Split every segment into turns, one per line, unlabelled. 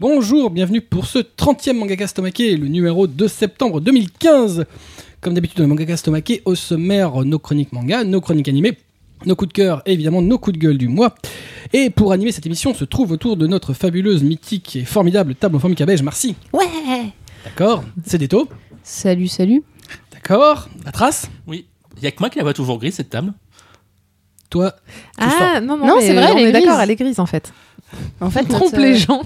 Bonjour, bienvenue pour ce 30e Mangaka Stomaqué, le numéro de septembre 2015. Comme d'habitude, dans le Mangaka Stomaqué, au sommaire, nos chroniques manga, nos chroniques animées, nos coups de cœur et évidemment nos coups de gueule du mois. Et pour animer cette émission, se trouve autour de notre fabuleuse, mythique et formidable table en forme cabège, Marcy.
Ouais
D'accord C'est des taux
Salut, salut.
D'accord La trace
Oui. Il y a que moi qui la vois toujours grise, cette table.
Toi,
Ah, non, non,
Non,
mais
c'est vrai,
on
elle est
est d'accord,
grise.
elle est grise en fait.
En fait, euh,
On trompe les gens.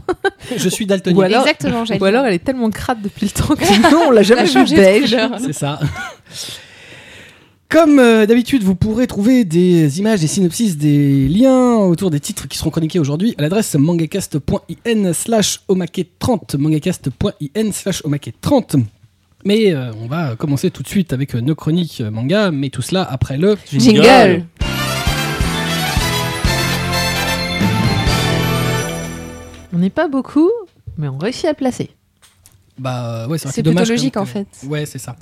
je suis daltonien.
Ou alors-
Exactement, j'allais
Ou alors
dire.
elle est tellement crade depuis le temps que non, on l'a jamais
Elle a
vue
changé de
beige.
couleur.
C'est ça. Comme euh, d'habitude, vous pourrez trouver des images, des synopsis, des liens autour des titres qui seront chroniqués aujourd'hui à l'adresse mangacast.in slash omake30. Mangacast.in slash omake30. Mais euh, on va commencer tout de suite avec euh, nos chroniques euh, manga, mais tout cela après le...
Jingle
On n'est pas beaucoup, mais on réussit à le placer.
Bah euh, ouais, c'est vrai que
C'est plutôt
dommage.
logique
quand
en
même
fait.
que- Ouais, c'est ça.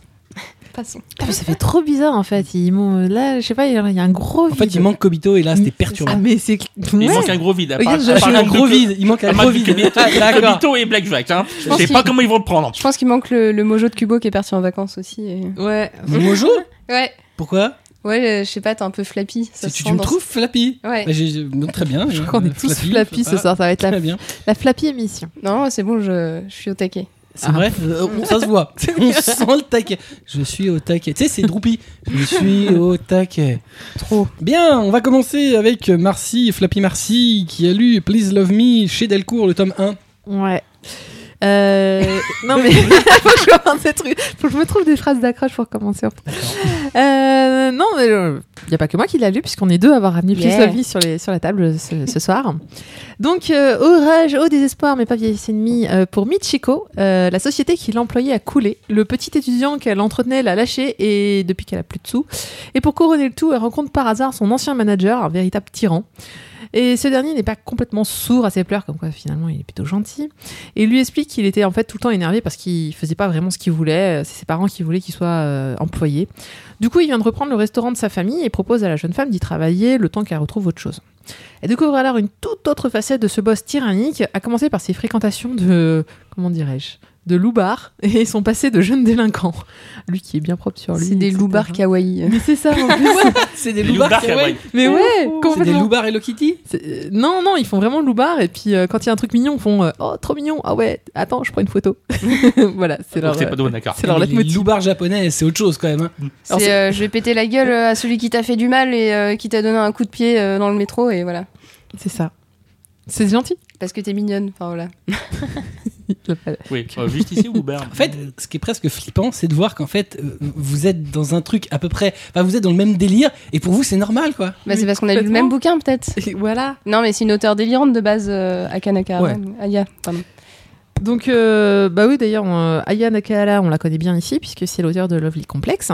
Passons.
Putain, mais ça fait trop bizarre en fait. Ils m'ont- euh, Là, je sais pas, il y a il y a un gros
En fait,
vide.
il manque Kobito et là,
Mm.
c'était
Ah,
perturbant.
mais c'est.
Il
Ouais.
manque un gros vide. à
Regarde,
part-
je-
à
Il
part
manque
le
un gros
que-
vide, il manque
à
un
part
gros
le
vide.
Kobito-
Ah, D'accord.
Kobito et Blackjack. Hein. Je
pense
sais pas
qu'il-
comment ils vont le prendre.
Je pense qu'il manque le, le mojo de Kubo qui est parti en vacances aussi. et-
Ouais.
Mojo
Ouais,
Pourquoi
ouais, euh, je sais pas, t'es un peu flappy. Ça
Si
se
tu,
sent
tu me
dans-
trouves flappy
Ouais.
Bah, j'ai- j'ai- non, Très bien.
Je crois qu'on
euh,
est tous
flappy
flappy ce
ça.
soir. Ça va être la,
Très bien.
la flappy émission.
Non, c'est bon, je, je suis au taquet.
C'est
Ah.
vrai Euh, on- Ça se voit. On sent le taquet. Je suis au taquet. Tu sais, c'est Droopy. Je suis au taquet.
Trop.
Bien, on va commencer avec Marcy, Flappy Marcy, qui a lu Please Love Me chez Delcourt, le tome 1.
Ouais. Euh, non mais faut que je commence des trucs. Faut que je me trouve des phrases d'accroche pour commencer. Euh, non mais il n'y a pas que moi qui l'a lu puisqu'on est deux à avoir amené plus
Yeah.
la vie sur les sur la table ce, ce soir. Donc euh, au rage, au désespoir, mais pas vieillesse ennemie euh, pour Michiko, euh, la société qui l'employait a coulé. Le petit étudiant qu'elle entretenait l'a lâché et depuis qu'elle a plus de sous. Et pour couronner le tout, elle rencontre par hasard son ancien manager, un véritable tyran. Et ce dernier n'est pas complètement sourd à ses pleurs, comme quoi finalement il est plutôt gentil. Et il lui explique qu'il était en fait tout le temps énervé parce qu'il faisait pas vraiment ce qu'il voulait. euh, C'est ses parents qui voulaient qu'il soit euh, employé. Du coup, il vient de reprendre le restaurant de sa famille et propose à la jeune femme d'y travailler le temps qu'elle retrouve autre chose. Elle découvre alors une toute autre facette de ce boss tyrannique, à commencer par ses fréquentations de. Comment dirais-je De loubar et son passé de jeune délinquant. Lui qui est bien propre sur lui.
C'est des
etc.
loubards kawaii.
Mais c'est ça en plus.
C'est des
Les loupards, c'est vrai.
Mais ouais,
C'est des
complètement.
loupards Hello Kitty
C'est- euh, Non, non, ils font vraiment loupard et puis euh, quand il y a un truc mignon, ils font euh, Oh, trop mignon, ah ouais, attends, je prends une photo. voilà, c'est
Donc
leur.
c'est
euh,
pas de d'accord.
c'est leur
Mais Les
leitmotiv.
loupards japonais, c'est autre chose quand même. hein.
Alors,
C'est euh, je vais péter la gueule euh, à celui qui t'a fait du mal et euh, qui t'a donné un coup de pied euh, dans le métro et voilà.
C'est ça. C'est gentil.
Parce que t'es mignonne, enfin voilà.
Oui, euh, juste ici ou Uber
En fait, ce qui est presque flippant, c'est de voir qu'en fait, euh, vous êtes dans un truc à peu près. Enfin, vous êtes dans le même délire, et pour vous, c'est normal, quoi.
Bah, c'est
Oui,
parce qu'on a lu le
complètement.
même bouquin peut-être.
Et voilà.
Non, mais c'est une auteure délirante de base euh, Akanaka.
Ouais.
Aya, pardon.
Donc, euh, bah oui, d'ailleurs, on- euh, Aya Nakahara, on la connaît bien ici puisque c'est l'auteur de Lovely Complex.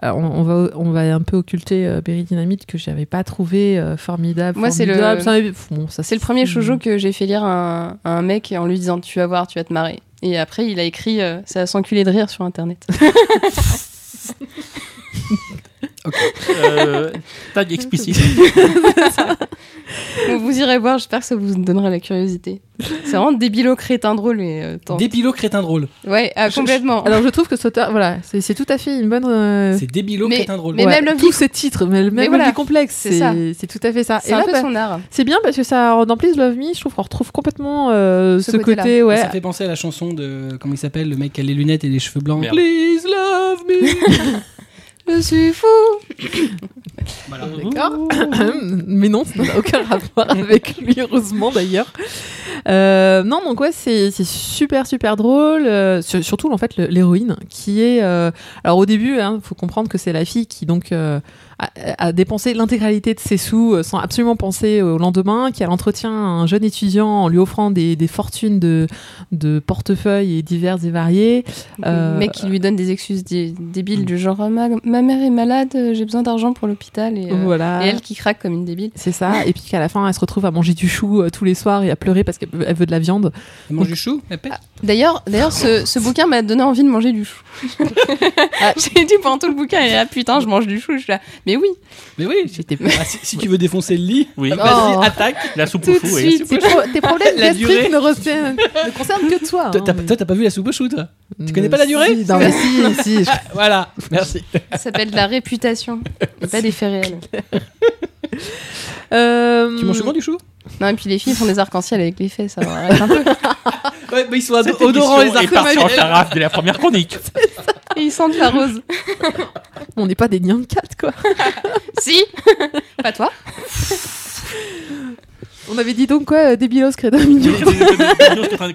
Alors, on, on va, on va un peu occulter euh, Berry Dynamite que j'avais pas trouvé euh, formidable.
Moi, c'est le-
formidable. Ça, bon, ça,
C'est le premier shoujo que j'ai fait lire à un, à un mec en lui disant Tu vas voir, tu vas te marrer. Et après, il a écrit euh, Ça va s'enculer de rire sur internet.
euh, Tag explicite.
Donc, vous irez voir, j'espère que ça vous donnera la curiosité. C'est vraiment débilo crétin drôle, mais. euh, tant-
Débilo crétin drôle.
Ouais, ah,
Je-
complètement.
Alors, je trouve que cet auteur, voilà, c'est c'est tout à fait une bonne. euh,
C'est débilo crétin drôle.
mais- même Lovely-
tous ces titres, mais même
Mais
Lovely
voilà,
complexe,
c'est
c'est
ça.
c'est tout à fait ça.
C'est un
là,
peu
bah,
son art.
c'est bien parce que ça, dans Please Love Me, je trouve qu'on retrouve complètement euh,
Ce
ce,
côté-là.
côté, ouais.
Ça fait penser à la chanson de. Comment il s'appelle Le mec qui a les lunettes et les cheveux blancs.
Merde.
Please love me
Je suis fou
Voilà.
D'accord.
Oh.
Euh, Mais non, ça n'a aucun rapport avec lui, heureusement d'ailleurs. Euh, non, donc ouais, c'est c'est super super drôle. euh, sur- surtout en fait le- l'héroïne qui est. euh, alors au début, il faut comprendre que c'est la fille qui donc euh, a, a dépensé l'intégralité de ses sous euh, sans absolument penser au lendemain, qui a l'entretien un jeune étudiant en lui offrant des, des fortunes de, de portefeuilles et diverses et variées. Euh,
Le mec qui lui donne des excuses dé- débiles du genre Ah, ma, ma mère est malade, euh, j'ai besoin d'argent pour l'hôpital. Et, euh,
voilà.
et elle qui craque comme une débile.
C'est ça. Et puis qu'à la fin, elle se retrouve à manger du chou euh, tous les soirs et à pleurer parce qu'elle veut- elle veut de la viande.
Elle mange du chou La
Ah.
pète
D'ailleurs, d'ailleurs, ce, ce bouquin m'a donné envie de manger du chou. J'ai dit pendant tout le bouquin, et ah putain, je mange du chou. Je suis là, Mais oui,
Mais oui,
J'étais
ah, si, si tu veux défoncer le lit,
Oui,
vas-y,
Oh.
attaque.
la soupe
tout
au
de
fou, oui.
suite.
Tes, pro- tes problèmes
La durée.
gastriques ne, re- ne concernent que toi.
Toi, t'as
hein.
toi, t'as pas vu la soupe au chou, toi
Mais
connais pas la durée
si, Non, mais si, si. je-
Voilà, merci.
Mm.
Ça s'appelle de la réputation, et pas des faits réels.
Euh,
Tu manges souvent du chou
Non, et puis les filles font des arcs-en-ciel avec les fesses, alors arrête un peu.
Ouais, mais ils sont
Cette
odorants, les
émission est partie en
arcs
carafe de la première chronique.
Et ils sentent la rose.
On n'est pas des Nyankat, quoi.
si Pas toi
On avait dit donc quoi euh, Débilos Credo Mignon.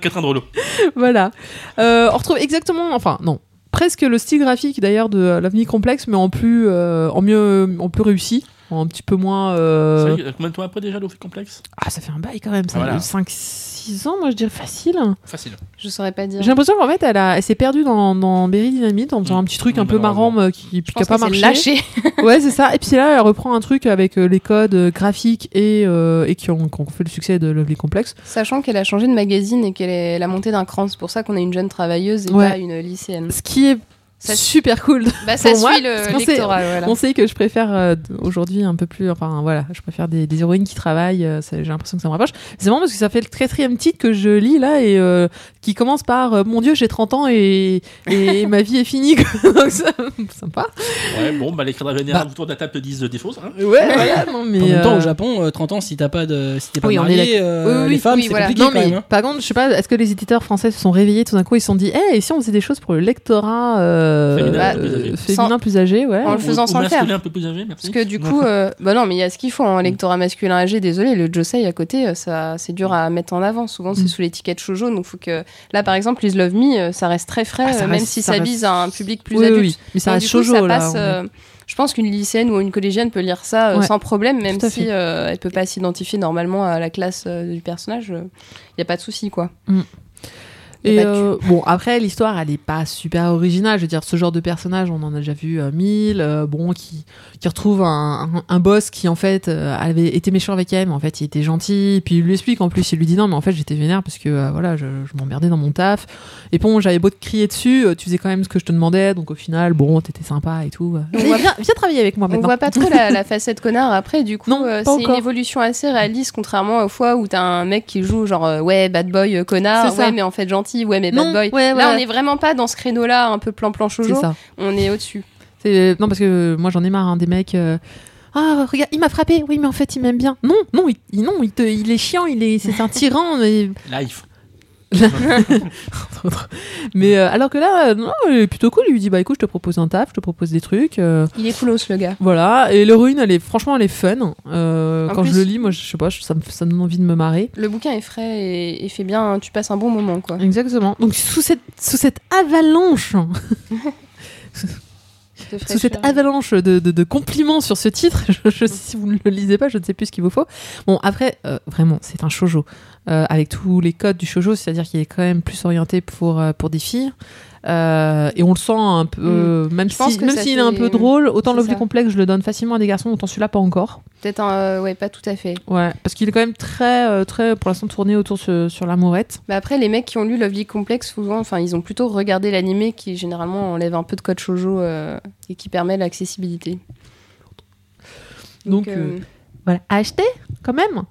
Catherine Drolo.
voilà. Euh, on retrouve exactement, enfin non, presque le style graphique d'ailleurs de euh, l'avenir complexe, mais en plus, euh, en mieux, en plus réussi, en un petit peu moins. euh,
Sérieux, Combien de temps après déjà l'Office Complexe
Ah, ça fait un bail quand même, ça.
Ah, voilà.
5-6 ans, moi je dirais facile.
Facile.
Je saurais pas dire.
J'ai l'impression qu'en fait, elle, a- elle s'est perdue dans, dans Berry Dynamite en
Mmh.
faisant un petit truc un peu marrant
Malheureusement.
mais qui qui
Je pense
a pas
que c'est
marché.
lâché.
Ouais, c'est ça. Et puis là, elle reprend un truc avec euh, les codes euh, graphiques et, euh, et qui, ont, qui ont fait le succès de Lovely Complex.
Sachant qu'elle a changé de magazine et qu'elle est- elle a monté d'un cran, c'est pour ça qu'on a une jeune travailleuse et
Ouais.
pas une lycéenne.
Ce qui est
Ça-
super cool
Bah, ça
Pour moi,
suit
parce
le
qu'on sait-
lectorat, voilà.
On sait que je préfère euh, aujourd'hui un peu plus. Enfin voilà, je préfère des, des héroïnes qui travaillent. euh, ça- J'ai l'impression que ça me rapproche. C'est marrant parce que ça fait le quatrième titre que je lis là et euh, qui commence par euh, Mon Dieu, j'ai 30 ans et, et ma vie est finie. quoi. Donc ça, sympa.
Ouais, bon, bah, les cadres générales autour de la table te disent des choses. Hein.
Ouais, voilà. Non, mais,
En même temps,
euh,
au Japon, euh, 30 ans, si t'as pas de, si t'es pas
Oui, on est
marié, euh,
Oui, oui,
les femmes,
oui,
c'est
voilà.
compliqué
non
quand
mais
même. hein.
par contre, je sais pas. Est-ce que les éditeurs français se sont réveillés tout d'un coup Ils se sont dit, eh, et si on faisait des choses pour le lectorat euh,
Féminin,
bah,
plus âgé.
euh, féminin
Sans-
plus âgé, ouais.
En le faisant
Ou- ou
sans le
masculin
faire.
un peu plus âgé, merci.
Parce
Hmm.
que du coup, euh, bah non, mais il y a ce qu'il faut en lectorat masculin âgé. Désolé, le josei à côté, euh, ça, c'est
Hmm.
dur à mettre en avant. Souvent, c'est
Mm.
sous l'étiquette shoujo, donc faut que là, par exemple, Please Love Me, euh, ça reste très frais,
Ah, ça
euh, même
reste-
si
ça
ça
reste-
vise à un public plus
Oui, oui,
adulte.
oui. Mais ça
Donc,
reste
du coup,
shoujo
ça
là.
passe,
on est-
euh, je pense qu'une lycéenne ou une collégienne peut lire ça euh,
Ouais.
sans problème, même
Tout à
si
fait.
euh, elle peut pas s'identifier normalement à la classe euh, du personnage. Il n'y a pas de souci, quoi.
Mm.
Y a
Et
pas de-
euh, bon, après, l'histoire, elle est pas super originale. Je veux dire, ce genre de personnage, on en a déjà vu euh, mille. euh, bon, qui, qui retrouve un, un- un boss qui, en fait, euh, avait été méchant avec elle, mais en fait, il était gentil. Puis il lui explique, en plus, il lui dit non, mais en fait, j'étais vénère parce que, euh, voilà, je, je m'emmerdais dans mon taf. Et bon, j'avais beau te crier dessus, euh, tu faisais quand même ce que je te demandais. Donc au final, bon, t'étais sympa et tout.
On
Allez,
voit-
viens, viens travailler avec moi
On
maintenant.
voit pas trop la, la facette connard après, du coup,
Ah bah Non,
euh,
pas
c'est une
encore.
évolution assez réaliste, contrairement aux fois où t'as un mec qui joue genre euh, ouais, bad boy, euh, connard,
C'est ça.
ouais, mais en fait gentil, ouais, mais
Non,
bad boy.
ouais,
Là,
ouais.
on est vraiment pas dans ce créneau-là, un peu plan-plan
C'est
shoujo,
ça.
on est au-dessus.
C'est- euh, Non, parce que moi j'en ai marre hein, des mecs. euh, Ah, regarde, il m'a frappé. Oui, mais en fait, il m'aime bien. Non, non, il, il- non, il, te- il est chiant, il est, c'est un tyran. Mais,
Life.
entre autres. mais euh, alors que là, euh, non, il est plutôt cool. Il lui dit, bah écoute, je te propose un taf, je te propose des trucs. euh,
Il est coolos, le gars.
voilà. Et l'héroïne, elle est, franchement, elle est fun. Euh,
En
quand je
plus-
le lis, moi, je sais pas, je- ça me, ça me donne envie de me marrer.
Le bouquin est frais et, et fait bien, hein. tu passes un bon moment, quoi.
Exactement. Donc sous cette, sous cette avalanche
De
sous
fraîcheur.
cette avalanche de, de- de compliments sur ce titre. Je, je- si vous ne le lisez pas, je ne sais plus ce qu'il vous faut. Bon, après, euh, vraiment, c'est un shoujo. Euh, avec tous les codes du shoujo, c'est-à-dire qu'il est quand même plus orienté pour, euh, pour des filles. Euh, et on le sent un peu, euh, même
Mm. Je pense
si-
que
même
ça
s'il est un
fait-
peu drôle, autant
c'est
Lovely
ça.
Complex, je le donne facilement à des garçons, autant celui-là pas encore.
Peut-être un, euh, ouais, pas tout à fait.
Ouais, parce qu'il est quand même très, euh, très pour l'instant tourné autour sur, sur l'amourette.
Mais après, les mecs qui ont lu Lovely Complex, souvent, enfin, ils ont plutôt regardé l'animé qui généralement enlève un peu de code shoujo euh, et qui permet l'accessibilité.
Donc, euh, voilà, à acheter quand même.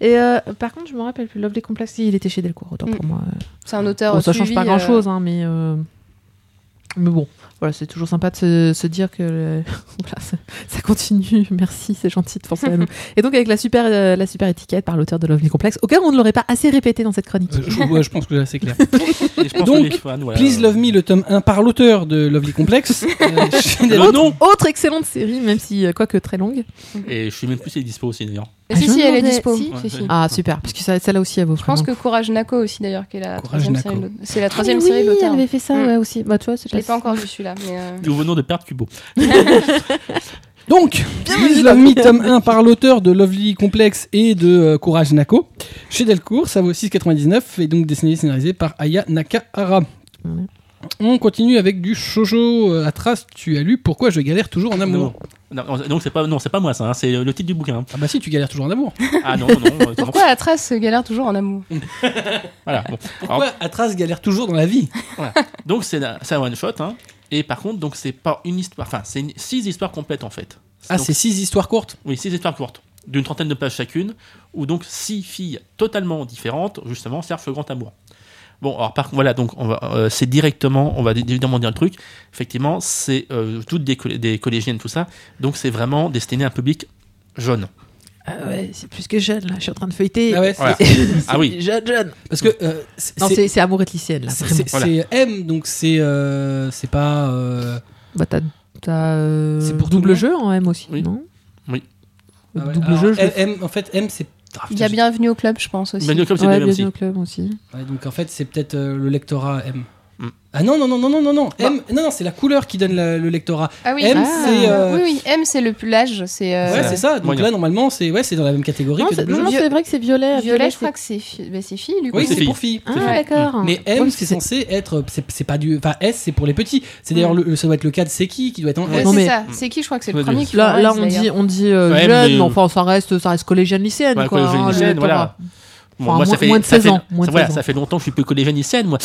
et euh, par contre, je me rappelle plus, Lovely Complex, il était chez Delcourt,
Mm.
autant pour moi.
c'est un auteur.
Bon, ça
suivi,
change pas
euh,
grand chose, mais, euh, mais bon, voilà, c'est toujours sympa de se, se dire que le- voilà, ça, ça continue. Merci, c'est gentil de penser à nous. Et donc, avec la super, euh, la super étiquette par l'auteur de Lovely Complex, au cas où on ne l'aurait pas assez répété dans cette chronique.
Euh, je, ouais, je pense que là, c'est clair.
Et je pense
Donc,
que les fans, voilà.
Please Love Me, le tome 1 par l'auteur de Lovely Complex. euh, chez Delcourt.
Le nom
Autre excellente série, même si, euh, quoique très longue.
Et je suis même plus si elle est dispo aussi d'ailleurs.
Mais si,
Ah, je
si,
me
elle est
demandais-
dispo.
si,
Si,
Ouais,
si.
ouais.
Ah, super, parce que ça- celle-là aussi, elle vaut
Je pense que Courage Nako aussi, d'ailleurs, qui est la
Courage
troisième
Nako.
série. de l'auteur. C'est la troisième série de l'auteur.
fait ça,
ouais,
aussi. Bah, tu vois,
Je l'ai pas encore vu celui-là, mais euh,
Nous venons de perdre Cubo.
Donc, Please Love Me, tome 1 par l'auteur de Lovely Complex et de euh, Courage Nako. Chez Delcourt, ça vaut 6,99 et donc dessiné et scénarisé par Aya Nakahara.
Ouais.
On continue avec du shoujo. euh, Atras, tu as lu Pourquoi je galère toujours en amour
Non, non, donc c'est pas, non, c'est pas moi ça, hein, c'est le titre du bouquin. hein.
Ah bah si, tu galères toujours en amour.
Ah non, non, non. euh, non.
pourquoi Atras galère toujours en amour
Voilà, bon.
Pourquoi Atras galère toujours dans la vie
Donc c'est la- c'est un one shot. hein. Et par contre, donc c'est pas une histoire. Enfin, c'est une- six histoires complètes en fait.
Ah,
Donc,
c'est six histoires courtes
Oui, six histoires courtes, d'une trentaine de pages chacune, où donc six filles totalement différentes, justement, cherchent le grand amour. Bon, alors par contre, voilà, donc on va, euh, c'est directement, on va évidemment dire le truc. Effectivement, c'est euh, toutes des, collé- des collégiennes, tout ça. Donc c'est vraiment destiné à un public jeune.
Ah ouais, c'est plus que jeune, là. Je suis en train de feuilleter.
Ah ouais, c'est-
Voilà.
C'est
Ah oui.
Jeune, jeune.
parce que euh, c'est-
Non,
c'est-
c'est c'est amour et lycéenne, là.
c'est-
vraiment.
c'est c'est M, donc c'est euh, c'est pas. euh,
Bah, t'as. t'as, euh,
C'est pour tout le
double
monde
jeu en M aussi,
Oui.
non
Oui.
Le
ah ouais.
Double
Alors,
jeu, je.
M- M- en fait, M, c'est. Ah,
Il y a
putain,
Bienvenue au club, je pense aussi.
Bienvenue au club, c'est
Ouais,
bien aussi.
Bienvenue au club aussi.
j'ai- ouais, donc en fait, c'est peut-être euh, le lectorat M.
Hmm.
Ah non, non, non, non, non, non, non.
Bah.
M, non, non, c'est la couleur qui donne la- le lectorat.
Ah oui,
M,
ah.
c'est, euh,
oui, oui, M, c'est le plus l'âge. C'est euh,
ouais, c'est ça. Donc
moyen.
là, normalement, c'est ouais, c'est dans la même catégorie
Non,
que
c'est
double
non,
jeu.
non, c'est vrai que c'est violet.
violet, je
c'est-
crois que c'est fi- bah, c'est fille, du coup.
Oui,
c'est
c'est pour filles.
c'est
Ah,
fait.
d'accord.
Mais
Ouais,
M,
parce que
c'est censé être. euh, C'est c'est pas du. Enfin, S, c'est pour les petits. C'est d'ailleurs. le- Ça doit être le cas de C'est qui qui doit être en
Ouais,
S.
Non,
c'est
mais-
ça. C'est qui Je crois que c'est le
Ouais,
premier
de-
qui
Là,
parle,
là, on
d'ailleurs.
dit, on dit euh,
Ouais,
jeune,
mais-
mais enfin, ça reste, ça reste collégienne lycéenne.
Ouais,
quoi,
collégienne
hein, le
lycéenne, voilà.
lectorat. Enfin, moins- moins de
ça
16 ans, moins de
ça, voilà,
16 ans.
ça fait longtemps que je suis plus collégienicienne, moi.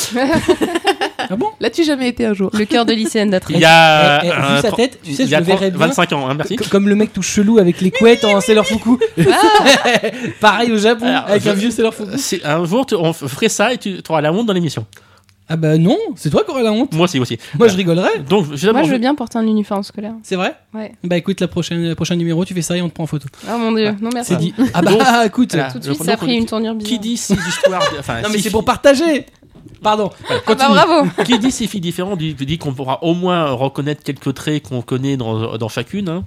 Ah bon
Là, tu jamais été un jour.
Le cœur de lycéenne d'Atrée.
Il y a.
Eh, eh,
un
Vu sa
tro-
tête, tu sais,
il
je
y a
le
tro-
verrais bien.
25 ans, hein, merci.
C- Comme le mec tout chelou avec les couettes en Sailor Fuku. Pareil au Japon,
Alors,
avec un
je-
vieux Sailor Fuku.
Si un jour, tu- on f- ferait ça et tu auras la honte dans l'émission.
Ah bah non, c'est toi qui aurais la honte.
Moi aussi, aussi.
Moi je rigolerais,
Donc, justement,
Moi, je
je-
veux bien porter un uniforme scolaire.
c'est vrai
Ouais.
Bah écoute, la prochaine, le prochain numéro, tu fais ça et on te prend en photo.
Oh mon dieu, non merci.
C'est dit. Ah bah
Donc,
ah, écoute.
voilà.
Tout de
Le
suite, ça a
chrono
pris une
chronique.
tournure bizarre.
Qui dit ces histoires. enfin,
Non mais
six
c'est pour
filles-
partager. Pardon.
Ah bah bravo
Qui dit ces filles différentes dit, dit qu'on pourra au moins reconnaître quelques traits qu'on connaît dans, dans chacune. hein.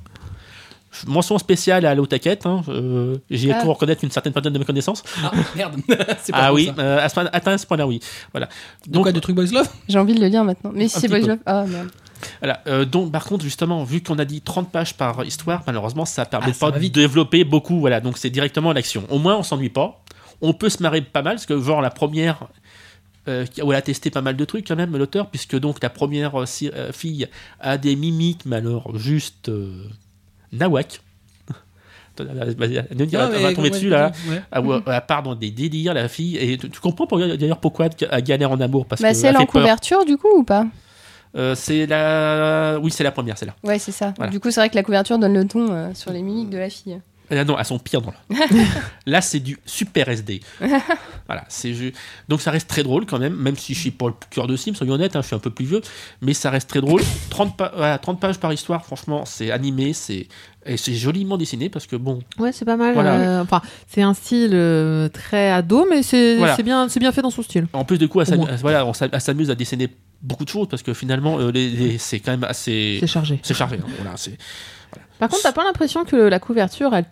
Mention spéciale à l'Otaquette. Hein. Euh, J'ai
Ah.
cru reconnaître une certaine partie de mes connaissances.
Ah merde. c'est pas
Ah
bon,
oui,
ça.
euh, à ce point- atteint à ce point-là, oui. Voilà.
De quoi de Truc Boys Love
J'ai envie de le lire maintenant. Mais si
Un
c'est
petit
Boys
peu.
Love. Ah merde.
Voilà, euh, donc par contre justement vu qu'on a dit 30 pages par histoire, malheureusement ça permet
Ah, ça va
pas de
vite.
développer beaucoup, voilà, donc c'est directement à l'action. Au moins on s'ennuie pas, on peut se marrer pas mal, parce que genre la première, euh, qui- où elle a testé pas mal de trucs quand même l'auteur, puisque donc la première euh, si- euh, fille a des mimiques, mais alors juste euh, nawak. Attends, vas-y, vas-y, Annie, on va- on va tomber dessus là.
Ouais.
À, à part dans des délires, la fille. Et tu, tu comprends pour- d'ailleurs pourquoi elle galère en amour parce
Bah,
que
c'est
elle
elle
fait
en
peur.
couverture, du coup, ou pas
Euh, c'est la, oui c'est la première, c'est là.
Ouais, c'est ça.
Voilà.
Du coup, c'est vrai que la couverture donne le ton euh, sur les mimiques de la fille.
Ah non, à son pire, non. Là, Là, c'est du super SD. voilà, c'est ju- donc ça reste très drôle quand même, même si je suis pas le cœur de cible, soyons honnêtes, hein, je suis un peu plus vieux, mais ça reste très drôle. 30, pa- voilà, 30 pages par histoire, franchement, c'est animé, c'est et c'est joliment dessiné parce que bon,
Ouais, c'est pas mal.
Voilà.
euh, enfin, c'est un style euh, très ado, mais c'est
Voilà.
c'est bien, c'est bien fait dans son style.
en plus de coup, elle s'amu-
moins.
voilà, on s'am- elle s'amuse à dessiner beaucoup de choses parce que finalement, euh, les- les- c'est quand même assez,
C'est chargé.
c'est chargé. hein, voilà, c'est-
Par contre, t'as pas l'impression que la couverture, elle,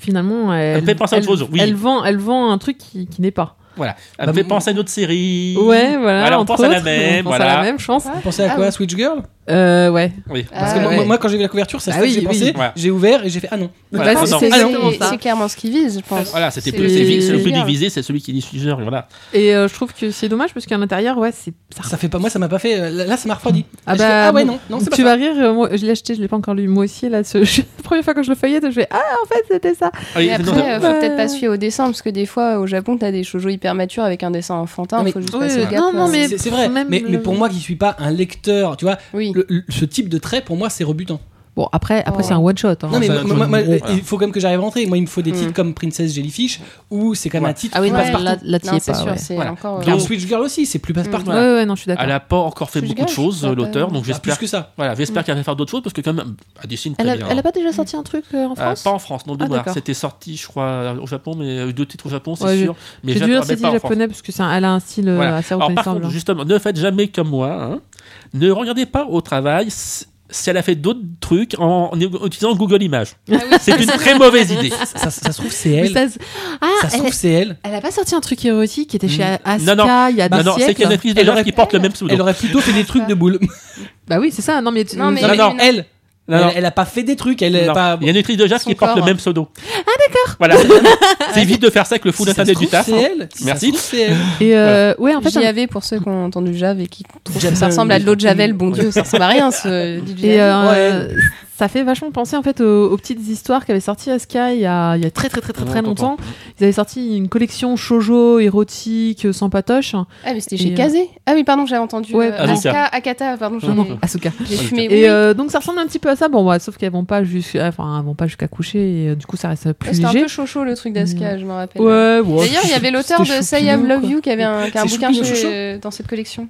finalement, elle,
me fait penser à autre
elle-
chose, oui.
elle vend, elle vend un truc qui, qui n'est pas.
voilà.
Ah
Elle
Bah,
me fait
bon.
penser à une autre série.
Ouais, voilà.
Voilà, Bah, on
entre
pense à la
autres,
même,
on pense à
voilà.
la même, je pense.
Vous pensez à
Ah
quoi
oui.
Switch Girl
Euh, ouais.
Oui.
Parce
Ah,
que moi-
ouais.
moi, moi, quand j'ai vu la couverture, c'est à
Ah
ça que
oui,
j'ai
oui.
pensé.
Voilà.
J'ai ouvert et j'ai fait ah non.
Voilà,
Bah,
non,
c'est-
non.
C'est-
Ah, non,
c'est-
ça.
c'est clairement ce qui vise, je pense.
Voilà, c'était
C'est-
plus- c'est vi- c'est le plus
c'est-
divisé, c'est celui qui dit suiveur, voilà.
Et euh, je trouve que c'est dommage parce qu'à l'intérieur, ouais, c'est. ça-
Ça fait pas moi, ça m'a pas fait. euh, Là, là, ça m'a refroidi.
Ah
Je
bah,
fais, ah ouais
bon.
non, non c'est pas
tu
ça.
vas rire, euh, moi, je l'ai acheté, je l'ai pas encore lu moi aussi. Là, ce... la première fois que je le feuillette, je fais Ah, en fait, c'était ça.
Ah oui,
Et
non,
après,
non.
euh, faut peut-être pas se fier au dessin, parce que des fois, au Japon, t'as des shoujo hyper matures avec un dessin enfantin.
Non, mais-
Faut juste
Oui,
passer
non,
le gap.
non,
euh,
mais-
C'est c'est vrai,
même
mais,
le-
mais pour moi qui suis pas un lecteur, tu vois,
Oui.
le- le- ce type de trait pour moi c'est rebutant.
Bon, après, après
Oh.
c'est un one shot. hein.
non mais
ça,
moi-
je-
moi- moi,
voilà.
il faut quand même que j'arrive à rentrer. Moi il me faut des
Mm.
titres comme Princess Jellyfish où c'est quand même
Ouais.
un titre
Hmm. Ah oui,
qui
non,
passe
Ouais.
partout.
là, là t'y
Non,
es
c'est
pas.
sûr,
ouais.
c'est
Voilà.
encore. euh,
Car
Donc- Hmm.
Switch Girl aussi, c'est plus passe partout.
Voilà.
Ouais, ouais, non, je suis d'accord.
Elle a pas encore fait
Je
beaucoup de
gâche,
choses,
je vois
l'auteur,
pas.
donc
Ah, plus
j'espère.
que ça.
Voilà, j'espère qu'elle va faire d'autres choses parce que quand même, elle dessine très
Elle a,
bien.
elle a
hein.
pas déjà sorti un truc euh, en
Euh,
France
pas en France, non de
Ah,
mémoire.
d'accord.
C'était sorti, je crois, au Japon, mais euh, deux titres au Japon, c'est
Ouais,
sûr. Mais
J'ai dû
jamais-
lire
mais
c'est
pas en France.
japonais parce que ça, elle a un style euh,
Voilà.
assez
Alors par
reconnaissable.
contre, justement, ne faites jamais comme moi. hein. Ne regardez pas au travail si si elle a fait d'autres trucs en, en utilisant Google Images. C'est une très mauvaise idée.
Ça, ça se trouve c'est
Mais
elle.
Ah, ça se- Ah,
Ça se
elle,
trouve c'est elle.
elle a pas sorti un truc érotique qui était chez
Mm.
Asuka
Hmm. Non,
il y a
non,
deux
non, c'est qu'il y a une
siècles
actrice
Elle
de
aurait-
qui porte le même pseudo.
Elle aurait plutôt fait des trucs de boule.
Bah oui, c'est ça. Non mais,
Non, mais-
Non, mais non,
non.
elle,
Non, non,
elle, elle a pas fait des trucs. Elle est
non.
pas.
Il y a une actrice de Jazz
Son
qui porte le
corps.
même pseudo. Ah d'accord. Voilà. c'est vite de faire ça avec le fou
Si ça se
d'internet du
trouve,
taf. hein.
C'est elle. Si ça
Merci.
se trouve, c'est elle.
Et euh, ouais, en fait,
J'y
un-
avais pour ceux qui ont entendu Jave et qui trouvent que
Javel,
ça ressemble à de l'eau de
oui.
Javel. Bon Dieu, ça ressemble à rien ce DJ.
et, euh, ça fait vachement penser en fait aux, aux petites histoires qu'avait sorti Aska il y a, il y a très très très très, très longtemps. Ils avaient sorti une collection shoujo érotique euh, sans patoche.
Mmh.
Ah, mais c'était
Et,
chez
euh,
Kazé. Ah oui, pardon, j'avais entendu.
Ouais,
euh,
Ah, Asuka.
Asuka, Akata, pardon, j'ai
Non, non.
Asuka.
j'ai fumé. oui,
Et
oui.
euh, donc ça ressemble un petit peu à ça, bon, ouais, sauf qu'elles vont pas jusqu'à, enfin, elles vont pas jusqu'à coucher et euh, du coup ça reste plus
C'était un
léger.
peu chocho le truc d'Asuka, je me rappelle.
Ouais, ouais,
D'ailleurs, il y avait l'auteur de
c'était
Say I
choupinou,
Love
quoi.
You qui avait un, qui a un
C'est
bouquin
choupinou,
chez-
chouchou.
dans cette collection.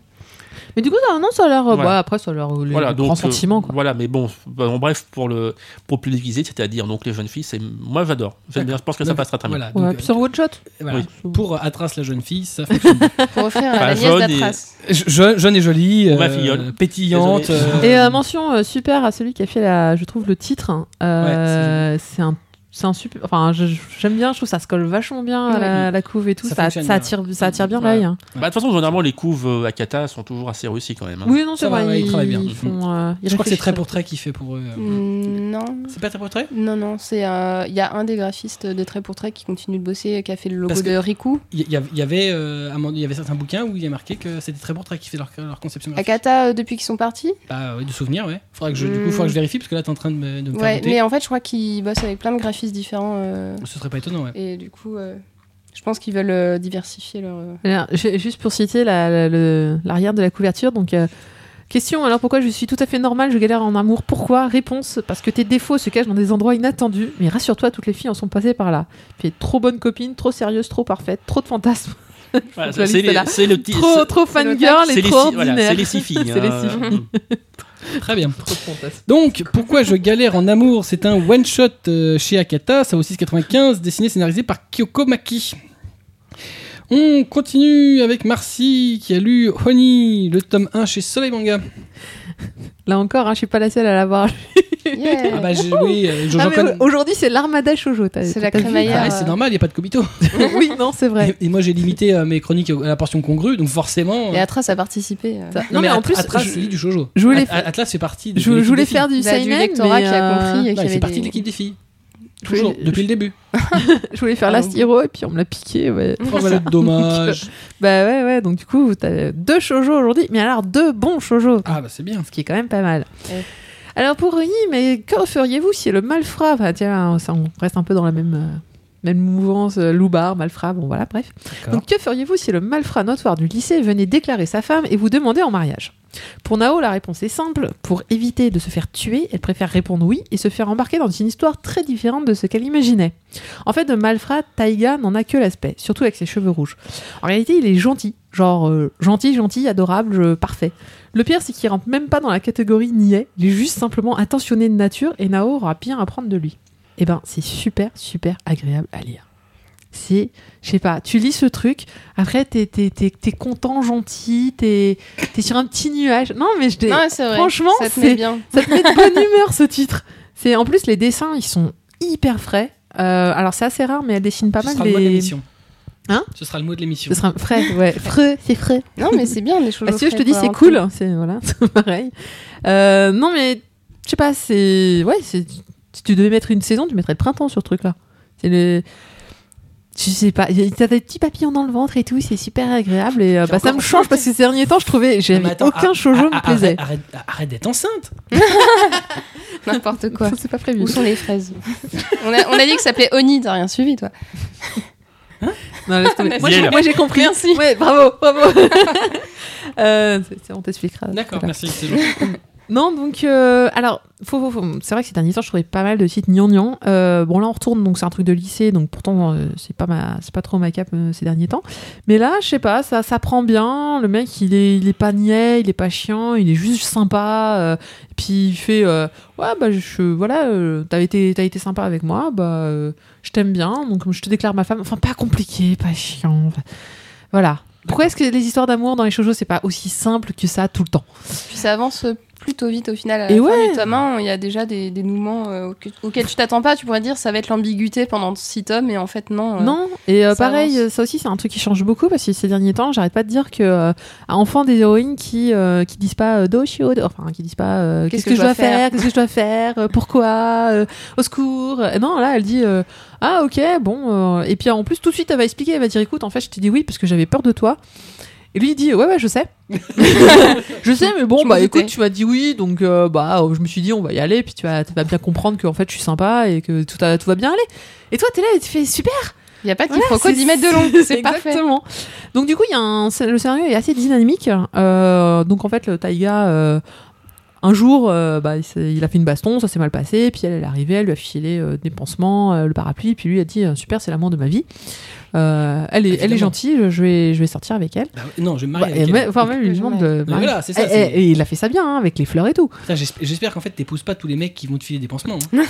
Mais du coup, non, non, ça a l'air. euh,
Ouais.
bah, après, ça a l'air euh, les
Voilà, donc,
grands
euh,
sentiments, quoi.
Voilà, mais bon, bah, en bref, pour le pour publiciser, c'est-à-dire donc les jeunes filles, c'est moi j'adore. J'aime bien, je pense que ça
Donc,
passera très bien.
Voilà,
Ouais,
donc,
puis sur One Shot.
euh, voilà.
Oui.
Pour Atras, la jeune fille, ça fonctionne bien.
Pour offrir à
Bah,
la nièce
jaune et-
d'Atras.
Je- jeune, jeune et jolie,
On m'a filleule.
pétillante.
Désolé.
euh,
Et euh, mention euh, super à celui qui a fait, la, je trouve, le titre. hein. Euh, c'est un. C'est un super. Enfin, je- j'aime bien, je trouve que ça se colle vachement bien à la, la couve et tout.
Ça
Ça,
fonctionne
ça
bien.
attire, ça attire bien
Ouais.
l'œil. hein.
Bah, De toute façon, généralement, les couves euh, à Kata sont toujours assez réussies quand même. hein.
Oui, non, c'est
Ça va,
vrai.
ouais, ils
ils,
travaillent bien.
ils font, euh, ils
je crois que c'est
réfléchissent.
très pour trait qui fait pour eux. euh.
Mm, Non.
C'est pas très pour trait
Non, non, c'est euh, il y a un des graphistes des traits pour traits qui continue de bosser, euh, qui a fait le logo
Parce que-
de Riku.
Il y, il y avait, euh, à un moment donné, il y avait certains bouquins où il y a marqué que c'était très pour trait qui fait leur, leur conception graphique.
Akata, euh, depuis qu'ils sont partis.
Bah, ouais, de souvenirs, ouais. Faudrait que je, du coup,
Hmm.
faudrait que je vérifie parce que là, t'es en train de me, de me faire
Ouais,
douter.
mais en fait, je crois qu'ils bossent avec plein de graphistes différents. euh,
Ce serait pas étonnant, ouais.
et du coup, euh, je pense qu'ils veulent euh, diversifier leur. euh,
Alors, ju- juste pour citer la- la- le- l'arrière de la couverture, donc euh, question alors pourquoi je suis tout à fait normale, je galère en amour, pourquoi Réponse parce que tes défauts se cachent dans des endroits inattendus. Mais rassure-toi, toutes les filles en sont passées par là. Puis trop bonne copine, trop sérieuse, trop parfaite, trop de fantasmes,
Voilà,
Je la
c'est
liste est là.
les- c'est le petit.
trop trop
le
fangirl
c'est les,
et trop
six- voilà,
ordinaire.
c'est les six filles.
C'est les
hein.
six
Très bien.
Trop de fantasmes.
Donc, pourquoi je galère en amour C'est un one-shot euh, chez Akata, ça aussi 95, dessiné et scénarisé par Kyoko Maki. On continue avec Marcy qui a lu Honey, le tome 1 chez Soleil Manga.
Là encore, hein, je suis pas la seule à l'avoir.
Yeah.
Ah bah j'ai- oui, euh, Jojo
Ah, mais
Con-
Aujourd'hui, c'est l'armada shoujo. t'as-
C'est la
t'as vu Ah,
crémaillère.
Ah, c'est normal, il n'y a pas de Kobito.
oui, non, c'est vrai.
Et, et moi j'ai limité euh, mes chroniques à la portion congrue, donc forcément...
Et
euh,
Atras a participé. euh,
Non, mais en plus,
Atlas,
je-
je lis du Jojo.
je voulais-
At- Atlas fait partie de
Je, je
l'équipe
voulais
des filles.
faire du
Bah, du
seinen,
lectorat
mais,
qui a
euh,
compris et qui
Non, il fait
avait
partie
des-
de l'équipe des filles.
je voulais-
Toujours, depuis le début.
je voulais faire Last Hero et puis on me l'a piqué. Ouais.
Oh, voilà, dommage.
Bah ouais, ouais, donc du coup, t'as deux shoujo aujourd'hui, mais alors deux bons shoujo,
Ah bah c'est bien.
ce qui est quand même pas mal.
Ouais.
Alors pour Uni, mais que feriez-vous si le malfrat, enfin, tiens, ça, on reste un peu dans la même, euh, même mouvance, euh, loupard, malfrat, bon voilà, bref.
D'accord.
Donc que feriez-vous si le malfrat notoire du lycée venait déclarer sa femme et vous demander en mariage Pour Nao, la réponse est simple, pour éviter de se faire tuer, elle préfère répondre oui et se faire embarquer dans une histoire très différente de ce qu'elle imaginait. En fait, de malfrat, Taiga n'en a que l'aspect, surtout avec ses cheveux rouges. En réalité, il est gentil, genre euh, gentil, gentil, adorable, euh, parfait. Le pire, c'est qu'il rentre même pas dans la catégorie niais, il est juste simplement attentionné de nature et Nao aura bien à prendre de lui. Eh ben, c'est super, super agréable à lire. C'est, je sais pas, tu lis ce truc, après t'es t'es- t'es- t'es content, gentil, t'es es sur un petit nuage. Non, mais je t'ai-
Non, c'est vrai.
Franchement,
ça te
c'est-
met bien.
ça te met de bonne humeur ce titre. C'est en plus les dessins, ils sont hyper frais. Euh, alors c'est assez rare, mais elle dessine pas
Ce
mal
sera le mot de
les.
l'émission.
Hein
Ce sera le mot de
Ce
l'émission.
sera frais, ouais, frais, c'est frais.
Non, mais c'est bien les choses.
Bah, si je te dis c'est cool, c'est voilà, c'est pareil. Euh, non mais je sais pas, c'est ouais, c'est si tu devais mettre une saison, tu mettrais le printemps sur ce truc là. C'est le je sais pas, y a- t'as des petits papillons dans le ventre et tout, c'est super agréable et euh,
J'ai
bah, ça
encore
me change parce que ces derniers temps, je trouvais
Non, mais
j'avais
attends,
aucun
ah,
shoujo
ah,
me plaisait.
Arrête, arrête- arrête d'être enceinte.
N'importe quoi.
Ça, C'est pas prévu.
Où sont les fraises on, a, on a dit que ça s'appelait Oni, t'as rien suivi toi.
Non, laisse tomber. moi,
Il est
j'ai-
là.
moi, j'ai compris.
Merci.
Ouais, bravo, bravo. Euh, c'est- c'est- on t'expliquera. tout à
D'accord,
l'heure.
merci. c'est gentil.
Non, donc, euh, alors, faut, faut, faut- c'est vrai que ces derniers temps, je trouvais pas mal de sites gnangnang. Euh, bon, là, on retourne, donc c'est un truc de lycée, donc pourtant, euh, c'est pas, ma, c'est pas trop ma cape euh, ces derniers temps. Mais là, je sais pas, ça, ça prend bien. Le mec, il est, il est pas niais, il est pas chiant, il est juste sympa. euh, puis il fait, euh, ouais, bah, je, voilà, euh, t'as, été, t'as été sympa avec moi, bah, euh, je t'aime bien, donc je te déclare ma femme. Enfin, pas compliqué, pas chiant. enfin, voilà. Pourquoi est-ce que les histoires d'amour dans les shoujo, c'est pas aussi simple que ça tout le temps
Puis ça avance plutôt vite au final. À la
Et
fin
ouais.
du tome 1, il y a déjà des dénouements euh, auxquels- auxquels tu t'attends pas. Tu pourrais dire ça va être l'ambiguïté pendant 6 tomes, et en fait, non. euh,
Non, et euh,
Ça
pareil,
avance.
euh, ça aussi c'est un truc qui change beaucoup parce que ces derniers temps, j'arrête pas de dire que euh, enfant des héroïnes qui euh, qui disent pas euh, do shio, do- enfin qui disent pas euh, qu'est-ce que, je dois faire, qu'est-ce que je dois faire, euh, pourquoi, euh, au secours. Euh, non, là elle dit euh, ah ok bon euh, et puis en plus tout de suite elle va expliquer, elle va dire écoute en fait je t'ai dit oui parce que j'avais peur de toi. Et lui, il dit Ouais, ouais, je sais. je sais, mais bon,
Je m'en
bah
doutais.
écoute, tu m'as dit oui, donc euh, bah euh, je me suis dit On va y aller, puis tu vas, tu vas bien comprendre que en fait je suis sympa et que tout, a- tout va bien aller. Et toi, t'es là et tu fais Super
Il n'y a pas de
Voilà,
quiproquo
c'est-
10 mètres de long. C'est parfait.
Exactement. Donc du coup, il y a un, c'est- le scénario est assez dynamique. Euh, donc en fait, le Taiga, euh, un jour, euh, bah, il, s'est- il a fait une baston, ça s'est mal passé, puis elle, elle est arrivée, elle lui a filé euh, des pansements, euh, le parapluie, puis lui a dit euh, super, c'est l'amour de ma vie. Euh, elle est, elle est
Évidemment.
gentille, je- je vais, je vais sortir avec elle.
Bah, non, je vais me
Bah,
marier
et
avec
même-
elle.
enfin, même, il lui demande de.
Non, mais voilà, c'est ça,
Et-
c'est-
et, et il a fait ça bien, hein, avec les fleurs et tout.
Putain, j'esp- J'espère qu'en fait, t'épouses pas tous les mecs qui vont te filer des pansements. hein.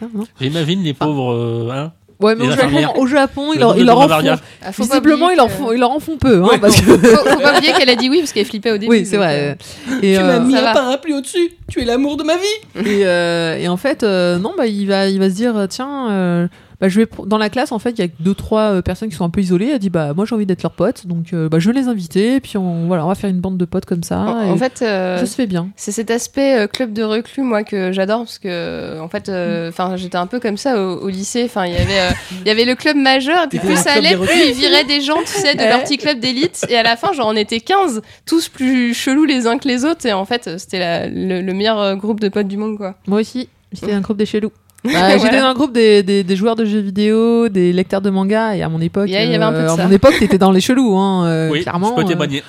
Ça, non
J'imagine les pauvres. euh, hein.
Ouais, mais
Et
au
la
Japon,
fermière.
au Japon, il
Le
leur,
double
il leur
de
en
Bavaria.
font-
Ah, faut pas
visiblement,
oublier
il en
que-
font- il leur en font peu. hein,
Ouais,
parce que-
Faut, faut pas oublier qu'elle a dit oui parce qu'elle flippait au début.
Oui, c'est
donc,
vrai.
euh,
Et,
tu m'as
euh,
mis
ça
un
va.
parapluie au-dessus. Tu es l'amour de ma vie.
Et, euh, et en fait, euh, non, bah, il, va, il va se dire tiens, euh, bah, je vais pr- dans la classe, en fait, il y a deux, trois euh, personnes qui sont un peu isolées. Elle dit bah, moi, j'ai envie d'être leur pote, donc euh, bah, je vais les inviter, puis on, voilà, on va faire une bande de potes comme ça.
en,
et
en fait, euh,
ça se fait bien.
C'est cet aspect euh, club de reclus, moi, que j'adore, parce que, en fait, euh, enfin, j'étais un peu comme ça au, au lycée. Enfin, il y avait, euh, il y avait le club majeur, et puis
T'étais
plus
dans le
ça
club
allait,
des
plus ils viraient des gens, tu sais, de leur
Ouais.
petit club d'élite. Et à la fin, genre, on était 15, tous plus chelous les uns que les autres. Et en fait, euh, c'était la- le, le meilleur euh, groupe de potes du monde, quoi.
Moi aussi, j'étais dans un groupe des chelous. Bah,
Voilà.
J'étais dans un groupe des, des, des joueurs de jeux vidéo, des lecteurs de manga, et à mon époque, euh,
Yeah, il y avait un peu de
à
ça.
mon époque, t'étais dans les chelous, hein, euh,
oui,
clairement.
je peux
euh,
témoigner.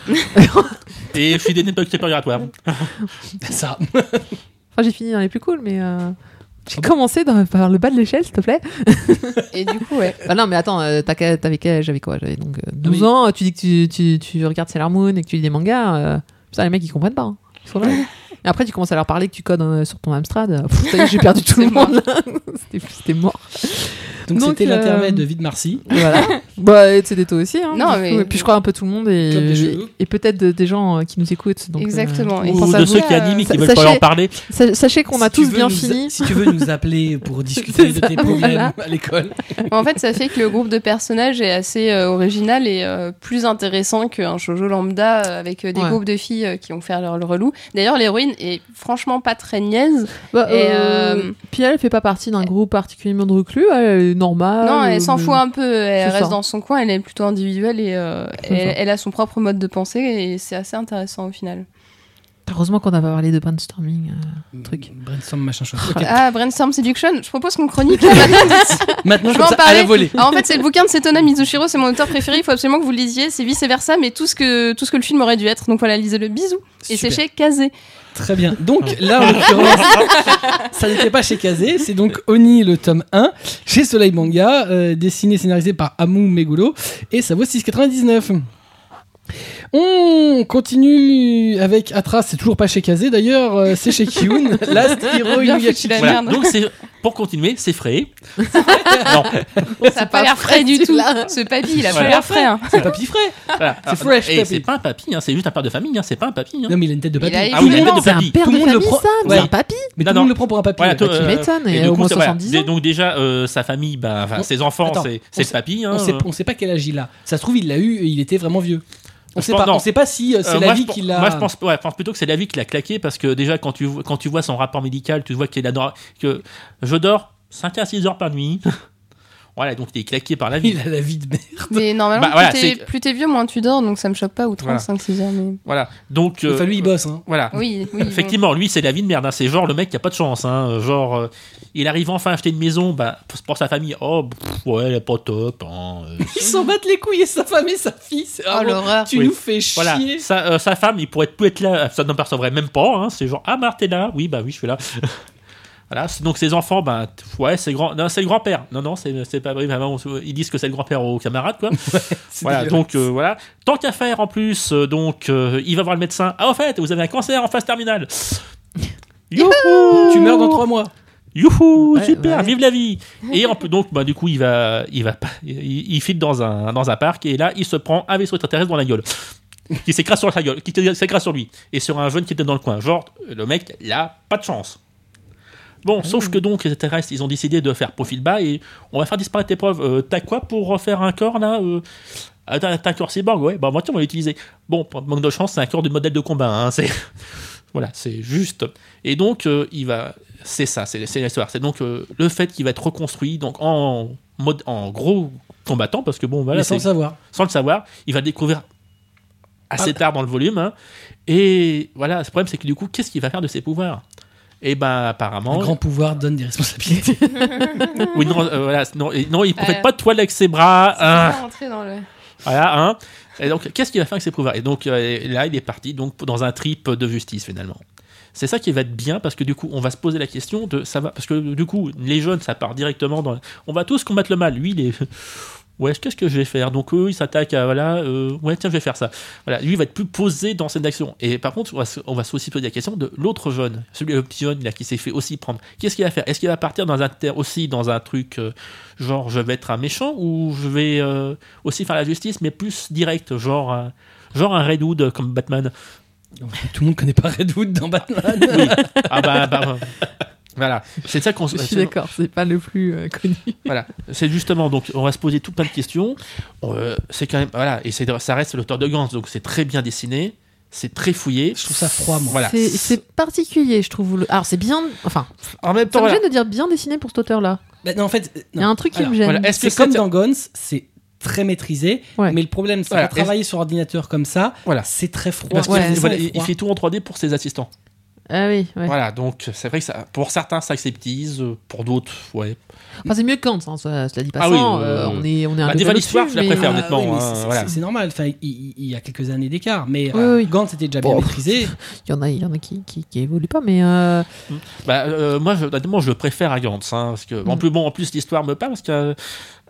Et fidèle n'est pas préparatoire.
Ça.
enfin, j'ai fini dans les plus cool, mais euh,
Ah
j'ai commencé dans- par le bas de l'échelle, s'il te plaît.
Et du coup, ouais.
Bah non, mais attends, euh, t'as qu'à- t'avais quel âge J'avais quoi J'avais donc euh, 12
Oui.
ans. Tu dis que tu, tu, tu regardes Sailor Moon et que tu lis des mangas. euh, putain, les mecs, ils comprennent pas. hein. Ils sont là. Et après, tu commences à leur parler que tu codes euh, sur ton Amstrad. Pff, ça y est, j'ai perdu tout le
C'est
monde. là. C'était- C'était mort.
Donc
Donc,
c'était
euh,
l'intermède de Vide Marcy.
Voilà. bah, et c'est des taux aussi. Hein,
Non,
du
mais-
coup. Et puis, je crois un peu tout le monde et,
Comme des
et,
cheveux.
peut-être de- des gens euh, qui nous écoutent. Donc, euh,
Exactement. Et
on
ça
Ou
pense à
de
vous.
ceux qui
euh,
animent et qui
sa-
veulent pas
sachez- Bah,
en parler.
Sa- Sachez qu'on a
Si tu
tous
veux
bien
nous-
fini.
Si tu veux nous appeler pour discuter de
ça,
tes problèmes
voilà.
à l'école.
En fait, ça fait que le groupe de personnages est assez euh, original et euh, plus intéressant qu'un shoujo lambda euh, avec euh, des
Ouais.
groupes de filles euh, qui vont faire leur, le relou. D'ailleurs, l'héroïne est franchement pas très niaise.
Bah,
Et,
euh,
euh,
Puis, elle fait pas partie d'un groupe particulièrement de reclus. Elle est normale.
non, elle s'en
euh,
fout un peu. Elle
c'est
reste
ça.
dans son coin. Elle est plutôt individuelle et euh,
C'est ça.
elle, elle a son propre mode de pensée et c'est assez intéressant au final.
Heureusement qu'on n'a pas parlé de brainstorming. euh.
Mm.
Truc.
Brainstorm machin chose. Ok.
Ah, Brainstorm Seduction. Je propose qu'on chronique là maintenant.
Maintenant
Je
comme
vais
ça,
en
à
parler.
la volée.
Ah, en fait, c'est le bouquin de Setona Mizushiro. C'est mon auteur préféré. Il faut absolument que vous le lisiez. C'est vice versa, mais tout ce que tout ce que le film aurait dû être. Donc voilà, lisez-le. Bisous. Et c'est
Super.
chez Kazé.
Très bien.
Ah.
Donc là, en l'occurrence, ça n'était pas chez Kazé, c'est donc Oni le tome 1, chez Soleil Manga, euh, dessiné et scénarisé par Amu Meguro, et ça vaut 6,99. On continue avec Atras, c'est toujours pas chez Kazé d'ailleurs, euh, c'est chez Kiyun, Last Hero
Bien
Inuyasha.
foutu la
Voilà.
merde.
Donc c'est pour continuer, c'est frais.
Ça n'a pas l'air frais du tout. Ce papy, il a pas
Voilà.
l'air frais. hein.
C'est papy frais
Voilà.
C'est fresh,
Et
papy.
c'est pas un papy, hein, c'est juste un père de famille, hein, c'est pas un papy. hein.
Non mais il a une tête de papy.
Il a
Ah oui,
Mais
la tête
non,
de
c'est un
papy.
père
Tout
de
le monde le
famille,
prend.
ça
Ouais.
C'est un papy
Mais hein, tout le
Non, non.
monde le prend pour un papy.
Voilà,
ouais.
toi, euh,
tu m'étonnes,
et
et
du
au
coup,
moins
ça, voilà.
70
Dé-
ans.
Donc déjà, euh, sa famille, bah, enfin,
On-
ses enfants,
Attends,
c'est
on
c'est
sait-
papy. hein,
on, sait,
euh.
on sait pas quel âge il a. Ça se trouve, il l'a eu et il était vraiment vieux. On
Je
sait
pense-
pas,
non.
on sait pas si euh, c'est
Euh,
la
moi,
vie
je, pen-
qu'il a.
moi, je pense, ouais, je pense plutôt que c'est la vie qu'il a claqué parce que déjà quand tu, vois- quand tu vois son rapport médical, tu vois qu'il adore que je dors 5 à 6 heures par nuit. voilà, donc il est claqué par la vie.
Il a la vie de merde.
Mais normalement,
Bah, voilà,
plus t'es-
c'est-
plus t'es vieux, moins tu dors, donc ça me choque pas, ou 35, 6 heures. Mais...
Voilà. Donc euh,
Enfin, lui, il bosse. Hein.
voilà.
Oui, oui. bon.
Effectivement, lui, c'est la vie de merde. hein. C'est genre le mec qui a pas de chance. hein. Euh, Genre, euh, il arrive enfin à acheter une maison bah, pour, pour sa famille. Oh, pff, ouais, elle est pas top. hein. Euh,
Ils s'en battent les couilles et sa femme et sa fille. c'est
Oh
vraiment-
l'horreur.
tu
Oui.
nous fais chier.
Voilà, sa, euh, sa femme, il pourrait plus être là, ça n'en percevrait même pas. hein. C'est genre, ah, bah, t'es là, oui, bah oui, je suis là. voilà, c'est- donc ses enfants, bah, t- ouais, c'est grand, non, c'est le grand-père. Non, non, c'est c'est pas vrai, maman, on se- ils disent que c'est le grand-père aux camarades, quoi.
C'est
voilà,
dégueulasse.
donc euh, voilà. Tant qu'à faire, en plus, euh, donc, euh, il va voir le médecin. Ah, au fait, vous avez un cancer en phase terminale. Youhou
Tu meurs dans trois mois.
Youhou,
Ouais,
super,
ouais.
vive la vie. Et on peut donc, bah, du coup, il va, il va, pas- il, il file dans un, dans un parc et là, il se prend un vaisseau extraterrestre dans la gueule, qui s'écrase sur sa gueule, qui s'écrase sur lui et sur un jeune qui était dans le coin. Genre, le mec, là, pas de chance. Bon,
Ah
sauf que donc les extraterrestres, ils ont décidé de faire profil bas et on va faire disparaître tes preuves. Euh, t'as quoi pour refaire un corps là euh, ah, t'as, t'as un corps cyborg, ouais, bah moi tiens, on va l'utiliser. Bon, pour manque de chance, c'est un corps de modèle de combat, hein, c'est. Voilà, c'est juste. Et donc, euh, il va. C'est ça, c'est c'est l'histoire. C'est donc euh, le fait qu'il va être reconstruit donc en mode en gros combattant, parce que bon, voilà,
mais sans
c'est-
le savoir. Ah.
sans le savoir, il va découvrir assez tard dans le volume. hein. Et voilà, le problème, c'est que du coup, qu'est-ce qu'il va faire de ses pouvoirs Et ben, apparemment.
Un grand pouvoir donne des responsabilités.
Oui, non, euh, voilà, non, et non, il ne
Euh.
pas de toile avec ses bras. hein.
pas rentré dans le.
Voilà, hein. Et donc, qu'est-ce qu'il va faire avec ses pouvoirs Et donc, euh, là, il est parti donc, dans un trip de justice, finalement. C'est ça qui va être bien, parce que du coup, on va se poser la question de ça va. Parce que du coup, les jeunes, ça part directement dans. On va tous combattre le mal. Lui, il est. Ouais, qu'est-ce que je vais faire Donc, eux, ils s'attaquent à. Voilà, euh, ouais, tiens, je vais faire ça. Voilà, lui, il va être plus posé dans cette action. Et par contre, on va, se- on va se aussi poser la question de l'autre jeune, celui, le petit jeune, là, qui s'est fait aussi prendre. Qu'est-ce qu'il va faire Est-ce qu'il va partir dans un ter- aussi dans un truc euh, genre, je vais être un méchant ou je vais. euh, aussi faire la justice, mais plus direct, genre, un- genre un Red Hood comme Batman.
Tout le monde connaît pas Redwood dans Batman.
Ah bah, bah, voilà, c'est ça qu'on
Je suis d'accord, c'est pas le plus euh, connu.
Voilà, c'est justement donc on va se poser tout plein de questions. Euh, c'est quand même voilà et c'est ça reste l'auteur de Gantz, donc c'est très bien dessiné, c'est très fouillé.
Je trouve ça froid, moi.
Voilà.
C'est- C'est particulier, je trouve. le- Alors, c'est bien. Enfin,
En même temps,
ça me
voilà.
gêne de dire bien dessiné pour cet auteur-là.
Bah, non, en fait, euh,
Il y a
non.
un truc qui
Alors,
me gêne.
voilà, est-ce que
c'est comme
c'est-
dans Guns, c'est très maîtrisé.
Ouais.
Mais le problème, c'est
Voilà,
que travailler sur ordinateur comme ça,
Voilà.
c'est très froid.
Parce qu'il
Ouais.
fait- voilà,
C'est
il, il
froid.
fait tout en 3D pour ses assistants.
Ah oui, ouais.
Voilà, donc c'est vrai que ça, pour certains ça s'acceptise, euh, pour d'autres ouais.
Enfin, c'est mieux que Kant, hein, ça- cela dit pas
Ah oui,
sans,
euh,
euh, on est, on est un
bah,
level
Déval
au-dessus,
Histoire, je la
mais-
préfère,
Ah,
honnêtement,
oui, mais
hein,
c'est- c'est
voilà.
c'est normal. Enfin, il, il- il y a quelques années d'écart, mais
Oui,
euh,
oui.
Gantz était déjà bien
Bon.
maîtrisé.
euh, Il y en a, il y en a qui, qui, qui évoluent pas, mais euh,
Bah, euh, moi, je, honnêtement, je préfère à Gantz, hein, parce que en
Mm.
plus bon, en plus l'histoire me parle parce que euh,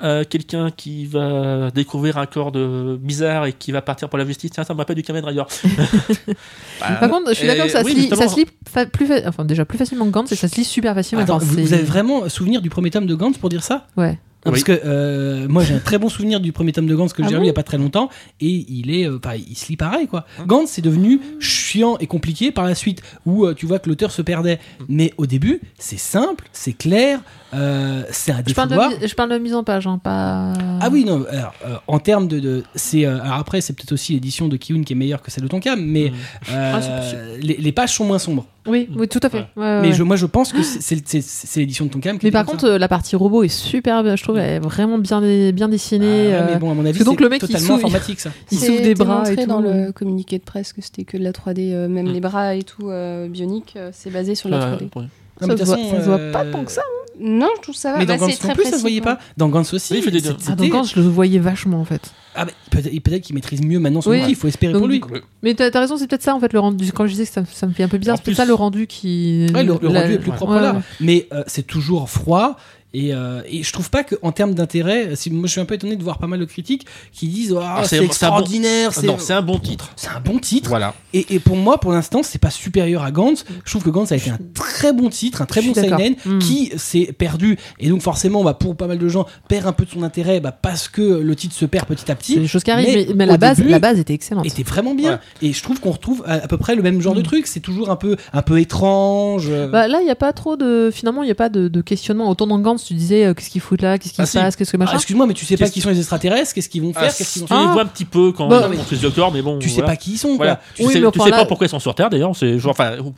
euh, quelqu'un qui va découvrir un corps de bizarre et qui va partir pour la justice, tiens, ça me rappelle du Kamen Rider. Bah,
par contre, je suis
et-
d'accord que ça,
oui,
se lit,
justement.
ça se lit fa- plus, fa- enfin déjà plus facilement que Gantz et ça se lit super facilement.
Ah, Attends,
Enfin,
vous,
c'est-
vous avez vraiment souvenir du premier tome de Gantz pour dire ça
Ouais.
Non,
Oui.
Parce que euh, moi j'ai un très bon souvenir du premier tome de Gantz que
Ah
j'ai
bon
lu il y a pas très longtemps et il est, euh, bah, il se lit pareil quoi.
Hein
Gantz c'est devenu chiant et compliqué par la suite où euh, tu vois que l'auteur se perdait.
Mm.
Mais au début c'est simple, c'est clair, euh, c'est un
Je parle,
défouloir.
de, mi- je parle de mise en page, hein, pas.
Ah oui, non, alors, euh, en termes de. de- c'est, euh, alors après, c'est peut-être aussi l'édition de Kiyun qui est meilleure que celle de Tonkam, mais
Mm.
euh,
Ah, c'est possible.
les, les pages sont moins sombres.
Oui, oui, tout à fait. Ouais, ouais,
mais
ouais.
je, moi, je pense que c'est, c'est- c'est- c'est l'édition de Tonkam qui
Mais
était
par
comme
contre, euh, la partie robot est super bien, je trouve, elle est vraiment bien, bien
ça.
dessinée.
Ah,
euh,
mais bon, à mon avis,
parce que donc
c'est
le mec, il
totalement
s'ouvre-
informatique, ça.
il
C'est
s'ouvre des
été
bras et
montré
tout.
dans le communiqué de presse que c'était que de la 3D, euh, même
Mm.
les bras et tout, euh, bionique, euh, c'est basé sur la
Euh,
3D.
ouais.
Non,
Ça
mais de
se
toute
voit-
façon,
ça se voit
euh,
pas tant que ça,
Non, je trouve ça va.
Mais
bah,
dans Gantz
c'est
non
très
plus, ça se
précis, hein.
voyait
quoi.
pas. Dans Gantz aussi,
Oui, il fait des deux.
c'était-
Ah, donc Gantz, je le voyais vachement en fait.
Ah, mais peut- peut-être, qu'il maîtrise mieux maintenant son
Oui.
outil, il faut espérer
Donc,
pour lui.
du Mais t'as t'as raison, c'est peut-être ça en fait le rendu. Quand je disais que ça, ça me fait un peu bizarre,
En
c'est peut-être
plus-
ça le rendu qui.
Ouais, le, le
la-
rendu est plus
ouais.
propre
Ouais,
là.
ouais.
Mais euh, c'est toujours froid. Et, euh, et je trouve pas qu'en termes d'intérêt, si, moi je suis un peu étonné de voir pas mal de critiques qui disent Ah,
Ah,
c'est,
c'est- c'est un bon- Ah
extraordinaire, c'est,
Non, c'est un bon titre. Ah,
c'est un bon titre.
Voilà.
Et, et pour moi, pour l'instant, c'est pas supérieur à Gantz. Je trouve que Gantz a été un très bon titre, un très
Je
bon
suis d'accord.
seinen
Mm.
qui s'est perdu. Et donc forcément, bah, pour pas mal de gens, perd un peu de son intérêt bah, parce que le titre se perd petit à
C'est des
petit.
choses qui arrivent,
Mais
mais, mais
au
la, base,
début-
la base était excellente.
Était vraiment bien.
Voilà.
Et je trouve qu'on retrouve à, à peu près le même genre de
Mm.
truc. C'est toujours un peu, un peu étrange. euh,
Bah, là, il n'y a pas trop de. Finalement, il n'y a pas de, de questionnement. Autant dans Gantz, tu disais euh, qu'est-ce qu'il fout là, qu'est-ce qu'il
Ah,
se
si.
passe, qu'est-ce que machin.
Ah, excuse-moi, mais tu sais pas
Qu'est-ce-
qui sont les extraterrestres, qu'est-ce qu'ils vont faire,
Ah,
qu'est-ce qu'ils
tu
vont
les vois un petit peu quand
Bah,
on
oui.
construit le corps, mais bon.
Tu sais
voilà.
pas qui ils sont.
Voilà.
quoi.
Tu
Oui,
sais,
mais
tu
enfin,
sais
là-
pas pourquoi ils sont sur Terre d'ailleurs, c'est genre. Enfin, ou-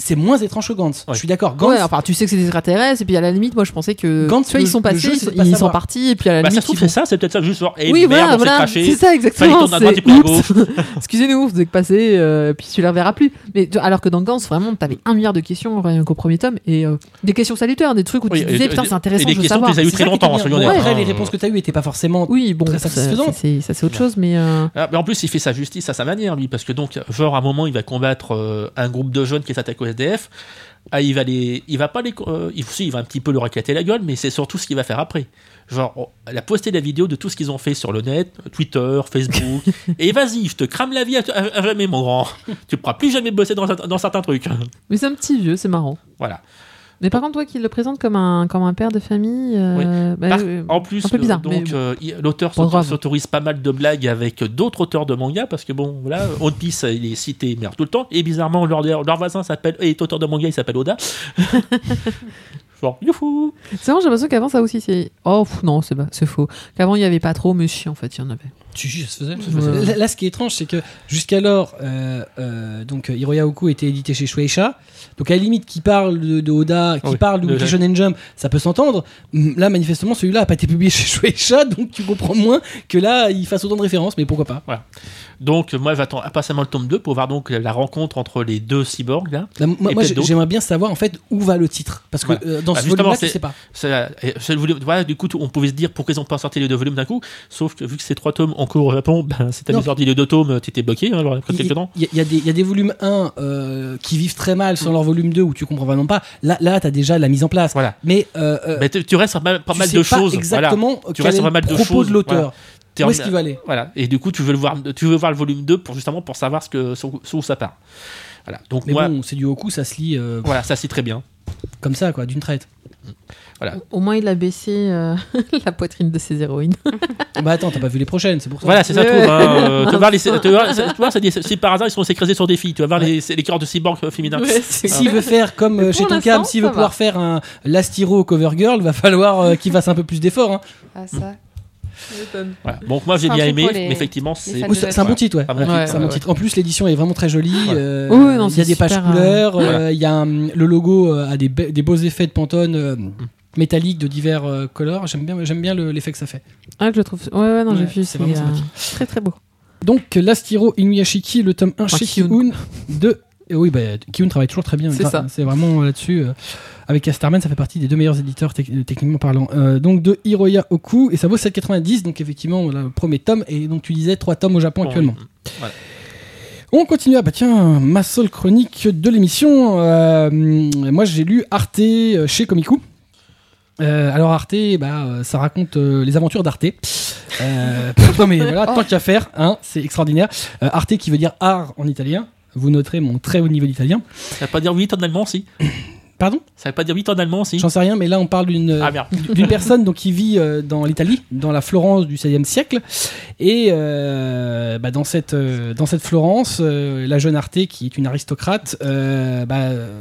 C'est moins étrange que Gantz.
Ouais.
Je suis d'accord. Gantz,
Ouais, enfin, tu sais que c'est des extraterrestres, et puis à la limite, moi je pensais que.
Gantz,
tu vois,
le-
ils sont
le jeu,
passés,
c'est de pas
ils, ils sont
savoir.
partis, et puis à la
bah, ça
limite.
se trouve,
ils
c'est
vont-
ça, c'est peut-être ça, juste genre. eh,
oui,
merde,
voilà,
on s'est
voilà,
craché.
c'est ça exactement.
tourner à droite,
c'est-
il tourne à
Oups. Excusez-nous, vous êtes passé, euh, puis tu la reverras plus. Mais tu- alors que dans Gantz, vraiment, t'avais un milliard de questions rien qu'au premier tome, et euh, des questions salutaires, des trucs où
Oui,
tu
et-
te disais, putain, c'est
et
intéressant,
des
je veux
questions que
savoir.
tu les as eues
c'est ça
très
qui
longtemps,
était
hein,
bien.
soyons
Bon,
honnêtes,
après,
hein.
les réponses que tu as eues n'étaient pas forcément.
Oui, bon,
Très
ça,
satisfaisant.
ça, c'est ça, c'est autre chose, mais. euh,
Ah, mais en plus, il fait sa justice à sa manière, lui, parce que donc, genre, à un moment, il va combattre euh, un groupe de jeunes qui s'attaque au SDF. Ah, il va les, il va pas les, euh, il, si, il va un petit peu leur éclater la gueule, mais c'est surtout ce qu'il va faire après. Genre, oh, il a posté la vidéo de tout ce qu'ils ont fait sur le net, Twitter, Facebook, et vas-y, je te crame la vie à, à- à jamais, mon grand. Tu pourras plus jamais bosser dans, un- dans certains trucs.
Mais c'est un petit vieux, c'est marrant.
Voilà.
Mais par contre, toi qui le présente comme un, comme un père de famille, euh, bah,
Par-
euh,
en plus,
un peu
euh,
bizarre, mais
donc,
bon.
euh, il- l'auteur
Pas
s'auto-
grave.
s'autorise pas mal de blagues avec d'autres auteurs de manga parce que bon, voilà, euh, One Piece, il est cité merde tout le temps et bizarrement leur, leur voisin s'appelle et est auteur de manga, il s'appelle Oda. Genre, youhou
c'est vraiment, j'ai l'impression qu'avant ça aussi c'est. Oh pff, non, c'est, pas- c'est faux. Qu'avant il n'y avait pas trop, mais si en fait il y en avait.
Si, si, ça se faisait.
se faisait.
Là, là, ce qui est étrange, c'est que jusqu'alors, euh, euh, donc euh, Hiroya Oku était édité chez Shueisha. Donc à la limite, qui parle de, de Oda, qui
Oui,
parle de
de-
Shonen Jump, ça peut s'entendre. Mm, Là, manifestement, celui-là a pas été publié chez Shueisha, donc tu comprends moins que là, il fasse autant de références, mais pourquoi pas.
Donc, moi, j'attends impatiemment le tome 2 pour voir donc la rencontre entre les deux cyborgs. Là.
Là, moi,
Et
moi,
peut-être
j'ai-
d'autres.
j'aimerais bien savoir en fait où va le titre, parce que
Ouais.
euh, dans
Bah,
ce
justement,
volume-là, tu
c'est-
sais pas.
Ça- et ce volume- voilà, du coup, on pouvait se dire pourquoi ils n'ont pas sorti les deux volumes d'un coup. Sauf que vu que ces trois tomes en cours au Japon, ben, si
Non.
t'avais sorti les deux tomes, t'étais bloqué hein, alors, après
Il
quelques temps.
il y, a- il y a des- il y a des volumes 1 euh, qui vivent très mal sans leur volume 2 où tu comprends vraiment pas. Là, là t'as déjà la mise en place.
Mm. Voilà. Bah,
Mais euh, euh,
Mais tu tu restes sur pas, pas
tu
mal
sais
de
pas
choses. Voilà.
Exactement.
Tu
quel est
restes sur pas mal
le
de
propos
choses,
de l'auteur.
T'es
Où
en-
est-ce qu'il va aller
Voilà. Et du coup, tu veux le voir, tu veux voir le volume 2 pour justement pour savoir ce que, sur, sur où ça part. Voilà. Donc
Mais
moi,
bon, c'est du haut coup, ça se lit euh,
voilà, ça c'est très bien.
comme ça, quoi, d'une traite.
Au moins, il a baissé euh, la poitrine de ses héroïnes.
bah attends, t'as pas vu les prochaines, c'est pour ça.
Voilà, c'est ça le
Ouais.
trouve. hein. Euh, tu vas voir, les, tu vas voir- tu vas voir, ça dit- si par hasard ils sont sécrésés sur des filles, tu vas voir les, les corps de cyborgs euh, féminins.
Ouais, c'est-
S'il veut faire comme euh,
Mais
chez
pour
Tonkam,
l'instant,
s'il
ça
veut pouvoir
va.
faire un Lastiro cover girl, va falloir euh, qu'il fasse un peu plus d'efforts. hein.
Ah, ça.
Voilà. Donc moi j'ai
C'est un
bien
truc
aimé,
pour les-
mais effectivement
les
c'est.
fans
Ou C'est c'est un bon
Ouais.
titre, ouais.
Ah, bon,
Ouais.
C'est un bon titre. En plus, l'édition est vraiment très jolie. euh,
Ouais, non,
il y a
c'est
des pages
super, euh,
couleurs. euh, Il
Voilà.
y a hum, le logo euh, a des, be- des beaux effets de pantone euh,
Mm.
métallique de divers euh, couleurs. J'aime bien, j'aime bien le- l'effet que ça fait.
Ah, je le trouve. Ouais, ouais, non, j'ai
Ouais,
vu.
c'est vraiment
euh,
sympathique.
Très, très beau.
Donc, Lastiro Inuyashiki, le tome 1
Enfin,
chez
Kiyun.
Kiyun de. et oui, bah, Kiyun travaille toujours très bien.
C'est
Gra-
ça.
C'est vraiment euh, là-dessus. euh, avec Casterman, ça fait partie des deux meilleurs éditeurs tec- euh, techniquement parlant. Euh, donc de Hiroya Oku, et ça vaut 7,90. Donc effectivement, voilà, le premier tome. Et donc tu disais trois tomes au Japon
Bon,
actuellement.
voilà.
On continue. Ah bah tiens, ma seule chronique de l'émission. Euh, moi, j'ai lu Arte euh, chez Komiku. Euh, alors Arte, bah, euh, ça raconte euh, les aventures d'Arte. Euh, non mais voilà, tant qu'à faire, hein, c'est extraordinaire. Euh, Arte qui veut dire art en italien. Vous noterez mon très haut niveau d'italien.
Ça veut pas dire 8 en allemand si.
Pardon
Ça veut pas dire 8 en allemand si.
J'en sais rien, mais là on parle d'une euh,
Ah merde.
d'une personne donc qui vit euh, dans l'Italie, dans la Florence du XVIe siècle, et euh, bah, dans cette euh, dans cette Florence, euh, la jeune Arte qui est une aristocrate, euh, bah, euh,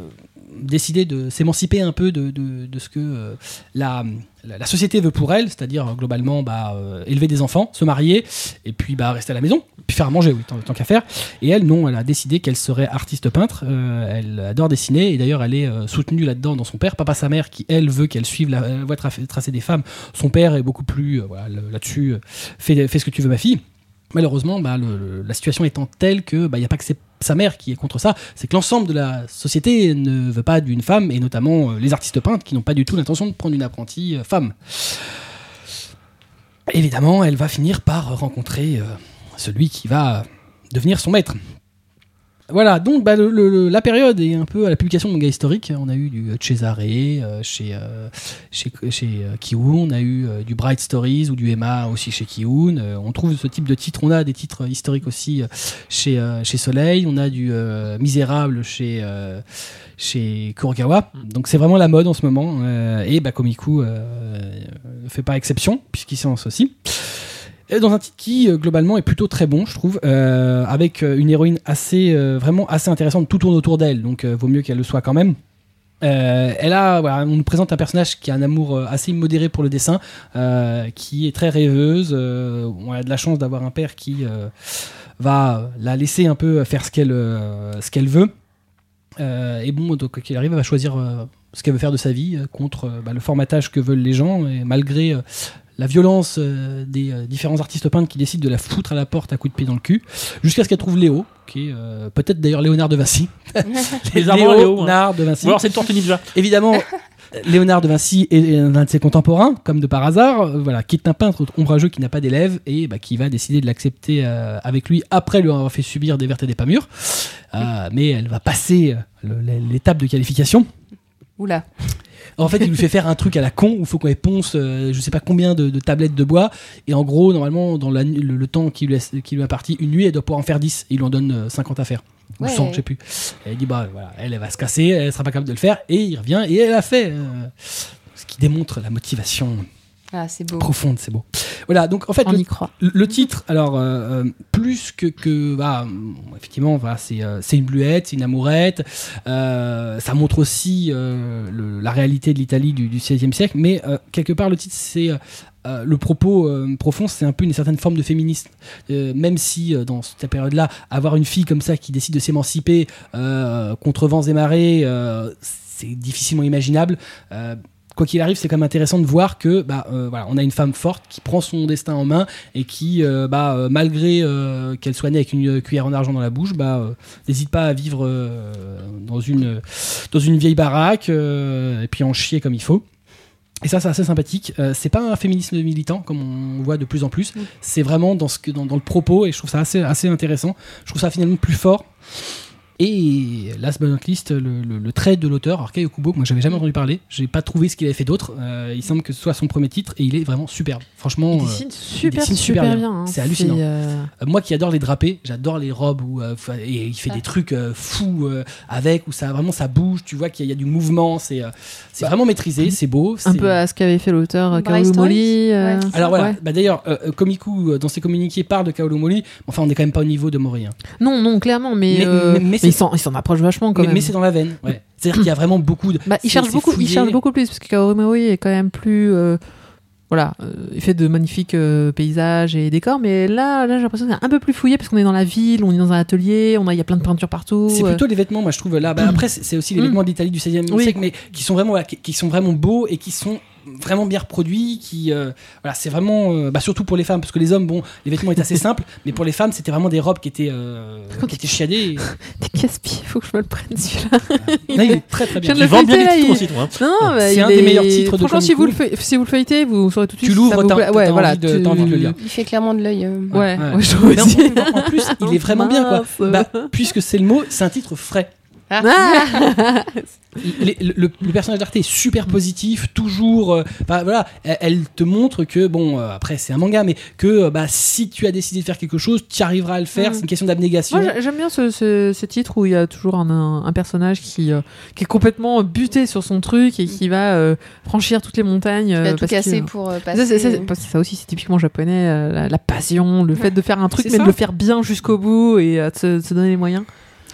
décidait de s'émanciper un peu de, de- de ce que euh, la, la la société veut pour elle, c'est-à-dire euh, globalement bah, euh, élever des enfants, se marier, et puis bah, rester à la maison, puis faire à manger, oui, tant, tant qu'à faire. Et elle, non, elle a décidé qu'elle serait artiste peintre. Euh, elle adore dessiner et d'ailleurs, elle est euh, soutenue là-dedans dans son père, papa sa mère, qui elle veut qu'elle suive la euh, la voie tra- tracée des femmes. Son père est beaucoup plus euh, voilà, le- là-dessus. euh, fais, fais ce que tu veux, ma fille. Malheureusement, bah, le- le- la situation étant telle que bah, il n'y a pas que c'est- sa mère qui est contre ça, c'est que l'ensemble de la société ne veut pas d'une femme, et notamment euh, les artistes peintres qui n'ont pas du tout l'intention de prendre une apprentie euh, femme. Évidemment, elle va finir par rencontrer euh, celui qui va devenir son maître. Voilà, donc bah, le- le- le- la période est un peu à la publication de manga historique. On a eu du euh, Cesare euh, chez, euh, chez, chez euh, Kiun, on a eu euh, du Bright Stories ou du Emma aussi chez Kiun. Euh, on trouve ce type de titre, on a des titres euh, historiques aussi euh, chez, euh, chez Soleil, on a du euh, Misérable chez, euh, chez Kurokawa. Donc c'est vraiment la mode en ce moment. Euh, et bah, Komiku euh, ne fait pas exception, puisqu'il s'en aussi. Et dans un titre qui euh, globalement est plutôt très bon, je trouve, euh, avec euh, une héroïne assez euh, vraiment assez intéressante. Tout tourne autour d'elle, donc euh, vaut mieux qu'elle le soit quand même. Euh, elle a, voilà, on nous présente un personnage qui a un amour euh, assez modéré pour le dessin, euh, qui est très rêveuse. euh, on a de la chance d'avoir un père qui euh, va euh, la laisser un peu faire ce qu'elle euh, ce qu'elle veut. Euh, et bon, donc qu'il arrive, elle va choisir euh, ce qu'elle veut faire de sa vie euh, contre euh, bah, le formatage que veulent les gens. Et malgré euh, la violence euh, des euh, différents artistes peintres qui décident de la foutre à la porte à coups de pied dans le cul, jusqu'à ce qu'elle trouve Léo, qui est euh, peut-être d'ailleurs Léonard de Vinci.
Bizarrement, Léo, hein.
Léonard de Vinci.
Ou alors c'est une tortue ninja.
Évidemment, Léonard de Vinci est est un de ses contemporains, comme de par hasard, euh, voilà, qui est un peintre ombrageux qui n'a pas d'élèves et bah, qui va décider de l'accepter euh, avec lui après lui avoir fait subir des vertes et des pas mûres.
Mm.
Euh, mais elle va passer euh, le- le- l'étape de qualification.
Oula.
En fait, il lui fait faire un truc à la con où il faut qu'on éponce euh, je sais pas combien de, de tablettes de bois. Et en gros, normalement, dans la nu- le, le temps qui lui, est, qui lui est imparti, une nuit, elle doit pouvoir en faire 10. Et il lui en donne euh, 50 à faire. Ou
Ouais.
100, je sais plus. Et il dit, bah voilà, elle, elle va se casser, elle sera pas capable de le faire. Et il revient et elle a fait. euh, ce qui démontre la motivation
Ah, c'est beau.
profonde, c'est beau. Voilà, donc en fait,
On
le-
y croit.
le titre, alors, euh, euh, plus que. que bah, effectivement, voilà, c'est euh, c'est une bluette, c'est une amourette. euh, ça montre aussi euh, le- la réalité de l'Italie du, du 16e siècle. Mais euh, quelque part, le titre, c'est euh, euh, le propos euh, profond, c'est un peu une certaine forme de féminisme. Euh, même si euh, dans cette période-là, avoir une fille comme ça qui décide de s'émanciper euh, contre vents et marées, euh, c'est difficilement imaginable. Euh, Quoi qu'il arrive, c'est quand même intéressant de voir que bah, euh, voilà, on a une femme forte qui prend son destin en main et qui, euh, bah, euh, malgré euh, qu'elle soit née avec une euh, cuillère en argent dans la bouche, bah, euh, n'hésite pas à vivre euh, dans, une, euh, dans une vieille baraque euh, et puis en chier comme il faut. Et ça, c'est assez sympathique. Euh, c'est pas un féminisme militant, comme on voit de plus en plus. C'est vraiment dans, ce que, dans, dans le propos, et je trouve ça assez, assez intéressant. Je trouve ça finalement plus fort. Et last but not least, le, le- le trait de l'auteur, Arkei Okubo, que moi j'avais jamais entendu parler. J'ai pas trouvé ce qu'il avait fait d'autre. Euh, il semble que ce soit son premier titre, et il est vraiment superbe. Franchement.
Il
euh,
dessine super,
dessine super
super
bien.
bien. hein.
C'est hallucinant.
euh,
Euh, Moi qui adore les drapés, j'adore les robes où euh, fa- et il fait
Ah.
des trucs euh, fous euh, avec où ça vraiment ça bouge, tu vois qu'il y, a- il y a du mouvement, c'est euh, c'est vraiment maîtrisé, c'est beau.
Bah, un
c'est-
peu à ce qu'avait fait l'auteur euh,
Bryce
Kaoru
Torres
Mori. euh,
Ouais.
Alors voilà,
ouais.
bah, d'ailleurs euh, euh, Komiku euh, dans ses communiqués parle de Kaoru Mori, enfin on n'est quand même pas au niveau de Mori. hein.
Non, non, clairement, mais,
Mais-
euh,
mais- mais
mais
c'est-
il s'en il s'en approche vachement quand
Mais,
même.
mais c'est dans la veine, ouais. C'est-à-dire qu'il y a vraiment beaucoup de
Bah, il
c'est-
charge
c'est
beaucoup, il
fouillé.
charge beaucoup plus parce que Kaorimori est quand même plus euh, voilà, euh, il fait de magnifiques euh, paysages et décors, mais là, là j'ai l'impression que c'est un peu plus fouillé parce qu'on est dans la ville, on est dans un atelier, on a il y a plein de peintures partout.
C'est
euh.
plutôt les vêtements, moi je trouve. Là, bah, après, c'est c'est aussi les
Mm.
vêtements d'Italie du 16e
Oui.
siècle, mais qui sont vraiment, voilà, qui, qui sont vraiment beaux et qui sont vraiment bien reproduits. Qui, euh, voilà, c'est vraiment, euh, bah, surtout pour les femmes, parce que les hommes, bon, les vêtements étaient assez simples, mais pour les femmes, c'était vraiment des robes qui étaient, euh, qui étaient chiadées.
T'es casse-pied, faut que je me le prenne celui-là.
Là, il est très très bien.
Je
Il
le
vend bien
feuilleter, là,
les titres
il-
aussi, toi. hein.
Non, non, bah,
C'est
il
un des
est-
meilleurs titres de
Franchement, si vous,
Comic
le feuille- si vous le feuilletez, vous saurez tout de suite.
Tu
si
l'ouvres,
ça vous
t'as-
plaît.
t'as
ouais,
envie
voilà,
de-
tu-
t'as envie de le lire.
Il fait clairement de l'œil. euh.
Ouais,
Ouais.
ouais, je
Mais en-
aussi.
en plus, il est vraiment bien, quoi.
Mince.
Bah, puisque c'est le mot, c'est un titre frais.
Ah
Il- il est- le, le personnage d'Arte est super positif, toujours. euh, bah, voilà, elle, elle te montre que bon, euh, après c'est un manga, mais que euh, bah si tu as décidé de faire quelque chose, tu arriveras à le faire.
Mhm.
C'est une question d'abnégation.
Moi, j'a- j'aime bien ce, ce- ce titre où il y a toujours un, un- un personnage qui, euh, qui est complètement buté sur son truc et qui va euh, franchir toutes les montagnes.
Il
euh,
va tout
parce
casser
que-
pour euh,
Ça,
passer.
c'est- ça, c'est- parce que ça aussi, c'est typiquement japonais, euh, la, la passion, le fait de faire un truc,
C'est
mais
ça.
de le faire bien jusqu'au bout et euh, de, se, de se donner les moyens.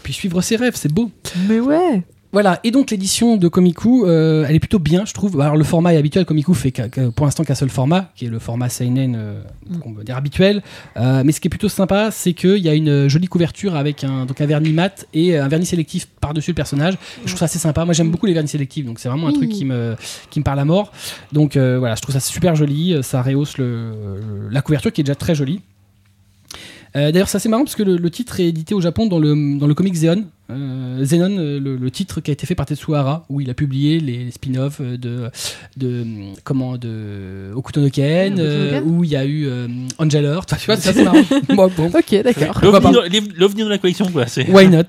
Puis suivre ses rêves, c'est beau.
Mais ouais,
Voilà. Et donc l'édition de Komiku, euh, elle est plutôt bien, je trouve. Alors le format est habituel. Komiku fait qu'à- qu'à- pour l'instant qu'un seul format, qui est le format seinen, euh, qu'on peut dire habituel. Euh, mais ce qui est plutôt sympa, c'est qu'il y a une jolie couverture avec un donc un vernis mat et un vernis sélectif par dessus le personnage. Je trouve ça assez sympa. Moi, j'aime beaucoup les vernis sélectifs, donc c'est vraiment un
Oui.
truc qui me qui me parle à mort. Donc euh, voilà, je trouve ça super joli. Ça rehausse le, le- la couverture qui est déjà très jolie. Euh, D'ailleurs, c'est assez marrant parce que le, le titre est édité au Japon dans le, dans le comic Zeon. Euh, Zenon, euh, le, le titre qui a été fait par Tetsuhara, où il a publié les, les spin-offs euh, de, de euh, comment de Hokuto no Ken,
Hokuto no
euh,
Ken.
où il y a eu euh, Angelor. Toi, tu vois, c'est assez marrant. Moi, bon,
ok, d'accord.
Pourquoi
L'ovni dans- l'ov- L'ovni dans la collection, quoi. c'est-
Why not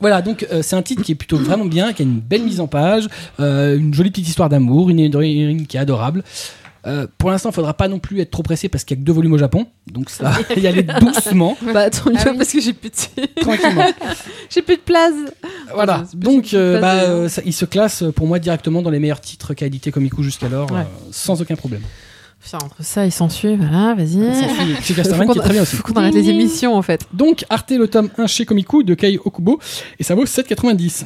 Voilà, donc euh, c'est un titre qui est plutôt vraiment bien, qui a une belle mise en page, euh, une jolie petite histoire d'amour, une héroïne qui est adorable. Euh, pour l'instant, il faudra pas non plus être trop pressé parce qu'il y a que deux volumes au Japon, donc ça va y aller doucement,
Bah, attends une
Ah
fois,
oui.
parce que j'ai plus de,
tranquillement.
j'ai plus de place.
Voilà,
C'est- c'est
donc
possible de
euh, bah,
passer, hein.
euh, ça- il se classe euh, pour moi directement dans les meilleurs titres qu'a édité Komiku jusqu'alors,
Ouais.
euh, sans aucun problème.
Putain, entre ça et s'ensuit, voilà, vas-y.
Ça suit chez
Faut
Casterman, qui est
qu'on-
très bien aussi.
Faut qu'on arrête les émissions en fait.
Donc, Arte le tome 1 chez Komiku de Kai Okubo, et ça vaut 7,90.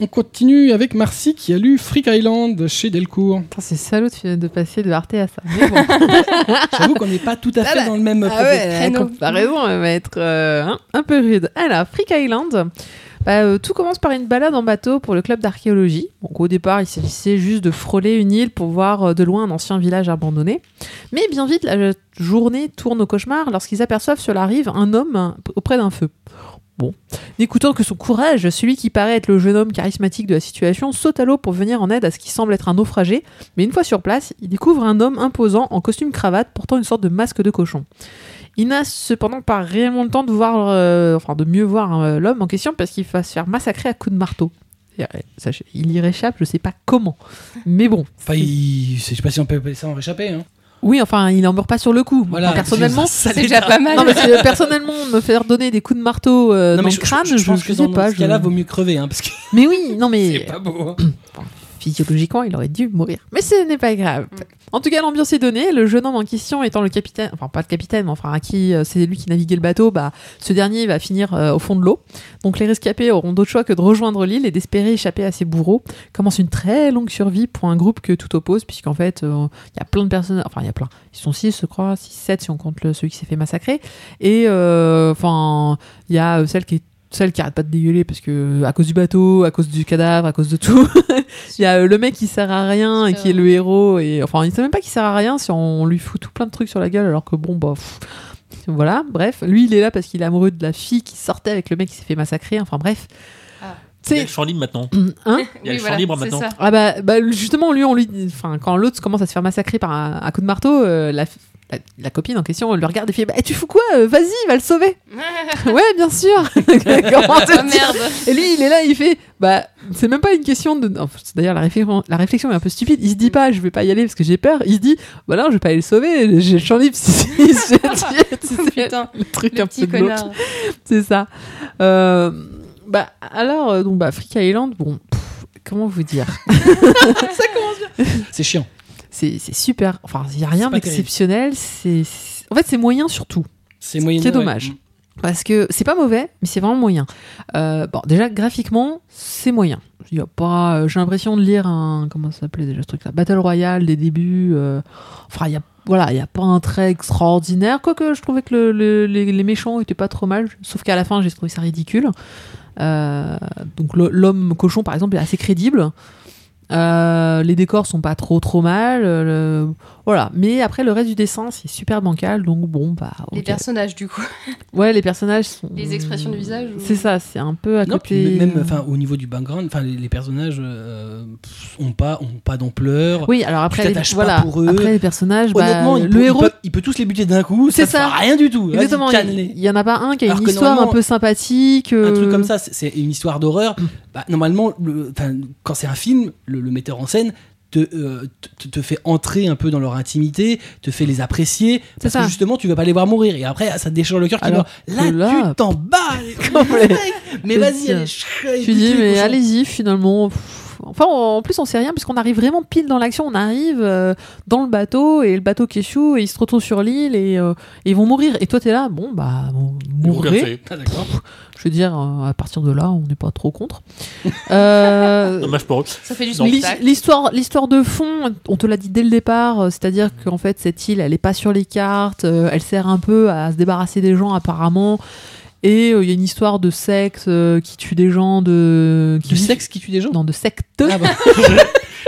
On continue avec Marcy qui a lu Freak Island chez Delcourt.
Putain, C'est salaud de, de passer de Arte à ça.
J'avoue qu'on n'est pas tout à
Ah
fait
bah,
dans le même
Ah
propos.
ouais, la
créneau.
comparaison elle va être euh, un, un peu rude. Alors, Freak Island, bah, euh, tout commence par une balade en bateau pour le club d'archéologie. Donc, au départ, il s'agissait juste de frôler une île pour voir euh, de loin un ancien village abandonné. Mais bien vite, la euh, journée tourne au cauchemar lorsqu'ils aperçoivent sur la rive un homme euh, auprès d'un feu. Bon, n'écoutant que son courage, celui qui paraît être le jeune homme charismatique de la situation saute à l'eau pour venir en aide à ce qui semble être un naufragé, mais une fois sur place, il découvre un homme imposant en costume cravate portant une sorte de masque de cochon. Il n'a cependant pas réellement le temps de voir, euh, enfin de mieux voir euh, l'homme en question parce qu'il va se faire massacrer à coups de marteau. C'est-à-dire, euh, sachez, Il y réchappe, je sais pas comment. Mais bon.
Enfin, il- je sais pas si on peut appeler ça en réchappé. hein.
Oui, enfin, il en meurt pas sur le coup.
Voilà.
Enfin, personnellement,
Ça,
C'est déjà pas mal.
non, parce que personnellement, me faire donner des coups de marteau euh,
Non,
dans
mais
le crâne, je,
pense que
je sais
dans
pas.
ce cas-là,
je-
vaut mieux crever, hein, parce que
Mais oui, non
c'est
mais
pas beau. hein.
Physiologiquement, il aurait dû mourir. Mais ce n'est pas grave. En tout cas, l'ambiance est donnée. Le jeune homme en question étant le capitaine, enfin pas le capitaine, mais enfin à qui euh, c'est lui qui naviguait le bateau, bah ce dernier va finir euh, au fond de l'eau. Donc les rescapés auront d'autres choix que de rejoindre l'île et d'espérer échapper à ses bourreaux. Commence une très longue survie pour un groupe que tout oppose, puisqu'en fait euh, il y a plein de personnes, enfin il y a plein, ils sont 6 je crois, 6, 7 si on compte le, celui qui s'est fait massacrer. Et euh, enfin il y a euh, celle qui est celle qui arrête pas de dégueuler parce que à cause du bateau, à cause du cadavre, à cause de tout. Il y a euh, le mec qui sert à rien et qui est le héros et enfin il sait même pas qu'il sert à rien si on lui fout tout plein de trucs sur la gueule alors que bon bah pff, voilà bref lui il est là parce qu'il est amoureux de la fille qui sortait avec le mec qui s'est fait massacrer enfin bref
Ah.
Il y a
c'est
le champ libre maintenant.
hein
Il y a le champ libre maintenant.
ah bah, bah, justement lui on lui enfin quand l'autre commence à se faire massacrer par un, un coup de marteau euh, la, la- la copine en question le regarde et fait bah, tu fous quoi Euh, vas-y va le sauver ouais bien sûr Comment te
oh
dire
merde
et lui, il est là, il fait, bah, c'est même pas une question de. enfin, D'ailleurs, la réflexion, la réflexion est un peu stupide. Il se dit pas, je vais pas y aller parce que j'ai peur. Il se dit, bah non, je vais pas aller le sauver. J'ai le champ libre si, si je tire. C'est
Oh, Putain,
le truc
le
un
petit
peu glauque.
connard.
C'est ça. Euh, bah, alors, euh, donc, bah, Freak Island, bon, pff, comment vous dire
C'est chiant.
C'est c'est super. Enfin, il y a rien
C'est pas
d'exceptionnel. C'est. c'est- En fait, c'est moyen surtout.
C'est moyen.
qui est dommage. Parce que c'est pas mauvais, mais c'est vraiment moyen. Euh, bon, déjà graphiquement, c'est moyen. Il y a pas, euh, j'ai l'impression de lire un comment ça s'appelait déjà ce truc-là, Battle Royale des débuts. euh, enfin, il y a voilà, il y a pas un trait extraordinaire. Quoique je trouvais que le- le- les, les méchants étaient pas trop mal, sauf qu'à la fin j'ai trouvé ça ridicule. Euh, donc le- l'homme cochon par exemple est assez crédible. Euh, les décors sont pas trop trop mal, euh, le- voilà. Mais après le reste du dessin c'est super bancal, donc bon bah.
Les
ok.
personnages, du coup.
Ouais, les personnages sont.
Les expressions du visage ou-
C'est ça, c'est un peu à
Non, puis
côté.
même enfin, au niveau du background, enfin, les, les personnages n'ont pas, ont pas d'ampleur.
Oui, alors après,
Tu
les,
t'attaches pas
voilà,
pour eux.
après les personnages, bah,
Honnêtement, il,
le
peut, il
héros.
peut- il peut tous les buter d'un coup, ça,
C'est ça.
fera rien du tout. Vas-y,
Exactement, il
canne-les.
il y en a pas un qui a
Alors
une
que
histoire un
normalement,
peu sympathique.
un truc
euh,
comme ça, c'est- c'est une histoire d'horreur. Bah, normalement, le- enfin, quand c'est un film, le, le metteur en scène te, euh, te, te fait entrer un peu dans leur intimité, te fait les apprécier, parce
ça.
que justement, tu vas pas les voir mourir. Et après, ah, ça te déchire le cœur. Tu
Alors
vois, là,
que là,
tu t'en bats. les
Complet.
couilles. mais
Je
vas-y, allez,
veux dire,
chut,
Tu dis,
butez,
mais
cochon.
allez-y, finalement. pff. Enfin, en en plus, on sait rien, puisqu'on arrive vraiment pile dans l'action. On arrive euh, dans le bateau, et le bateau qui échoue, et ils se retrouvent sur l'île, et euh, et ils vont mourir. Et toi, t'es là, bon, bah, bon, mourrez. Euh,
Ah, d'accord.
Je veux dire, euh, à partir de là, on n'est pas trop contre. euh,
Dommage pour eux.
Ça fait du
Donc-
L'his-
spectacle.
L'histoire, l'histoire de fond, on te l'a dit dès le départ, euh, c'est-à-dire qu'en fait cette île, elle est pas sur les cartes, euh, elle sert un peu à se débarrasser des gens apparemment, et euh, il y a une histoire de sexe euh, qui tue des gens, de qui
Du
vit-
sexe qui tue des gens
non de secte,
Ah bah,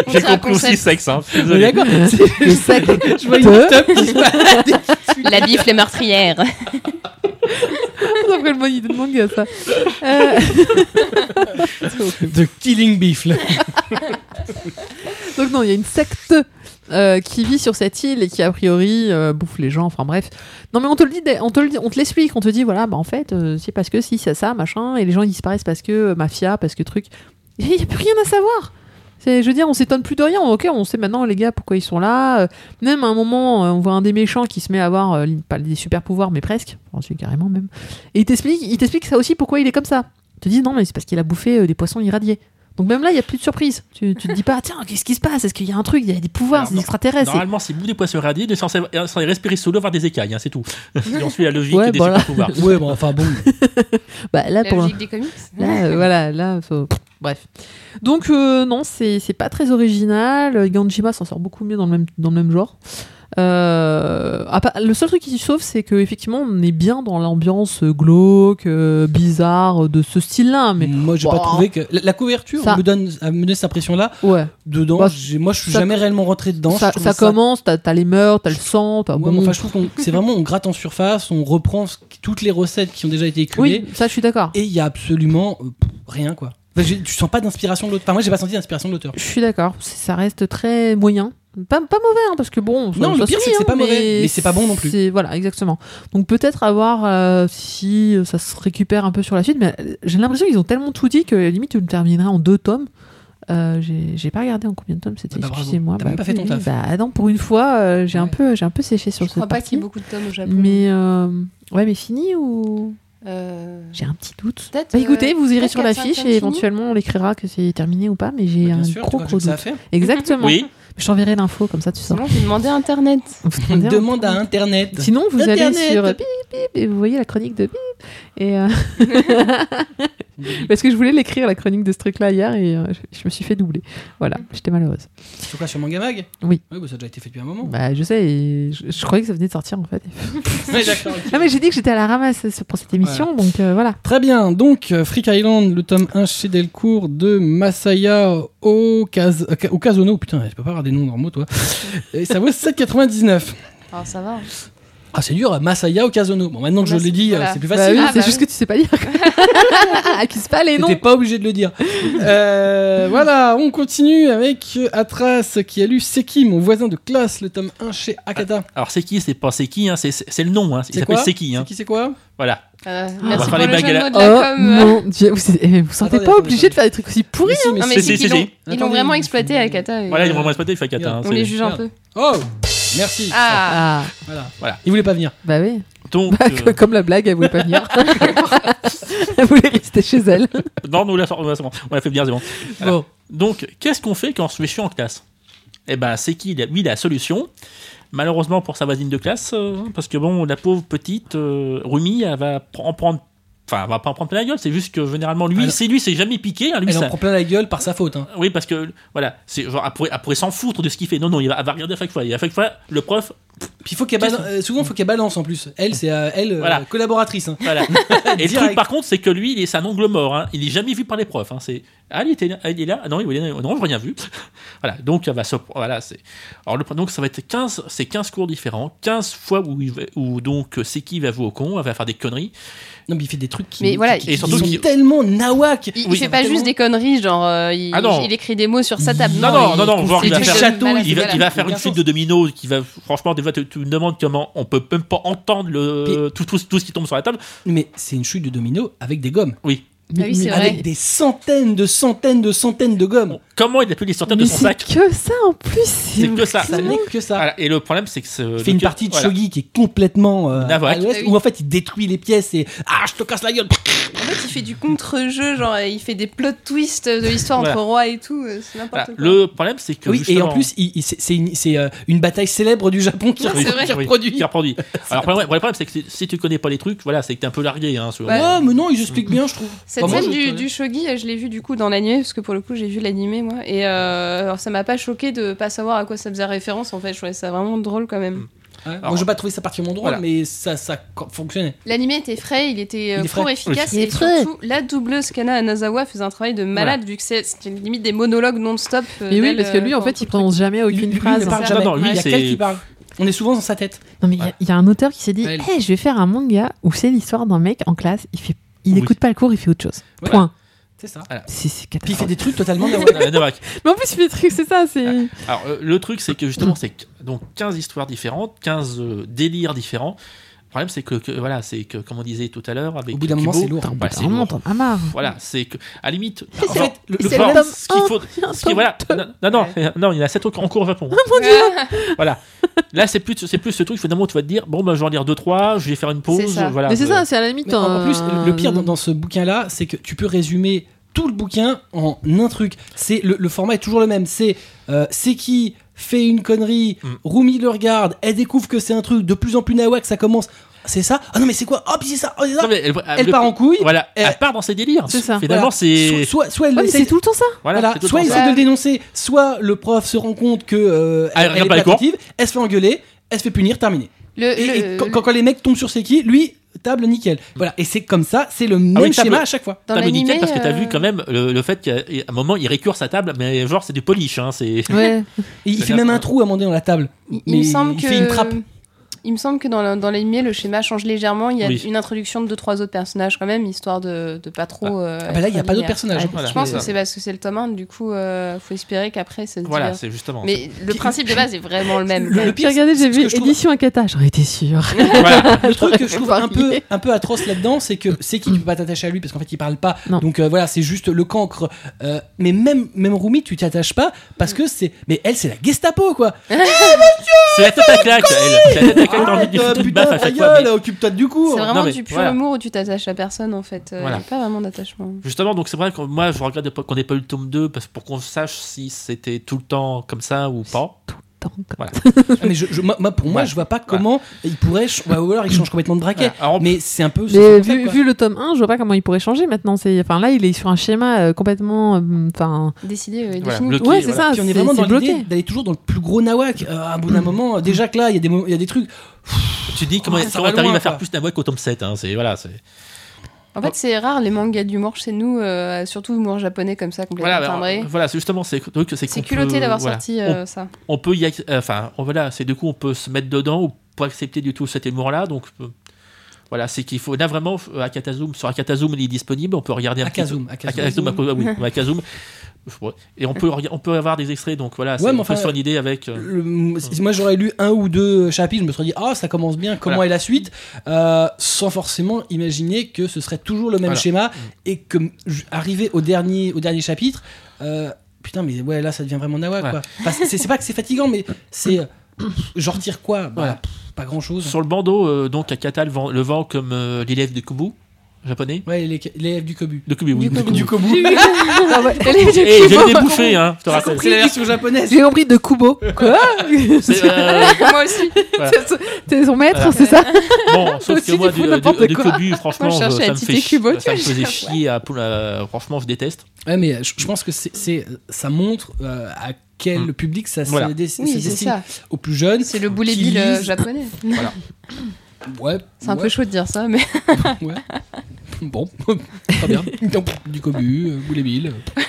On
J'ai
tient un
compris aussi
concept.
sexe. Hein. Je suis
on est
désolé.
d'accord.
le secte
Je vois une
de-
top qui se balade.
La bifle est meurtrière.
Sauf que le manga- le manga, ça. Euh,
The Killing Beefle.
Donc non, il y a une secte euh, qui vit sur cette île et qui a priori euh, bouffe les gens. Enfin bref. Non mais on te le dit, dès- on te le dit- on te l'explique, on te dit voilà, bah en fait euh, c'est parce que si c'est ça machin et les gens ils disparaissent parce que euh, mafia, parce que truc. Il y a plus rien à savoir. C'est, je veux dire, on s'étonne plus de rien. Ok, on sait maintenant les gars pourquoi ils sont là. Euh, Même à un moment, euh, on voit un des méchants qui se met à avoir euh, li- pas des super pouvoirs, mais presque, enfin, celui carrément même. Et il t'explique, il t'explique ça aussi pourquoi il est comme ça. Il te dit non mais c'est parce qu'il a bouffé euh, des poissons irradiés. Donc même là, il y a plus de surprise. Tu, tu te dis pas tiens qu'est-ce qui se passe Est-ce qu'il y a un truc Il y a des pouvoirs,
Alors,
c'est des extraterrestres. Ah, c'est-
Normalement, si vous des poissons radiés, de censé censé respirer sous l'eau, avoir des écailles, hein, c'est tout. Et on suit la logique
Ouais,
des
voilà.
super pouvoirs.
Ah, Ouais, bon, enfin bon.
Bah, là
La
pour
logique des comics.
Là, euh, voilà, là, faut- bref. Donc euh, non, c'est c'est pas très original. Euh, Ganjima s'en sort beaucoup mieux dans le même, dans le même genre. Euh, à part- le seul truc qui s'y sauve, c'est que effectivement, on est bien dans l'ambiance glauque, euh, bizarre de ce style-là. Mais
Moi, j'ai
Bon.
pas trouvé que. La, la couverture
Ça-
me donne, me donne cette impression-là.
ouais,
dedans.
Bah,
j'ai- moi, je suis
ça-
jamais réellement rentré dedans.
ça,
je trouve
ça commence. T'as t'as les mœurs, t'as le sang, t'as
Ouais,
bon.
mais enfin, je trouve qu'on- c'est vraiment on gratte en surface, on reprend ce qui- toutes les recettes qui ont déjà été éculées,
oui, ça, je suis d'accord.
et il y a absolument euh, pff, rien quoi. Enfin, j'ai- tu sens pas d'inspiration de l'auteur. Enfin, moi, j'ai pas senti d'inspiration de l'auteur.
Je suis d'accord. c'est- Ça reste très moyen. Pas, pas mauvais, hein, parce que bon. ça-
Non, le
ça
pire,
se
c'est
lit,
que c'est
hein,
pas mauvais, mais c'est pas bon non plus.
c'est- Voilà, exactement. Donc peut-être à voir euh, si ça se récupère un peu sur la suite, mais euh, j'ai l'impression qu'ils ont tellement tout dit que limite, tu le termineras en deux tomes. Euh, j'ai j'ai pas regardé en combien de tomes c'était,
Ah bah, bravo.
excusez-moi.
T'as même pas fait ton
oui,
taf.
Bah non, pour une fois, euh, j'ai un
Ouais.
peu, j'ai un peu séché sur
Je
ce
crois pas qu'il y
parti.
ait beaucoup de tomes au Japon.
Mais euh, ouais, mais fini ou
Euh,
J'ai un petit doute.
Peut-être.
Bah écoutez,
euh,
vous irez
peut-être
sur
quatre, cinq
l'affiche
infinies.
et éventuellement on l'écrira que c'est terminé ou pas, mais j'ai
Bah, Bien
un
sûr, tu
gros
vois,
gros
j'ai que ça à
doute.
faire.
Exactement.
Oui.
Je t'enverrai l'info comme ça tu sors.
Sinon, j'ai demandé à Internet.
Demande à Internet.
Sinon, vous
Internet.
allez sur bip, bip, et vous voyez la chronique de bip. Et euh, Parce que je voulais l'écrire, la chronique de ce truc-là, hier, et euh, je, je me suis fait doubler. Voilà, j'étais malheureuse.
Sur quoi Sur Mangamag
Oui.
Oui, bah, ça a déjà été fait depuis un moment.
Bah, je sais, et je, je croyais que ça venait de sortir, en fait.
Ouais, d'accord, ok.
Non, Ah, mais j'ai dit que j'étais à la ramasse euh, pour cette émission, donc euh, voilà.
Très bien, donc euh, Freak Island, le tome 1 chez Delcourt de Masaya Okaz- Oka- Okazono. Putain, je peux pas avoir des noms normaux, toi. Et ça vaut 7,99.
Alors ça va.
Ah, c'est dur, Masaya Okazono. Bon, maintenant que je
Bah,
l'ai dit,
voilà.
euh, c'est plus
Bah
facile.
oui,
Ah,
c'est
bah
juste
oui.
que tu sais pas lire. Accuse pas les
T'étais
noms.
pas obligé de le dire. Euh, voilà, on continue avec euh, Atras qui a lu Seki, mon voisin de classe, le tome 1 chez Akata.
Alors c'est qui C'est pas c'est qui hein, C'est c'est- c'est le nom. Hein. Ah, Il
C'est
s'appelle
quoi
c'est qui hein.
Seki, c'est quoi
Voilà.
Euh,
On va
merci
faire
pour
les
le jeu
blagues à
de mots de
la-
la
Ah. Oh
com.
mon dieu, vous, eh, vous sentez
Attendez,
pas
attendez,
obligé de faire des trucs aussi
Mais
pourris
si, mais
Non mais
c'est-
si,
c'est qu'ils
si,
l'ont-
si.
ils l'ont
Attendez.
vraiment exploité à Kata. et
Voilà, ils vont vraiment exploiter, il fait 4.
Regarde,
hein,
On
c'est-
les juge un
Merde.
peu.
Oh Merci
Ah.
Ah,
Voilà.
Voilà.
Il voulait pas venir.
bah oui.
Donc,
Bah,
euh,
Comme la blague, elle voulait pas venir. elle voulait rester chez elle.
non, nous, là, on l'a on l'a fait bien, c'est bon. Voilà.
Bon.
Donc, qu'est-ce qu'on fait quand on se fait chiant en classe Eh ben, c'est qui Lui, il a la solution. Malheureusement pour sa voisine de classe, euh, parce que bon, la pauvre petite euh, Rumi, elle va pr- en prendre. Enfin, elle va pas en prendre plein la gueule, c'est juste que généralement, lui,
Elle-
c'est lui, c'est jamais piqué. hein, lui,
Elle en
ça-
prend plein la gueule par sa faute. hein.
Oui, parce que, voilà, c'est genre, elle pourrait, elle pourrait s'en foutre de ce qu'il fait. Non, non, il va, elle va regarder à chaque fois. Et à chaque fois, le prof,
Puis il faut qu'elle
Qu'est-ce
balan- euh, souvent, il faut qu'elle balance en plus. Elle, c'est euh, elle, euh,
Voilà.
collaboratrice. hein.
Voilà. Et le
Direct.
truc, par contre, c'est que lui, il est c'est un ongle mort. hein. Il est jamais vu par les profs. hein. C'est ah, il était là, ah, il est là. Ah, Non, il est là. Non, je n'ai rien vu. voilà. Donc, elle va se- voilà, c'est. Alors le donc ça va être 15, c'est 15 cours différents, 15 fois où, il va- où donc euh, c'est qui va jouer au con, elle va faire des conneries.
Non, mais il fait des trucs qui,
Mais voilà,
qui-
Et
qui
surtout
sont
qu'il-
tellement nawak.
Il, il
Oui,
fait pas
tellement-
juste des conneries, genre euh, il,
Ah non.
il écrit des mots sur sa table.
Non, non, non, non,
il
voir,
construit
il va
des
faire-
choses
Château,
malades,
Il va,
voilà.
il va faire
Aucun
une suite
sens.
de dominos qui va franchement des fois tu, tu me demandes comment on peut même pas entendre le tout, tout, tout ce qui tombe sur la table.
Mais c'est une chute de domino avec des gommes.
Ah oui, c'est vrai.
Avec des centaines de centaines de centaines de gommes.
Bon, comment il a pu les sortir
Mais
de son
c'est
sac
que ça en plus. C'est
que ça.
Ça n'est que ça.
Voilà. Et le problème c'est que ce,
Il fait
le-
une partie de
voilà.
shogi qui est complètement euh,
Nawak.
à l'ouest,
Ah oui.
où en fait il détruit les pièces et ah je te casse la gueule.
En fait, il fait du contre-jeu, genre il fait des plot twists de l'histoire
Voilà.
entre roi et tout. euh, C'est n'importe
Voilà.
quoi.
Le problème c'est que
Oui et en
justement-
plus il- il- c'est- c'est une, c'est, euh, une bataille célèbre du Japon qui,
Oui,
qui
c'est vrai.
reproduit.
qui est reproduit. Alors, le problème, le problème, c'est que si- si tu connais pas les trucs, voilà, c'est que t'es un peu largué. Hein, sur-
Ouais.
Ouais mais non ils expliquent bien je trouve.
Cette
Enfin, moi,
scène
je-
du, du shogi, euh, je l'ai vue du coup dans l'animé, parce que pour le coup, j'ai vu l'animé moi. Et euh, alors, ça m'a pas choqué de pas savoir à quoi ça faisait référence en fait. Je trouvais ça vraiment drôle quand même.
Ouais, moi
Alors-
j'ai pas trouvé ça particulièrement drôle
Voilà.
mais ça ça co- fonctionnait.
L'animé était frais, il était euh,
Il est frais.
court, efficace,
Oui. Il est
et
frais.
surtout, la doubleuse Kana Anazawa faisait un travail de malade, vu que c'est c'était limite des monologues non-stop. euh,
Mais oui,
d'elle,
parce que lui,
euh,
en fait,
pendant
il prononce jamais
Lui-
aucune
lui, il
phrase.
ne parle
Non,
jamais.
non, lui,
il y a
c'est-
qu'elle qui parle. On est souvent dans sa tête.
Non, mais il y a- il y, a un auteur qui s'est dit
Elle.
Eh, je vais faire un manga où c'est l'histoire d'un mec en classe, il fait. Il
Oui.
écoute pas le cours, il fait autre chose.
Ouais.
Point.
C'est ça.
C'est c'est
Puis il fait Ah,
catastrophique.
des trucs totalement
Ouais, ouais, ouais.
Mais en plus, il fait des trucs, c'est ça. C'est.
Alors, euh, le truc, c'est que justement, c'est que- donc 15 histoires différentes, 15 euh, délires différents. Le problème, c'est que, que- voilà, c'est que, comme on disait tout à l'heure, avec
Au bout d'un
Kubo,
moment, bah, c'est lourd.
Putain, au bout
Ouais,
d'un
c'est
moment,
lourd.
t'en as marre.
Voilà, c'est que, à la limite,
En fait, le, le
c'est
problème,
le tome
ce qu'il
un,
faut.
Il y a un
ce qui-
tome
voilà,
deux.
non, non, non, euh, non, il y en a 7 en cours au Japon. Là, c'est plus, c'est plus ce truc, finalement, où tu vas te dire, bon, ben, je vais en lire 2-3, je vais faire une pause.
C'est ça.
Voilà,
Mais c'est
euh,
ça, c'est à la limite.
Mais en, en plus,
euh,
le pire dans, dans ce bouquin-là, c'est que tu peux résumer tout le bouquin en un truc. C'est le, le format est toujours le même. C'est euh, c'est qui fait une connerie,
Mm.
Rumi le regarde, elle découvre que c'est un truc de plus en plus nawak, ça commence. C'est ça Ah non mais c'est quoi Ah puis c'est ça, ah, c'est ça.
non, mais elle,
Elle
le-
part en couille.
Voilà,
Elle-
elle part dans ses délires.
C'est ça.
Finalement,
Voilà.
c'est.
Soit, soit- soit elle
Ouais, mais
essaie-
c'est tout le temps ça.
Voilà,
voilà,
c'est tout le
soit
temps
il
ça.
ça.
essaie de le dénoncer, soit le prof se rend compte que euh,
Ah, elle regarde
est
pas les cours.
attentive, elle se fait engueuler, elle se fait punir, terminé.
Le,
Et, et
le-
quand, quand- quand les mecs tombent sur Seki, lui, table nickel. Voilà, et c'est comme ça, c'est le même
Mm. Ah oui, table-
schéma à chaque fois.
dans
table
l'animé,
nickel parce que t'as
euh,
vu quand même le, le fait qu'à à un moment il récure sa table mais genre c'est du polish hein, c'est
Ouais.
Et il
C'est
fait
bien
même
ça.
un trou à demander dans la table.
Il,
Mais
il me semble
il
que.
fait une trappe.
Il me semble que dans le- dans l'animé, le schéma change légèrement. Il y a
Oui.
une introduction de deux trois autres personnages quand même, histoire de, de pas trop. euh,
Ah bah là, il n'y a
être
pas d'autres
linéaire.
personnages.
Voilà.
Je pense que
Voilà.
c'est parce que c'est le tome 1, du coup, euh, faut espérer qu'après ça se
voilà
diverse.
c'est justement
Mais le principe de base est vraiment le même.
Le
Puis
pire,
regardez, j'ai
c'est- ce
vu
que je trouve-
édition Akata, j'en étais sûre.
Voilà.
Le truc que je trouve un peu,
Varié.
un peu atroce là-dedans, c'est que c'est
Mm.
qu'il peut pas t'attacher à lui parce qu'en fait il parle pas.
Non.
Donc euh, voilà, c'est juste le cancre. Euh, mais même, même Rumi, tu t'attaches
Mm.
pas parce que c'est. Mais elle, c'est la Gestapo quoi.
c'est la tête à claque elle c'est la tête à quelqu'un qui a envie de lui foutre une
euh, putain,
baffe à
ta
chaque fois.
gueule,
mais-
occupe toi du cours
C'est vraiment
mais
du pur
voilà.
humour où tu t'attaches à personne en fait. Euh,
Voilà.
y a Pas vraiment d'attachement.
Justement, donc c'est vrai que moi je regrette de pas- qu'on n'ait pas eu le tome 2 parce pour qu'on sache si c'était tout le temps comme ça ou pas.
Tant que-
Voilà.
Ah, mais je, je- moi, moi, pour moi,
Ouais.
je vois pas comment il pourrait. ch- bah, ou alors il change complètement de braquet.
Voilà. Alors,
Mais c'est un peu. c'est
Mais
comme ça,
vu,
quoi.
vu le tome 1, je vois pas comment il pourrait changer maintenant. C'est, enfin là, il est sur un schéma euh, complètement, euh, enfin,
Décidé, euh,
Voilà,
défini.
bloqué,
ouais, c'est
voilà.
ça,
Puis on est,
c'est,
vraiment
c'est
dans l'idée
bloqué.
d'aller toujours dans le plus gros nawak. Euh, à un bout d'un moment, euh, déjà que là, il y, a des mo- il y a des trucs.
Tu dis comment
Ah, ça
comment
va
t'arrives
loin,
à faire
quoi.
plus d'avouer qu'au tome 7. Hein, c'est voilà, c'est
En fait, c'est rare les mangas d'humour chez nous, euh, surtout humour japonais comme ça, complètement
voilà, bah,
timbré.
voilà, c'est justement c'est donc, c'est
C'est
qu'on
culotté
peut-
d'avoir
voilà.
sorti
On-
euh, ça.
on peut y ac- euh, enfin on- voilà c'est du coup on peut se mettre dedans ou pas accepter du tout cet humour là donc euh, voilà c'est qu'il faut là vraiment euh, Akatazoom sur Akatazoom il est disponible on peut regarder un petit
Akazoom.
peu-
Akazoom.
Akatazoom Akazoom, ah oui, Akazoom. Ouais. et on peut rega- on peut avoir des extraits donc voilà c'est
Ouais, mais
on
enfin,
peut se faire une idée avec euh,
Le- si moi j'aurais lu un ou deux chapitres, je me serais dit ah ça commence bien, comment
Voilà.
est la suite, Euh, sans forcément imaginer que ce serait toujours le même
Voilà. Mm.
schéma et que j- arrivé au dernier au dernier chapitre, euh, putain mais ouais là ça devient vraiment nawa
Ouais.
quoi. Enfin, c'est c'est pas que c'est fatigant mais c'est euh, j'en retire quoi, Bah,
Voilà.
pff, pas grand chose.
sur le bandeau euh, donc Akata le vend, le vend comme euh, l'élève de Kubu japonais
Ouais les- l'élève du cobu.
de Kubu oui de Kubu.
cobu.
Ah,
Eh,
et je l'ai bouffé hein je te
T'as
rappelle
compris la version japonaise.
J'ai compris de Kubo. Quoi
C'est, euh,
Moi aussi.
T'es son maître,
Voilà.
c'est ça
Bon, sauf
Aussi,
que moi,
ils font
du, du,
n'importe
du
quoi.
Kobu, franchement,
Moi, je
je-
cherchais
ça,
à
me fait
citer
chi-
Kubo, tu
ça me
vois,
faisait
je-
chier. à- pour la- franchement, je déteste.
Ouais mais euh, je je pense que c'est c'est- ça montre euh, à quel
Mm.
public ça
Voilà.
se dé- se
Oui, c'est
destine
ça.
aux plus jeunes.
C'est le boulet
Qui
bill euh,
lisent.
japonais.
Ouais.
C'est un
ouais.
peu chaud de dire ça, mais
Ouais. Bon, très bien. Donc, du cobu, euh, boulet mille.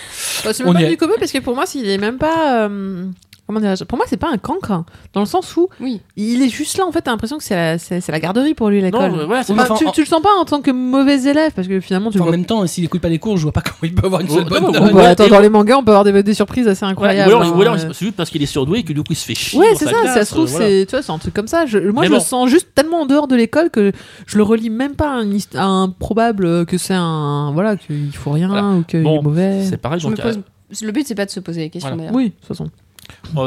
Bah, c'est
On
même
y
pas
est.
du Kobo parce que pour moi, s'il est même pas. euh, comment dirais-je Pour moi, c'est pas un cancre. hein. Dans le sens où
oui.
il est juste là, en fait, t'as l'impression que c'est la, c'est, c'est la garderie pour lui, l'école.
Non, voilà, c'est
Oui, mais
Enfin,
euh, enfin,
tu,
en-
tu le sens pas en tant que mauvais élève parce que finalement, tu le
En
vois.
même temps, euh, s'il écoute pas les cours, je vois pas comment il peut avoir une
Oh,
seule bonne
non,
note.
même-
Oh, bah,
Ouais,
attends,
et-
dans les mangas, on peut avoir des, des surprises assez
Voilà,
incroyables.
ou alors, ou alors,
hein.
c'est juste parce qu'il est surdoué et que du coup, il se fait chier.
Ouais,
dans
c'est
sa
ça,
classe,
ça se trouve,
euh, voilà.
c'est, tu vois, c'est un truc comme ça. Je- moi,
Mais
je
bon.
le sens juste tellement en dehors de l'école que je le relis même pas à un, hist- à un probable euh, que c'est un. Voilà, qu'il faut rien
Voilà.
ou qu'il
Bon,
est mauvais.
C'est pareil.
Je me
Donc, euh,
pose... Le but, c'est pas de se poser les questions
Voilà.
d'ailleurs.
Oui, de toute façon.
euh,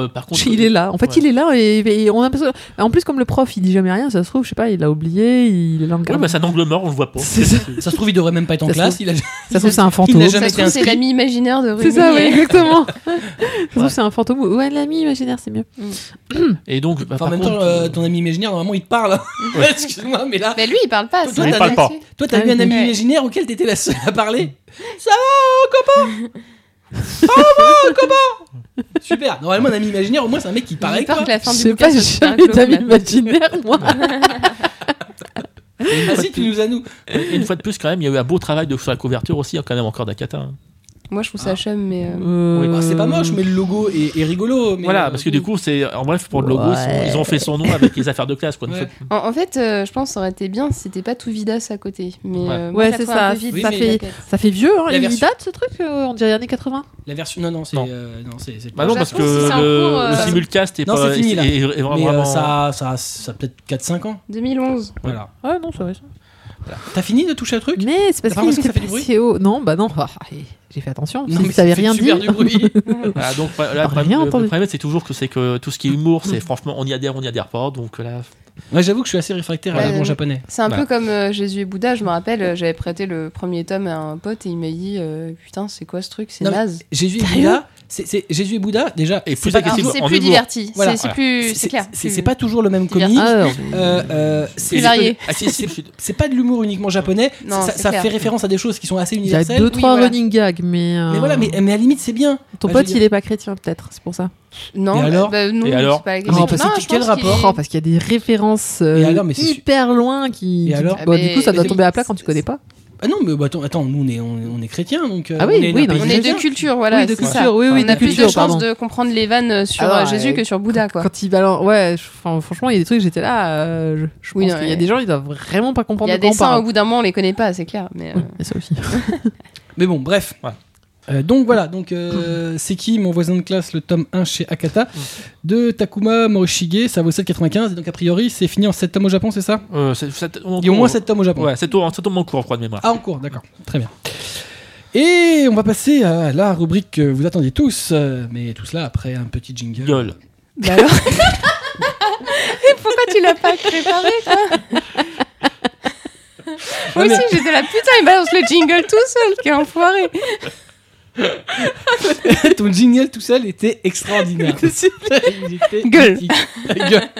euh, par contre,
Il est là. En fait,
Ouais.
il est là et, et on a l'impression- En plus, comme le prof, il dit jamais rien. Ça se trouve, je sais pas, il a oublié. Il est là en
Ouais,
garde.
bah, c'est un angle mort, on le voit pas.
C'est ça.
Ça se trouve, il devrait même pas être en
Ça se
classe.
trouve-
Il a-
Ça se trouve, c'est un
Il
fantôme.
n'a
C'est
jamais
Ça se
été
trouve, c'est
inscrit.
l'ami imaginaire de Rumi.
ça, oui,
et-
exactement. Ça se trouve, c'est un fantôme. Ouais, l'ami imaginaire, c'est mieux.
Et donc,
Enfin,
bah,
en
par
même
contre,
temps, euh, ton ami imaginaire, normalement, il te parle. hein. Excuse-moi, mais là,
Mais lui, il parle pas.
Toi,
c'est
il
ça,
parle pas.
là-dessus.
toi, t'as
Ah,
eu un
oui.
ami imaginaire auquel t'étais la seule à parler. Ça oh, va, oh, copain Ça va, copain Super. Normalement, un ami imaginaire, au moins, c'est un mec qui parle avec
J'ai peur
toi.
que la
Je
fin du
sais pas,
bouquin
j'ai
soit un
jamais
clone,
d'ami
là.
imaginaire, moi.
Vas-y, tu nous as nous.
et une fois de plus, quand même, il y a eu un beau travail de, sur la couverture aussi, hein, quand même, encore d'Akata. hein.
Moi, je trouve ça chum, mais. euh,
Euh,
Bah, c'est pas moche, mais le logo est, est rigolo. Mais euh,
Voilà, parce que du coup, c'est en bref, pour le logo, ils sont-
Ouais.
ils ont fait son nom avec les affaires de classe. Quoi, une
Ouais.
fois-
En, en fait, euh, je pense que ça aurait été bien si c'était pas tout vidas à côté. Mais,
Ouais.
euh, moi,
Ouais,
je la
c'est
trouve un
ça.
peu vide,
Oui,
la
mais-
fille, la quête.
Ça fait vieux, hein.
La
Il
version-
date ce truc, euh, on dirait années 80.
La version. Non, non, c'est.
Non.
euh, non, c'est- c'est-
Bah non, parce que
Japon, si c'est en
le,
cours, euh,
le simulcast est
Non,
pas.
c'est fini, là.
est- est- est
Mais
vraiment- hein.
euh, ça, ça, ça a peut-être 4-5 ans.
2011.
Voilà.
Ouais, non, c'est vrai. ça.
T'as fini de toucher au truc
Mais c'est
T'as
parce
pas
qu'il
l'impression que
était
ça fait du
pas
bruit
si haut. Non, bah non. Ah, J'ai fait attention. si vous
ça
savez
fait
rien
super
dire.
du bruit.
Voilà, donc là, le
Rien
problème- le
entendu.
problème, c'est toujours que c'est que tout ce qui est humour, c'est franchement, on y adhère, on y adhère pas. Donc euh, là,
Moi, j'avoue que je suis assez réfractaire à
Ouais,
l'allemand
ouais.
japonais.
C'est un
Bah.
peu comme euh, Jésus et Bouddha, je me rappelle, euh, j'avais prêté le premier tome à un pote et il m'a dit euh, Putain, c'est quoi ce truc C'est
Non, mais-
naze.
Jésus et
Sérieux
Bouddha, c'est- c'est Jésus et Bouddha déjà.
Et plus
pas-
Alors,
agressif
C'est
en
plus
humour.
diverti,
Voilà.
c'est- c'est plus. C'est clair.
C'est
plus-
c'est pas toujours le même
C'est diverti.
comique.
Ah, alors,
Euh, euh,
Plus
c'est-
varié.
accessible. je-
c'est pas de l'humour uniquement japonais.
Non,
ça
c'est
ça
clair.
fait référence à des choses qui sont assez
Il y a
universelles.
deux, trois
voilà.
running gags, mais. euh,
Mais voilà, mais, mais à la limite, c'est bien.
Ton
Bah,
pote,
je veux
il est pas chrétien, peut-être, c'est pour ça.
Non,
Et
bah,
alors
bah, non,
Et alors
c'est pas la
Non,
question.
parce que
je
quel
pense qu'il
rapport
est-
Oh, parce qu'il y a des références euh,
Et alors, mais c'est su-
hyper loin qui.
Et alors
qui- bon,
Mais-
du coup, ça doit
mais-
tomber à plat quand tu connais pas.
Ah non, mais bah, attends, attends, nous on est, on, est- on est chrétiens, donc. euh,
Ah oui,
on est
oui,
dans un
non,
On
pays
est
chrétien.
de culture, voilà.
oui, de
c'est ça.
culture, oui, oui,
On a
de
plus de
culture,
chances
pardon.
de comprendre les vannes sur
Alors,
euh, Jésus
euh,
que sur Bouddha, quoi.
Quand il balance, ouais, je- enfin, franchement, il y a des trucs, j'étais là, euh, je, je
Oui,
pense
non,
qu'il y a
mais-
des gens, ils doivent vraiment pas
Il
comprendre
y a
de quoi
des
on
saints, au
parle.
bout d'un moment, on les connaît pas, c'est clair. Mais euh,
Oui, et ça aussi.
Mais bon, bref.
Voilà.
Euh, donc voilà, donc euh, c'est qui mon voisin de classe, le tome 1 chez Akata de Takuma Morishige, ça vaut 7,95 et donc a priori c'est fini en 7 tomes au Japon, c'est ça
Euh, c'est- c'est- on-
Il y a au moins
on-
7 tomes au Japon.
Ouais, c'est tour, c'est tour en cours, je crois, de mémoire.
Ah, en cours, d'accord, très bien. Et on va passer à la rubrique que vous attendiez tous, euh, mais tout cela après un petit jingle.
Bah
Gueule.
bah alors, Pourquoi tu l'as pas préparé quoi
Non,
Moi aussi j'étais là, putain, il balance le jingle tout seul, quel enfoiré
Ton jingle tout seul était extraordinaire. Il était
Gueule.
mythique. Gueule.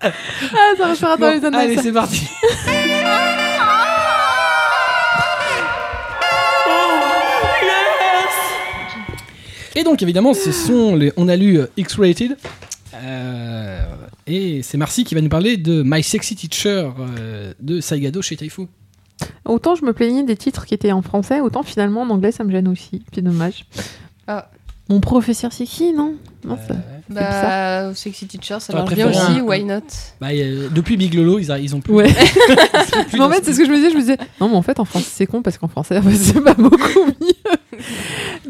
Ah, ça restera dans
Bon,
les annales.
allez, c'est parti. Et donc évidemment, ce sont les, on a lu euh, X-rated. Euh, et c'est Marcy qui va nous parler de My Sexy Teacher euh, de Saigado chez Taifu.
Autant je me plaignais des titres qui étaient en français, autant finalement en anglais ça me gêne aussi. C'est dommage.
Ah.
Mon professeur, c'est qui, non, non ça-
Euh,
Bah, Sexy Teacher, ça
T'aurais
marche bien
préféré
aussi,
un-
why not
Bah, euh, depuis Big Lolo, ils, a- ils ont plus.
Ouais.
ils ont plus
Mais en
dans-
fait, c'est ce que je me disais. Je me disais, non, mais en fait, en français, c'est con parce qu'en français, en fait, c'est pas beaucoup mieux.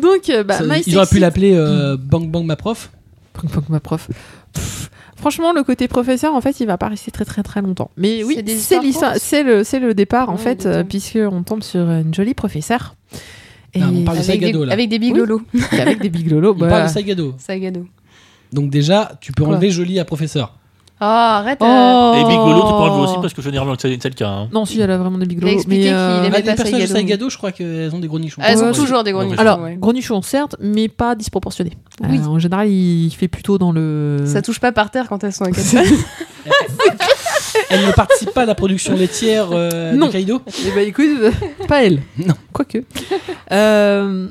Donc, euh, bah,
ça-
My
ils auraient
Sexy- Hmm.
pu l'appeler euh, Bang Bang ma prof.
Punk Punk, ma prof. Pff, Franchement, le côté professeur, en fait, il va pas rester très très très longtemps. Mais oui,
C'est des
c'est
histoires
l'histoire,
courtes
c'est le, c'est le départ, en
Ouais,
fait,
exactement.
euh, puisque on tombe sur une jolie professeure. Et
Non, on parle de
avec
Ah, Sagado,
des,
là.
avec des big
Oui.
lolos.
avec des big lolos.
On
bah,
parle de Saigado.
Sagado.
Donc déjà, tu peux
Quoi
enlever joli à professeur.
Oh, arrête euh,
Oh.
Et Big Lolo, tu peux enlever aussi parce que généralement, c'est c'est le cas. hein.
Non, si, elle a vraiment des big
Il a
lolos.
expliqué qu'il
euh,
aimait
Ah,
Mais
les
pas
personnages de
Saigado.
Saigado, je crois qu'elles ont des gros nichons.
Elles ont
Ouais.
toujours des gros
Ouais.
nichons,
Alors,
ouais.
gros nichon, certes, mais pas disproportionné. Euh,
Oui.
en général, il fait plutôt dans le.
Ça touche pas par terre quand elles sont à quatre pattes.
Elles ne participent pas à la production laitière euh,
Non.
de Kaido
Eh ben, écoute, euh, pas elle.
Non.
Quoique. Euh,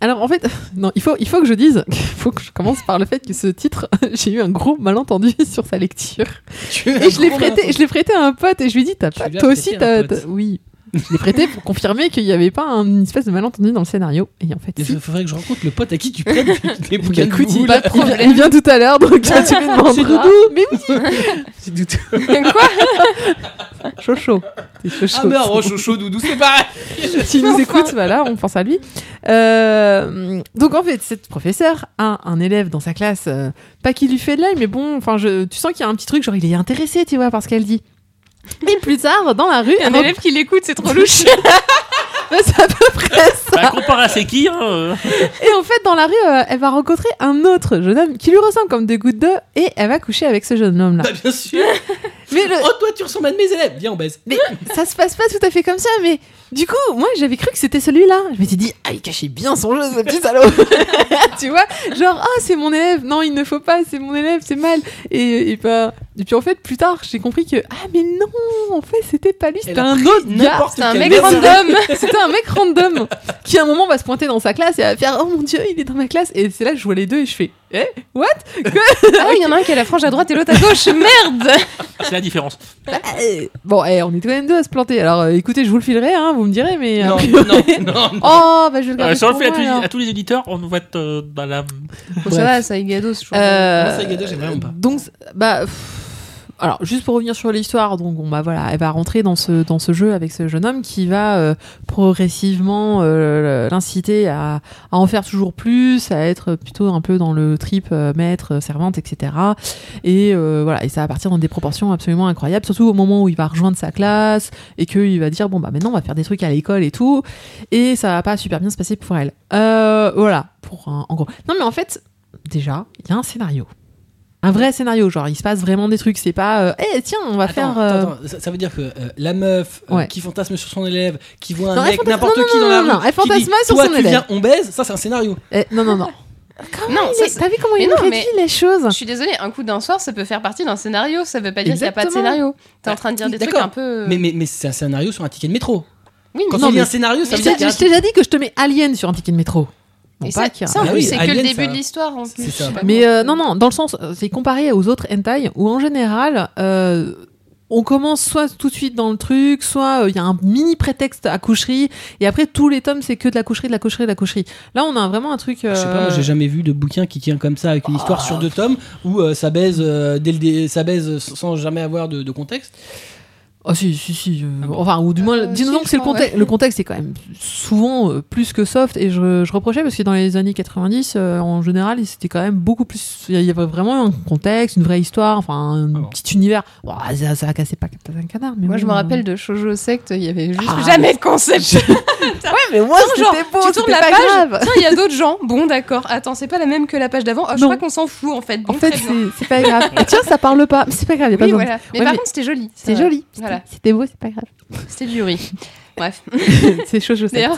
alors, en fait, non, il faut, il faut que je dise, il faut que je commence par le fait que ce titre, j'ai eu un gros malentendu sur sa lecture.
Tu
Et je l'ai prêté, je l'ai prêté à un pote et je lui ai dit, t'as
Tu
pas,
l'as
toi
prêté
aussi,
à un
t'as,
pote.
t'as- oui. Je l'ai prêté pour confirmer qu'il n'y avait pas un- une espèce de malentendu dans le scénario. Et en fait,
Il
si.
faudrait que je rencontre le pote à qui tu prêtes des- des bouquins de
Écoute, il,
boules.
pas de
il-
problème. Ah,
il vient tout à l'heure, donc tu me demanderas.
C'est Doudou
Mais oui,
C'est douteux.
Quoi
Chocho. C'est Chocho.
Ah merde, oh, Chocho, Doudou, c'est pareil
S'il nous écoute, voilà, on pense à lui. Euh, donc en fait, cette professeure a un élève dans sa classe, euh, pas qui lui fait de l'œil, mais bon, enfin, je, tu sens qu'il y a un petit truc, genre il est intéressé, tu vois, par ce qu'elle dit. Et plus tard, dans la rue,
Un élève qui l'écoute, c'est trop louche.
Ouais, c'est à peu près ça.
Bah, comparé à c'est qui hein, euh,
Et en fait, dans la rue, euh, elle va rencontrer un autre jeune homme qui lui ressemble comme des gouttes d'eau, et elle va coucher avec ce jeune homme-là.
Bah, bien sûr
Mais le-
Oh, toi, tu ressembles à de mes élèves Viens, on baise
Mais ça se passe pas tout à fait comme ça, mais du coup, moi j'avais cru que c'était celui-là. Je m'étais dit, ah, il cachait bien son jeu, ce petit salaud. tu vois, genre, ah, c'est mon élève, non, il ne faut pas, c'est mon élève, c'est mal. Et, et, ben, et puis en fait, plus tard, j'ai compris que, ah, mais non, en fait, c'était pas lui, c'était
Elle a
un
pris
autre gars.
n'importe
C'est un
quel
mec
élève.
random.
C'était un mec random qui à un moment va se pointer dans sa classe et va faire, oh mon dieu, il est dans ma classe. Et c'est là que je vois les deux et je fais, eh, what?
Ah, il y en a un qui a la frange à droite et l'autre à gauche. Merde
Ah, C'est la différence.
Euh.
Eh, Bon, eh, on est quand même deux à se planter. Alors euh, écoutez, je vous le filerai, hein, vous me direz, mais.
Non,
euh,
non, non, non.
Oh, bah je vais le garder.
Euh, si on le
pour
fait à
moi,
tous, les-
alors.
à tous les éditeurs, on va être euh, dans la.
Bon, ça
Bref.
va, ça est gado, je trouve.
Euh,
Moi, Saigado, j'aime vraiment pas.
Donc, bah. pff, Alors, juste pour revenir sur l'histoire, donc bon, bah voilà, elle va rentrer dans ce dans ce jeu avec ce jeune homme qui va euh, progressivement euh, l'inciter à, à en faire toujours plus, à être plutôt un peu dans le trip euh, maître, servante, etc. Et euh, voilà, et ça va partir dans des proportions absolument incroyables, surtout au moment où il va rejoindre sa classe et qu'il va dire bon bah maintenant on va faire des trucs à l'école et tout, et ça va pas super bien se passer pour elle. Euh, voilà, pour un- en gros. Non mais en fait, déjà, il y a un scénario. Un vrai scénario, genre il se passe vraiment des trucs, c'est pas euh, eh tiens, on va
Attends,
faire euh,
attends, attends. Ça, ça veut dire que euh, la meuf euh,
Ouais.
qui fantasme sur son élève, qui voit un
Non, elle
mec
fantasme-
n'importe
non, non,
qui dans la
non, non,
rue,
non, elle
qui
fantasme
dit,
pas sur
toi,
son
tu
élève.
viens, on baise, ça c'est un scénario.
eh, non non non.
Non,
non,
ça, c'est-
t'as vu comment
mais
il
non,
réduit
mais-
les choses
Je suis désolée, un coup d'un soir, ça peut faire partie d'un scénario. Ça veut pas dire qu'il n'y a pas de
Exactement. Bah,
scénario. T'es en train de dire des trucs
D'accord.
un peu. euh,
Mais, mais, mais c'est un scénario sur un ticket de métro.
Oui, mais
Quand
Euh. Non,
on dit
mais-
un scénario, ça
Je
veut dire
t'ai
qu'il y a un
je t'ai déjà dit que je te mets Alien sur un ticket de métro. Bon,
Et
pas
ça,
qu'il y a-
ça, en
Ah
plus,
oui,
c'est que
Alien,
le début
ça-
de l'histoire. en plus.
c'est
Je sais
ça.
pas
Mais
comment-
euh, non, non, dans le sens, euh, c'est comparé aux autres hentai où en général, euh, on commence soit tout de suite dans le truc, soit euh, il y a un mini prétexte à coucherie, et après tous les tomes c'est que de la coucherie, de la coucherie, de la coucherie. Là, on a vraiment un truc.
Ah, Je sais pas, moi
euh,
j'ai jamais vu de bouquin qui tient comme ça avec une histoire sur deux tomes où euh, ça baise euh, dès le dé- ça baise sans jamais avoir de, de contexte.
Ah si, si, si. euh, Enfin, ou du moins,
Euh,
disons
si,
que
je
c'est le
crois,
contexte. Le contexte est quand même souvent euh, plus que soft, et je, je reprochais parce que dans les années 90, euh, en général, c'était quand même beaucoup plus. Il y avait vraiment un contexte, une vraie histoire, enfin, un
Ah bon.
petit univers. Ouah, ça, ça cassait pas. peut-être un canard. Mais
Moi, je me
bon, euh,
rappelle de Shoujo Sect, il y avait juste
Ah.
jamais de concept.
Ouais, mais moi,
Genre,
c'était beau,
tu tournes
c'était
la
pas
page,
grave.
tiens, il y a d'autres gens. Bon, d'accord. Attends, c'est pas la même que la page d'avant. Ah, je
Non.
crois qu'on s'en fout en fait. Bon,
En fait,
très bien.
c'est c'est pas grave. Et tiens, ça parle pas. Mais c'est pas grave, y a pas
Oui,
besoin.
voilà. Mais
Ouais,
par
mais-
contre, c'était joli.
C'est
vrai.
joli. C'était-
Voilà.
C'était beau, c'est pas grave.
C'était du riz. Bref,
c'est chaud, je sais.
D'ailleurs,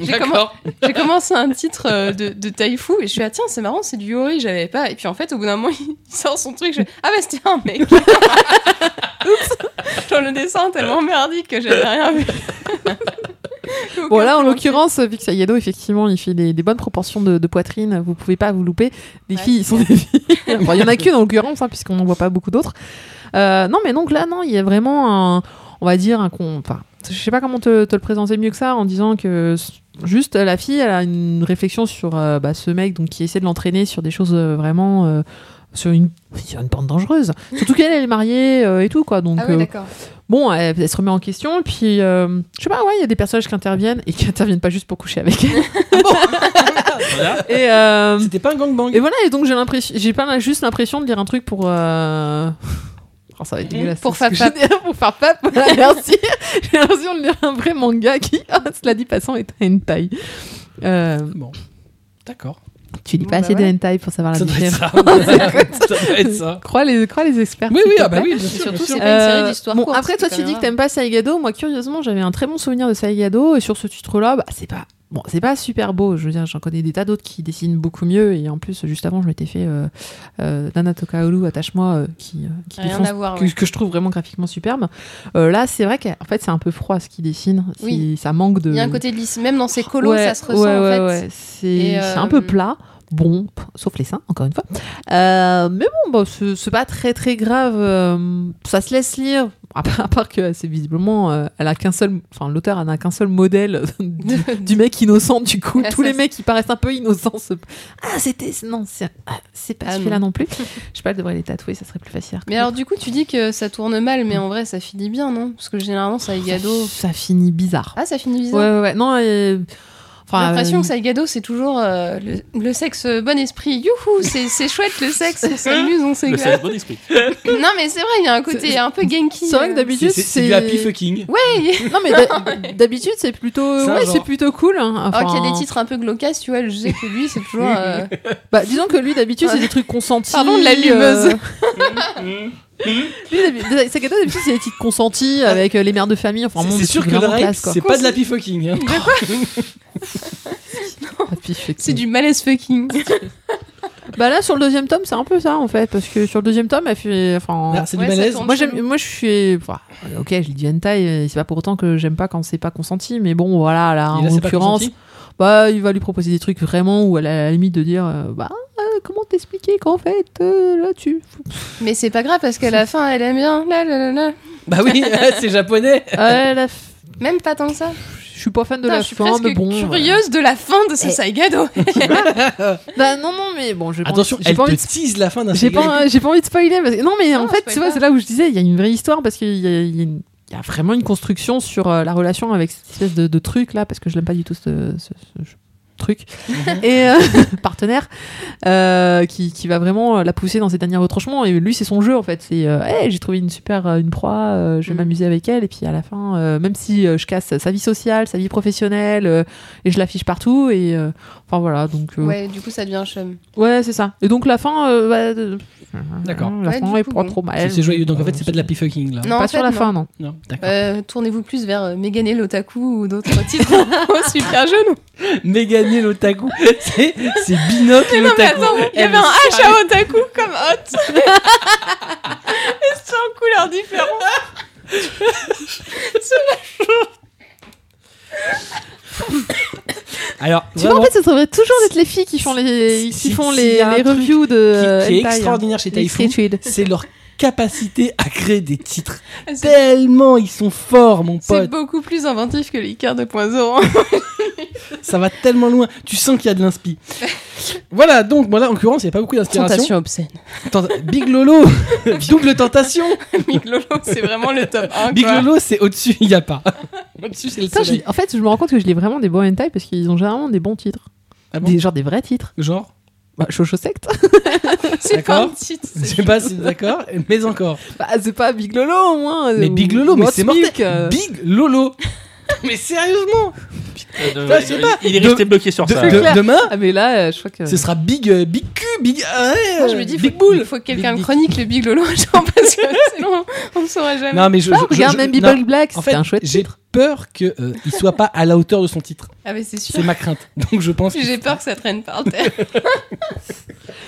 j'ai commen- j'ai commencé un titre euh, de, de Taifu et je suis ah tiens c'est marrant c'est du Yori j'avais pas et puis en fait au bout d'un moment il sort son truc je fais, ah bah c'était un mec Oups genre le dessin tellement merdique que j'avais rien vu Aucun
Bon, là, en
plan.
l'occurrence, vu que Yado, effectivement, il fait des, des bonnes proportions de, de poitrine, vous pouvez pas vous louper. Les
Ouais.
filles, ils sont des filles. Bon, il y en a qu'une, en l'occurrence, hein, puisqu'on n'en voit pas beaucoup d'autres. Euh, non, mais donc là, non, il y a vraiment un, on va dire, un con. Enfin, je sais pas comment te, te le présenter mieux que ça, en disant que s- juste la fille, elle a une réflexion sur euh, bah, ce mec donc, qui essaie de l'entraîner sur des choses euh, vraiment. euh, sur une, sur une pente dangereuse. Surtout qu'elle, elle est mariée euh, et tout, quoi. Donc,
ah oui
euh,
d'accord
bon, elle, elle se remet en question, et puis euh, je sais pas, ouais, il y a des personnages qui interviennent et qui interviennent pas juste pour coucher avec. elle.
Voilà.
et, euh,
C'était pas un gangbang.
et voilà, et donc j'ai l'impression, j'ai pas la- juste l'impression de lire un truc pour. euh, oh, ça va être dégueulasse,
Pour
c'est ce que
Fab
je dis. pour faire pape, voilà, merci. J'ai l'impression de lire un vrai manga qui, ah, cela dit passant, est un hentai. Euh,
Bon. D'accord.
tu lis
Bon,
pas
bah
assez
ouais.
de hentai pour savoir la
Ça doit être
différence.
ça. ça doit être ça.
Crois les, crois les experts.
Oui,
s'il
oui,
te
ah bah
plaît.
oui, bien
Et
sûr, bien
surtout,
sûr.
c'est pas une série d'histoires
Euh, bon,
courtes,
après, toi,
c'est
tu
quand
dis
même
que t'aimes pas Saigado. Moi, curieusement, j'avais un très bon souvenir de Saigado. Et sur ce titre-là, bah, c'est pas. Bon, c'est pas super beau. Je veux dire, j'en connais des tas d'autres qui dessinent beaucoup mieux. Et en plus, juste avant, je m'étais fait euh, euh, Nana Tokaolu, Attache-moi, euh, qui, euh, qui
rien
défonce-
à voir
que,
ouais.
que je trouve vraiment graphiquement superbe. Euh, là, c'est vrai qu'en fait, c'est un peu froid ce qu'il dessine. C'est-
Oui.
Ça manque de.
il y a un côté lisse même dans ses colos
Ouais,
ça se ressent
ouais, ouais,
en fait
ouais. C'est
Et, euh,
c'est un peu plat. Bon, p- sauf les seins, encore une fois. Euh, mais bon, bah, c'est c'est pas très très grave. euh, ça se laisse lire. À part, à part que c'est visiblement, euh, elle a qu'un seul, enfin l'auteur elle n'a qu'un seul modèle du, du mec innocent. Du coup,
Ah,
tous
ça,
les
c'est-
mecs qui paraissent un peu innocents. se- Ah, c'était non, c'est ah, c'est pas
Ah,
celui-là non. plus. Je sais pas, elle devrait les tatouer, ça serait plus facile. à
mais alors du coup tu dis que ça tourne mal mais en vrai ça finit bien non parce que généralement ça
reconnaître.
Saigado
ça, ça finit bizarre.
ah ça finit
ouais,
bizarre
ouais, ouais. Non, euh,
J'ai
enfin,
l'impression
euh,
que Salgado, c'est toujours euh, le, le sexe euh, bon esprit. Youhou, c'est c'est chouette le sexe, on s'amuse, on
Le sexe
s'éclate.
bon esprit.
Non, mais c'est vrai, il y a un côté
C'est-
un peu genki.
c'est vrai que
C'est-
euh.
d'habitude
C'est c'est du happy fucking.
Ouais,
Non mais d'ha- d'habitude c'est plutôt
C'est un
ouais,
genre.
c'est plutôt cool hein.
alors Oh, qu'il y a
Enfin,
des titres un peu glauques, tu vois, je sais que lui, c'est toujours. euh,
Bah disons que lui d'habitude c'est des trucs consentis. euh,
Parlons de la lumeuse.
Lui, d'habi- Sakato, d'habitude c'est des titres consentis avec euh, les mères de famille enfin
C'est-
bon,
C'est
des
sûr que
trucs
le
vraiment
rape,
classe, quoi.
c'est pas de l'happy fucking. hein.
Ah, puis, je fais que-
C'est du malaise fucking.
Bah là sur le deuxième tome c'est un peu ça en fait parce que sur le deuxième tome elle fait enfin
Là, C'est du
Ouais, ça
malaise.
tourne.
Moi, j'aime, moi, je suis. enfin, ok, je lis du hentai, euh, c'est pas pour autant que j'aime pas quand c'est pas consenti, mais bon, voilà, là,
Et là,
en
c'est pas
l'occurrence,
consenti.
bah, il va lui proposer des trucs vraiment où elle a la limite de dire, euh, bah, euh, comment t'expliquer qu'en fait, euh, là, tu,
Mais c'est pas grave parce qu'à la fin, elle aime bien. Là, là, là, là.
Bah oui, c'est japonais.
Euh, la f-
Même pas tant que ça.
Je suis pas fan de
Putain,
la
je suis
fin,
presque
mais bon. euh,
curieuse de la fin de ce
Eh.
Saigado.
Bah non, non, mais bon, je
Attention,
j'ai
elle
pas
te
envie de...
tease la fin d'un
J'ai
serial.
pas, j'ai pas envie de spoiler. Parce... que- Non, mais
Non,
en fait,
spoil
tu vois,
pas.
c'est là où je disais, il y a une vraie histoire parce qu'il y a, il y a une- il y a vraiment une construction sur euh, la relation avec cette espèce de, de truc là, parce que je l'aime pas du tout ce, ce- ce truc.
Mhm.
Et euh, partenaire euh, qui, qui va vraiment euh, la pousser dans ses derniers retranchements. Et lui, c'est son jeu en fait. C'est euh, Hey, j'ai trouvé une super euh, une proie, euh, je vais
Mhm.
m'amuser avec elle. Et puis à la fin, euh, même si euh, je casse sa vie sociale, sa vie professionnelle, euh, et je l'affiche partout. Et euh, enfin voilà, donc euh,
Ouais, du coup, ça devient chum.
Ouais, c'est ça. Et donc la fin, euh, bah, euh,
D'accord.
La
Ouais,
fin
du
est
coup,
pas
bon.
trop
C'est
mal.
c'est joyeux, donc en fait, c'est pas de l'happy fucking là.
Non,
Ah, pas
en
sur
fait,
la
non.
fin, non.
Non, d'accord.
Euh, Tournez-vous plus vers euh, Megane l'otaku ou d'autres titres au
Euh,
super genou.
Mégane et l'otaku. C'est c'est binocle et
Non mais
l'otaku.
attends, il y
Elle
avait un
est
H à otaku comme hot. Et c'est en couleur différente.
Alors,
Tu vois, en
vraiment,
fait, ça devrait toujours être les filles qui font les,
Si-
qui font
si-
les,
s'il y a un
les
truc
reviews de.
qui,
euh,
qui est
hentai, hein.
extraordinaire chez
Les
Typhoon,
street read.
c'est leur capacité à créer des titres. Tellement ils sont forts, mon
C'est
pote.
beaucoup plus inventif que les quarts de point zéro.
Ça va tellement loin. Tu sens qu'il y a de l'inspi. voilà, donc, bon, là, en l'occurrence, il n'y a pas beaucoup d'inspiration.
obscène.
Tenta- Big Lolo, double tentation.
Big Lolo, c'est vraiment le top 1.
Big
quoi.
Lolo, c'est au-dessus, il n'y a pas. au-dessus, c'est le
Putain, je-
soleil.
en fait, je me rends compte que je lis vraiment des bons hentai parce qu'ils ont généralement des bons titres.
Ah bon
des, genre des vrais titres.
Genre
bah, Shoujo Sect.
C'est pas un
D'accord.
titre.
Je sais pas si d'accord, mais encore.
Bah, c'est pas Big Lolo au moins. euh,
Mais
ou
Big Lolo, mais
What's
c'est mortel.
Milk, euh.
Big Lolo. mais sérieusement.
Euh,
Ça, je sais
il-
pas.
Il est
De-
resté bloqué sur
De-
ça.
de-
ouais.
clair.
demain,
Ah, mais là, euh, je crois que.
ce sera Big, euh, Big Q, Big. ah ouais,
Moi, je me dis,
Big
faut,
Bull.
faut que quelqu'un
Big-
chronique le Big Lolo, genre, parce que sinon, on ne saurait jamais.
Non, mais je.
Ah,
je- je-
regarde,
je-
même
non.
Bible Black,
En
c'était
fait,
un chouette
j'ai
titre.
peur qu'il il soit pas à la hauteur de son titre.
Ah, mais c'est sûr.
C'est ma crainte. Donc je pense.
J'ai peur que ça traîne par terre.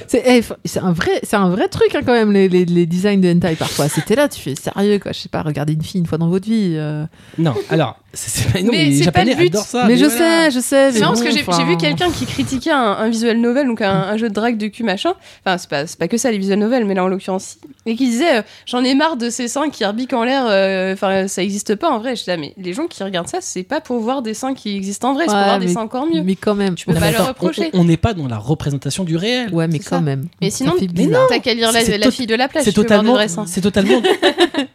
C'est eh, faut- c'est un, vrai- c'est un vrai truc, hein, quand même, les, les- les designs de hentai parfois. C'était là, tu fais sérieux, quoi. Je sais pas, regarder une fille une fois dans votre vie. euh.
Non, alors, c'est- c'est pas. Non,
Mais
mais les
c'est pas le
Japonais
but.
adorent ça.
mais je
Ah, voilà.
sais, je sais.
C'est
mais
marrant parce
bon,
que j'ai
enfin,
j'ai vu quelqu'un qui critiquait un, un visual novel, donc un, un jeu de drague de cul machin. Enfin, c'est pas, c'est pas que ça les visual novels, mais là en l'occurrence, si. Et qui disait euh, J'en ai marre de ces seins qui arbiquent en l'air, euh, enfin ça existe pas en vrai. Je dis ah, mais les gens qui regardent ça, c'est pas pour voir des seins qui existent en vrai, c'est
Ouais,
pour voir des
mais-
seins encore mieux.
Mais quand même.
Tu peux
Non,
pas
mais
leur
attends,
reprocher.
On on n'est pas dans la représentation du réel.
Ouais, mais
C'est
quand
ça.
même.
Mais
Ça
sinon-
fait
Mais
bizarre.
T'as qu'à lire la,
C'est
la
tot-
fille de la plage,
c'est
tu peux voir des
totalement,
vrais seins.
c'est totalement,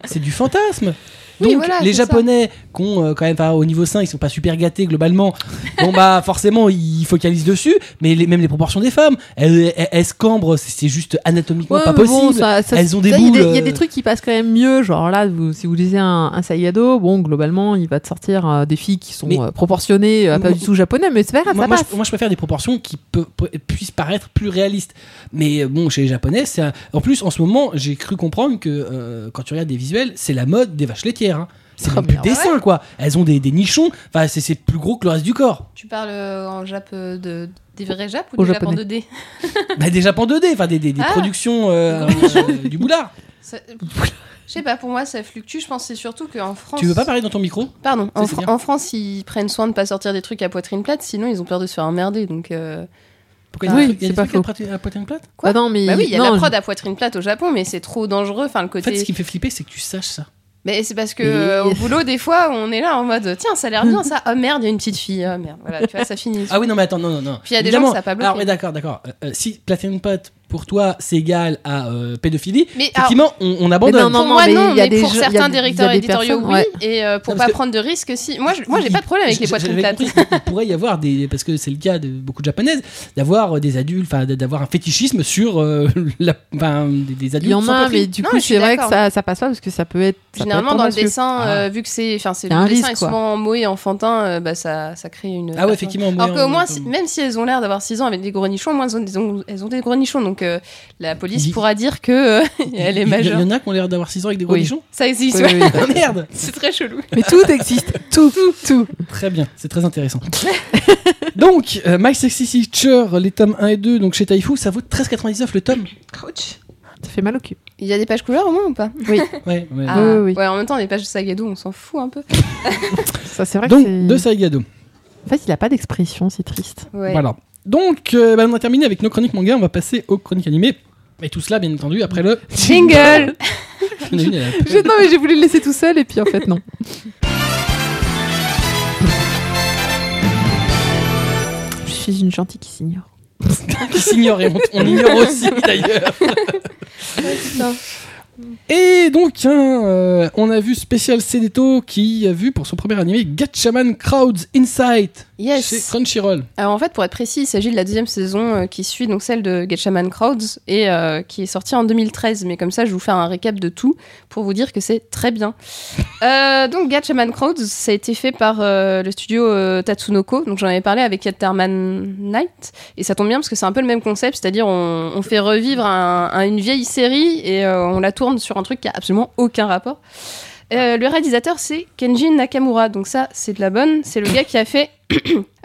c'est du fantasme.
Oui,
Donc
voilà,
les
c'est ça.
Japonais, qui ont euh, quand même enfin, au niveau 5, ils sont pas super gâtés globalement. Bon bah forcément ils focalisent dessus, mais les, même les proportions des femmes, elles, elles, elles se cambrent, c'est c'est juste anatomiquement
Ouais,
pas
mais bon,
possible.
ça- ça-
Elles ont des
ça, il y a
boules,
Il y
euh.
a des trucs qui passent quand même mieux. Genre là, vous- si vous lisez un, un Saigado, bon, globalement, il va te sortir euh, des filles qui sont
Mais-
euh, proportionnées, euh, pas
Moi-
du tout japonais, mais
Ah,
c'est pas grave,
moi,
ça
moi,
passe.
je, moi, je préfère des proportions qui peu- pu- puissent paraître plus réalistes. Mais euh, bon, chez les Japonais, c'est un- en plus en ce moment, j'ai cru comprendre que euh, quand tu regardes des visuels, c'est la mode des vaches laitières. hein. C'est
Ah,
Oh,
même plus
merde.
dessin quoi. Elles ont des, des nichons. Enfin, c'est- c'est plus gros que le reste du corps.
Tu parles euh, en Jap euh, de, des vrais Jap ou
Au
des Jap en
japonais.
2D
Bah, des Japon 2D, enfin des, des, des
Ah.
productions euh, euh, du boulard.
Ça- Je sais pas, pour moi ça fluctue. Je pense que c'est surtout qu'en France.
Tu veux pas parler dans ton micro
Pardon,
Ça,
en,
c'est
Fran-
bien.
en France, ils prennent soin de pas sortir des trucs à poitrine plate, sinon ils ont peur de se faire emmerder. Donc, euh,
Pourquoi il y a
Oui,
des trucs- il y a
c'est
des
pas
trucs à poitrine- à poitrine plate
quoi
Ah non, mais
bah oui, il y a
non,
de la
je-
prod à poitrine plate au Japon, mais c'est trop dangereux. Enfin, le
En
côté.
fait, ce qui me fait flipper, c'est que tu saches ça.
Mais c'est parce que
Et-
euh, au boulot, des fois, on est là en mode tiens, ça a l'air bien ça. Oh merde, il y a une petite fille. Oh merde, voilà, tu vois, ça finit.
Ah oui, non, mais attends, non, non, non.
Puis il y a des
Évidemment.
gens que ça a pas bloqué.
Alors, mais d'accord, d'accord. Euh, euh, si Platinum Pot, pour toi, c'est égal à euh, pédophilie,
Mais alors,
effectivement, on, on
Mais
abandonne.
non, non,
pour moi,
mais
non,
il y a
Ah. mais
des
pour
gens- il y a- il y a
certains
des
directeurs éditoriaux,
personnes,
oui.
ouais.
Et euh, pour
Non,
pas
parce que-
prendre de risques, si. Moi, je- moi j'ai pas de problème avec
J-
les
j-
poitrines
j'avais
plates.
compris qu'il pourrait y avoir des. Parce que c'est le cas de beaucoup de japonaises, d'avoir euh, des adultes, enfin, d- d'avoir un fétichisme sur euh, la- enfin, des, des
Il
adultes.
y en
sans
a,
poitrine.
mais du
Non,
coup,
je suis
c'est vrai que
d'accord.
ça, ça passe pas parce que ça peut être. ça peut
Généralement,
être
dans le
tendancieux.
dessin,
Ah.
euh, vu que c'est, enfin, c'est
Il y a un
le dessin
risque,
est
quoi.
souvent moé enfantin, euh, bah ça, ça crée une. hein.
Ah ouais,
personne.
effectivement.
Alors
mais-
qu'au moins, si- même si elles ont l'air d'avoir 6 ans avec des gros nichons, au moins elles ont, elles ont- elles ont des gros nichons. Donc euh, la police
Il-
pourra dire que euh, elle
Il y-
est
Il y
majeure.
en a qui ont l'air d'avoir 6 ans avec des gros
Oui.
nichons
Ça existe,
Oui,
ouais.
oui, oui.
Ah, Merde
C'est très chelou.
Mais tout existe, tout, tout.
Très bien, c'est très intéressant. donc, euh, My Sexy Teacher, les tomes 1 et 2, donc chez Taifu, ça vaut 13,99 le tome.
Ça fait mal au cul.
Il y a des pages couleurs au moins ou pas
Ouais, ouais.
Ah, oui, oui.
Ouais, en même temps, les pages de Sagado, on s'en fout un peu.
Ça, c'est vrai
donc,
que c'est-
de Saigado.
En fait, il a pas d'expression, c'est triste.
Ouais.
Voilà. Donc, euh, bah, on a terminé avec nos chroniques manga, on va passer aux chroniques animées. Et tout cela, bien entendu, après le. euh,
Jingle
Il y en a une, elle a-
Je- non, mais j'ai voulu le laisser tout seul et puis en fait, non. Je suis une gentille qui s'ignore.
qui s'ignore et on, on ignore aussi d'ailleurs. Et donc, hein, euh, on a vu Spécial Sedeto qui a vu pour son premier animé Gatchaman Crowds Insight chez
Yes
Crunchyroll.
Alors Euh, en fait, pour être précis, il s'agit de la deuxième saison euh, qui suit donc celle de Gatchaman Crowds et euh, qui est sortie en 2013. Mais comme ça, je vais vous faire un récap de tout pour vous dire que c'est très bien. Euh, donc Gatchaman Crowds, ça a été fait par euh, le studio euh, Tatsunoko. Donc j'en avais parlé avec Yatterman Knight et ça tombe bien parce que c'est un peu le même concept, c'est-à-dire on, on fait revivre un- un- une vieille série et euh, on la tourne sur un truc qui a absolument aucun rapport. Euh, le réalisateur c'est Kenji Nakamura, donc ça c'est de la bonne, c'est le gars qui a fait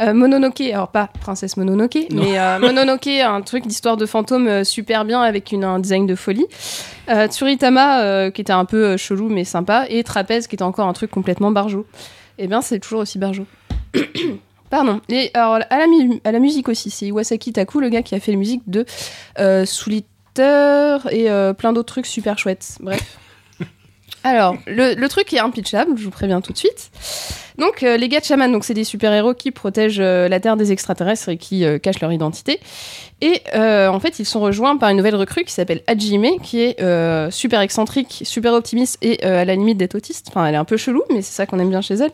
euh, Mononoke, alors pas Princesse Mononoke,
Non.
mais euh, Mononoke, un truc d'histoire de fantôme euh, super bien avec une, un design de folie. Euh, Tsuritama, euh, qui était un peu euh, chelou mais sympa, et Trapèze, qui était encore un truc complètement barjo. Eh bien, c'est toujours aussi barjo. Pardon. Et alors, à la, mu- à la musique aussi, c'est Iwasaki Taku, le gars qui a fait la musique de euh, Soul Eater et euh, plein d'autres trucs super chouettes. Bref. Alors, le, le truc est impitchable, je vous préviens tout de suite. Donc, euh, les gars de Shaman, donc c'est des super-héros qui protègent euh, la Terre des extraterrestres et qui euh, cachent leur identité. Et euh, en fait, ils sont rejoints par une nouvelle recrue qui s'appelle Hajime, qui est euh, super excentrique, super optimiste et euh, à la limite d'être autiste. Enfin, elle est un peu chelou, mais c'est ça qu'on aime bien chez elle.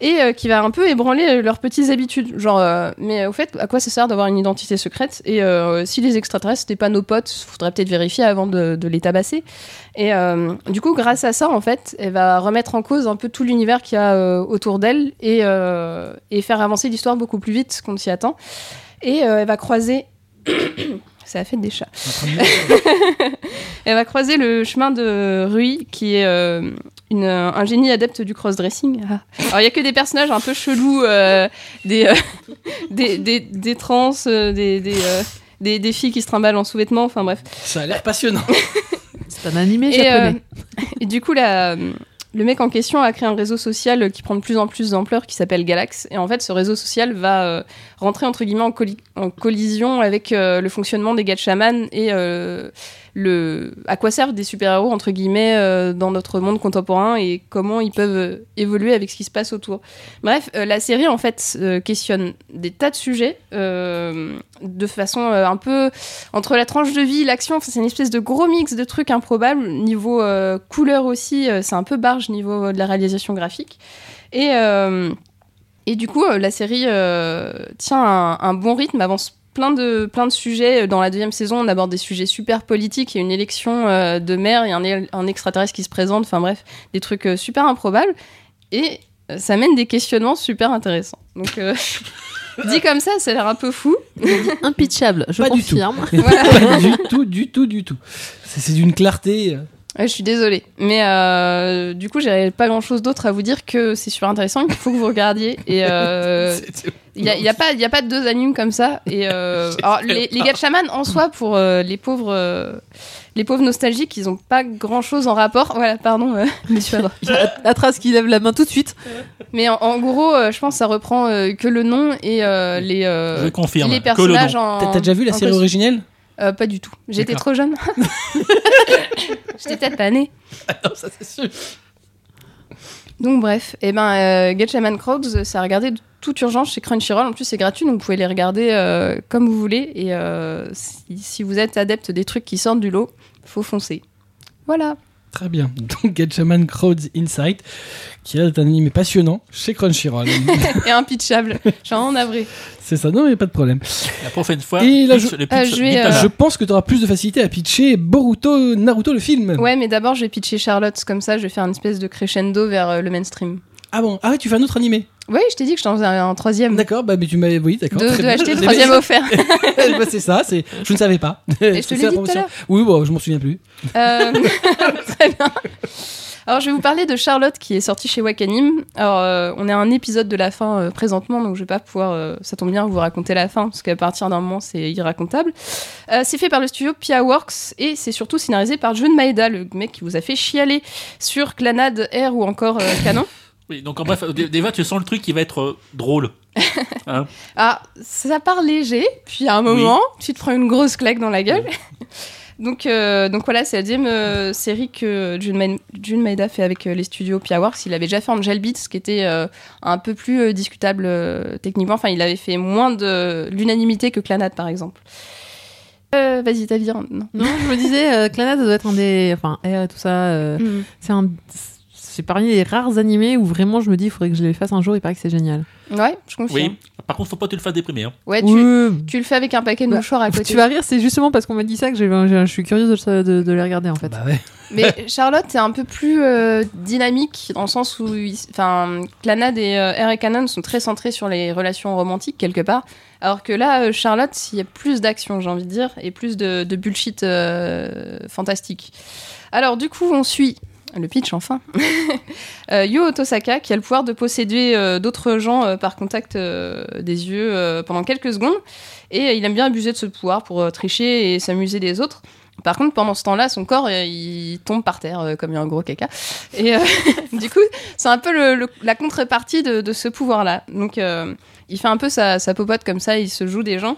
Et euh, qui va un peu ébranler euh, leurs petites habitudes. Genre, euh, mais euh, au fait, à quoi ça sert d'avoir une identité secrète Et euh, si les extraterrestres n'étaient pas nos potes, faudrait peut-être vérifier avant de, de les tabasser. Et euh, du coup, grâce à ça, en fait, elle va remettre en cause un peu tout l'univers qu'il y a euh, autour d'elle et, euh, et faire avancer l'histoire beaucoup plus vite qu'on ne s'y attend. Et euh, elle va croiser. Ça a fait des chats. elle va croiser le chemin de Rui, qui est euh, une, euh, un génie adepte du cross-dressing. Ah. Alors, il n'y a que des personnages un peu chelous, euh, des, euh, des, des, des trans, euh, des, des, euh, des, des filles qui se trimballent en sous-vêtements, enfin bref.
Ça a l'air passionnant.
C'est un animé
Et,
japonais.
euh, et du coup, la- euh, le mec en question a créé un réseau social qui prend de plus en plus d'ampleur qui s'appelle Galax. Et en fait, ce réseau social va euh, rentrer entre guillemets en, colli- en collision avec euh, le fonctionnement des Gatchaman et euh, le à quoi servent des super-héros entre guillemets euh, dans notre monde contemporain et comment ils peuvent euh, évoluer avec ce qui se passe autour. Bref, euh, la série en fait euh, questionne des tas de sujets euh, de façon euh, un peu entre la tranche de vie, l'action, enfin, c'est une espèce de gros mix de trucs improbables. Niveau euh, couleur aussi, euh, c'est un peu barge niveau euh, de la réalisation graphique. Et, euh, et du coup, euh, la série euh, tient un, un bon rythme, avance plein de, plein de sujets. Euh, Dans la deuxième saison, on aborde des sujets super politiques. Il y a une élection euh, de maire, il y a un, é- un extraterrestre qui se présente, enfin bref, des trucs euh, super improbables. Et euh, ça mène des questionnements super intéressants. Donc, euh, dit comme ça, ça a l'air un peu fou.
Impitchable, euh, je
Pas du tout.
confirme.
Pas du tout, du tout, du tout. C'est c'est d'une clarté. euh.
Ouais, je suis désolée. Mais euh, du coup, j'avais pas grand chose d'autre à vous dire que c'est super intéressant, qu'il faut que vous regardiez. Et euh,
C'est-
il n'y a, il y a, pas- il y a pas de deux animes comme ça. Et euh,
J'espère
alors, les, les gars de Shaman, en soi, pour euh, les pauvres. euh, les pauvres nostalgiques, ils ont pas grand chose en rapport. Voilà, pardon, euh, monsieur Adra.
Il y a Atras qui lève la main tout de suite.
Mais en, en gros, euh, je pense que ça reprend euh, que le nom et euh, les, euh,
Je confirme.
les
que le nom.
personnages en.
T'as t'as déjà vu la
en
série
costume.
originelle
Euh, Pas du tout. J'étais trop
D'accord.
jeune. J'étais peut-être pas née.
Non, ça c'est sûr.
Donc bref, et ben euh, Gatchaman Crowds, c'est à regarder de toute urgence chez Crunchyroll. En plus, c'est gratuit, donc vous pouvez les regarder euh, comme vous voulez. Et euh, si, si vous êtes adepte des trucs qui sortent du lot, faut foncer. Voilà.
Très bien. Donc Gatchaman Crowds Insight, qui est un anime passionnant chez Crunchyroll.
Et impitchable. J'en en avril.
c'est ça, non mais pas de problème.
La prochaine fois,
Et là,
pitch-
je-
le
Ah,
pitch
je vais,
dit à
euh,
Je pense que tu auras plus de facilité à pitcher Boruto Naruto le film.
Ouais, mais d'abord, je vais pitcher Charlotte. Comme ça, je vais faire une espèce de crescendo vers euh, le mainstream.
Ah bon Ah ouais, tu fais un autre animé.
Ouais, je t'ai dit que je t'en faisais un, un troisième. De,
D'accord, bah mais tu m'avais oui, d'accord. très
de
bien.
acheter le
Mais-
troisième offert.
Bah, c'est ça, c'est je ne savais pas.
Et je te
C'est
l'ai
la
dit tout à
promotion.
l'heure.
Oui, bon, je m'en souviens plus.
Euh, Très bien. Alors, je vais vous parler de Charlotte qui est sortie chez Wakanim. Alors, euh, on est à un épisode de la fin euh, présentement, donc je vais pas pouvoir. euh, ça tombe bien, vous raconter la fin, parce qu'à partir d'un moment, c'est irracontable. Euh, c'est fait par le studio Pia Works et c'est surtout scénarisé par Jun Maeda, le mec qui vous a fait chialer sur Clanade, Air ou encore euh, Canon.
Oui, donc en bref, des des fois, tu sens le truc qui va être euh, drôle.
Ah, ça part léger, puis à un moment, tu te prends une grosse claque dans la gueule. donc, euh, donc voilà, c'est la deuxième euh, série que Jun, Ma- Jun Maeda fait avec euh, les studios Piaworks. Il avait déjà fait Angel Beats, qui était euh, un peu plus euh, discutable euh, techniquement. Enfin, il avait fait moins de l'unanimité que Clanat, par exemple. Euh, Vas-y, t'as dit un- non.
Non, je me disais, euh, Clannad, ça doit être un des. Enfin, eh, tout ça. euh, C'est un. C'est parmi les rares animés où vraiment je me dis, il faudrait que je les fasse un jour, il paraît que c'est génial.
Ouais, je confirme.
Oui. Par contre, faut pas que tu le fasses déprimer. hein.
Ouais, tu,
Ouais,
tu le fais avec un paquet de
Bah,
mouchoirs à côté.
Tu vas rire, c'est justement parce qu'on m'a dit ça que j'ai- j'ai- je suis curieuse de, ça- de- de les regarder en fait.
Bah ouais.
Mais Charlotte est un peu plus euh, dynamique dans le sens où, il- enfin, Clanad et euh, Eric Cannon sont très centrés sur les relations romantiques quelque part, alors que là, euh, Charlotte, il y a plus d'action, j'ai envie de dire, et plus de, de bullshit euh, fantastique. Alors du coup, on suit. Le pitch, enfin. Euh, Yo Otosaka, qui a le pouvoir de posséder euh, d'autres gens euh, par contact euh, des yeux euh, pendant quelques secondes. Et euh, il aime bien abuser de ce pouvoir pour euh, tricher et s'amuser des autres. Par contre, pendant ce temps-là, son corps, euh, il tombe par terre euh, comme un gros caca. Et euh, du coup, c'est un peu le- le- la contrepartie de, de ce pouvoir-là. Donc, euh, il fait un peu sa, sa popote comme ça, il se joue des gens,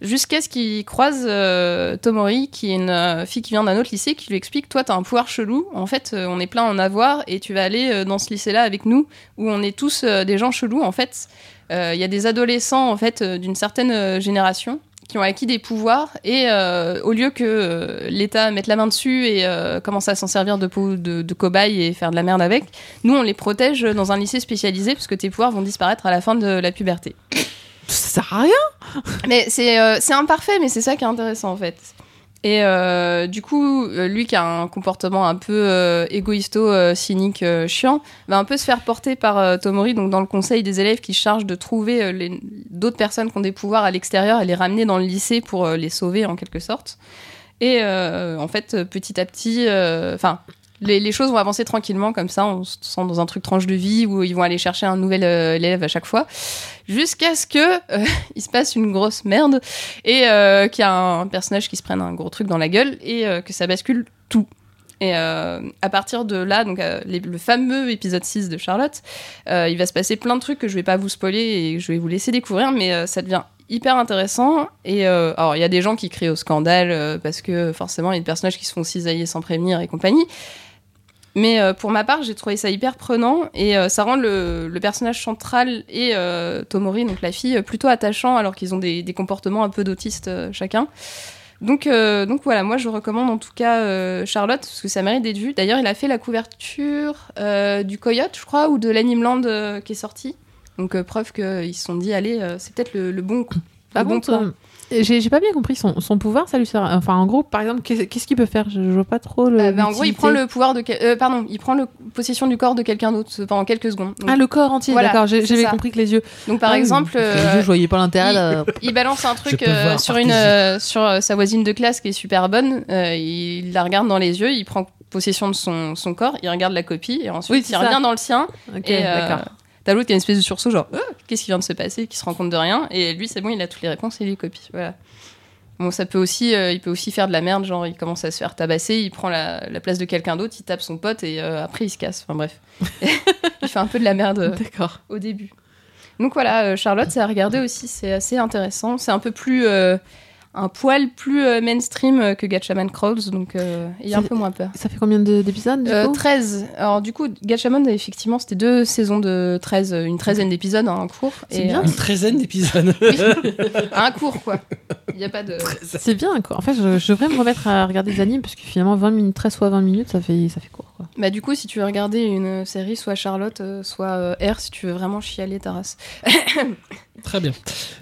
jusqu'à ce qu'il croise euh, Tomori, qui est une euh, fille qui vient d'un autre lycée, qui lui explique, toi, t'as un pouvoir chelou. En fait, euh, on est plein en avoir, et tu vas aller euh, dans ce lycée-là avec nous, où on est tous euh, des gens chelous. En fait, euh, il y a des adolescents, en fait, euh, d'une certaine euh, génération qui ont acquis des pouvoirs et euh, au lieu que euh, l'État mette la main dessus et euh, commence à s'en servir de, peau- de, de cobaye et faire de la merde avec, nous on les protège dans un lycée spécialisé parce que tes pouvoirs vont disparaître à la fin de la puberté.
Ça sert à rien.
Mais c'est euh, c'est imparfait, mais c'est ça qui est intéressant en fait. Et euh, du coup, euh, lui qui a un comportement un peu euh, égoïsto, euh, cynique, euh, chiant, va un peu se faire porter par euh, Tomori, donc dans le conseil des élèves qui se charge de trouver euh, les- d'autres personnes qui ont des pouvoirs à l'extérieur et les ramener dans le lycée pour euh, les sauver en quelque sorte. Et euh, en fait, euh, petit à petit, euh, enfin, les, les choses vont avancer tranquillement comme ça. On se sent dans un truc tranche de vie où ils vont aller chercher un nouvel euh, élève à chaque fois, jusqu'à ce que euh, il se passe une grosse merde et euh, qu'il y a un personnage qui se prenne un gros truc dans la gueule et euh, que ça bascule tout. Et euh, à partir de là, donc euh, les- le fameux épisode 6 de Charlotte, euh, il va se passer plein de trucs que je vais pas vous spoiler et que je vais vous laisser découvrir, mais euh, ça devient hyper intéressant. Et euh, alors, il y a des gens qui crient au scandale euh, parce que forcément, il y a des personnages qui se font cisailler sans prévenir et compagnie. Mais euh, pour ma part, j'ai trouvé ça hyper prenant et euh, ça rend le, le personnage central et euh, Tomori, donc la fille, euh, plutôt attachant alors qu'ils ont des, des comportements un peu d'autistes euh, chacun. Donc, euh, donc voilà, moi je recommande en tout cas euh, Charlotte parce que ça mérite d'être vu. D'ailleurs, il a fait la couverture euh, du Coyote, je crois, ou de l'Animeland euh, qui est sorti. Donc euh, preuve qu'ils se sont dit, allez, euh, c'est peut-être le, le bon coup.
Par
le bon
contre,
plan.
euh, j'ai j'ai pas bien compris son, son pouvoir. Ça lui sert. à- Enfin, en gros, par exemple, qu'est- qu'est-ce qu'il peut faire je, je vois pas trop le.
Euh, bah, en gros, il
l'utilité.
prend le pouvoir de, quel- euh, pardon, il prend le possession du corps de quelqu'un d'autre pendant quelques secondes. Donc,
Ah, le corps entier.
Voilà,
D'accord. j'ai-
c'est
J'avais
ça.
compris que les yeux.
donc, par
Ah oui,
exemple,
Les yeux,
euh,
je voyais pas l'intérêt. là.
il balance un
Je
truc
peux
euh,
voir
sur
par
une
tes yeux.
euh, sur euh, sa voisine de classe qui est super bonne. euh, il la regarde dans les yeux, il prend possession de son, son corps, il regarde la copie et ensuite
Oui, c'est
il
ça.
revient dans le sien.
Ok.
et euh,
D'accord.
t'as l'autre qui a une espèce de sursaut genre Euh, qu'est-ce qui vient de se passer, qui se rend compte de rien et lui c'est bon, il a toutes les réponses et il les copie. Voilà. Bon, ça peut aussi, euh, il peut aussi faire de la merde, genre il commence à se faire tabasser, il prend la, la place de quelqu'un d'autre, il tape son pote et euh, après il se casse. Enfin bref, il fait un peu de la merde. euh,
D'accord.
au début. Donc voilà, euh, Charlotte, c'est à regarder aussi, c'est assez intéressant. C'est un peu plus. euh, un poil plus euh, mainstream euh, que Gatchaman Crowds, donc euh, il y a un
C'est-
peu moins peur.
Ça fait combien de- d'épisodes du
Euh,
coup
13. Alors du coup, Gatchaman, effectivement, c'était deux saisons de 13, euh, une treizaine d'épisodes hein, en cours.
C'est
Et,
bien.
euh,
Une treizaine d'épisodes.
un cours, quoi. Il n'y a pas de...
C'est bien. Quoi. En fait, je, je devrais me remettre à regarder des animes parce que finalement, 20 minutes, 13 fois 20 minutes, ça fait, ça fait court. Quoi.
Bah du coup, si tu veux regarder une euh, série, soit Charlotte, euh, soit euh, R, si tu veux vraiment chialer ta race.
Très bien.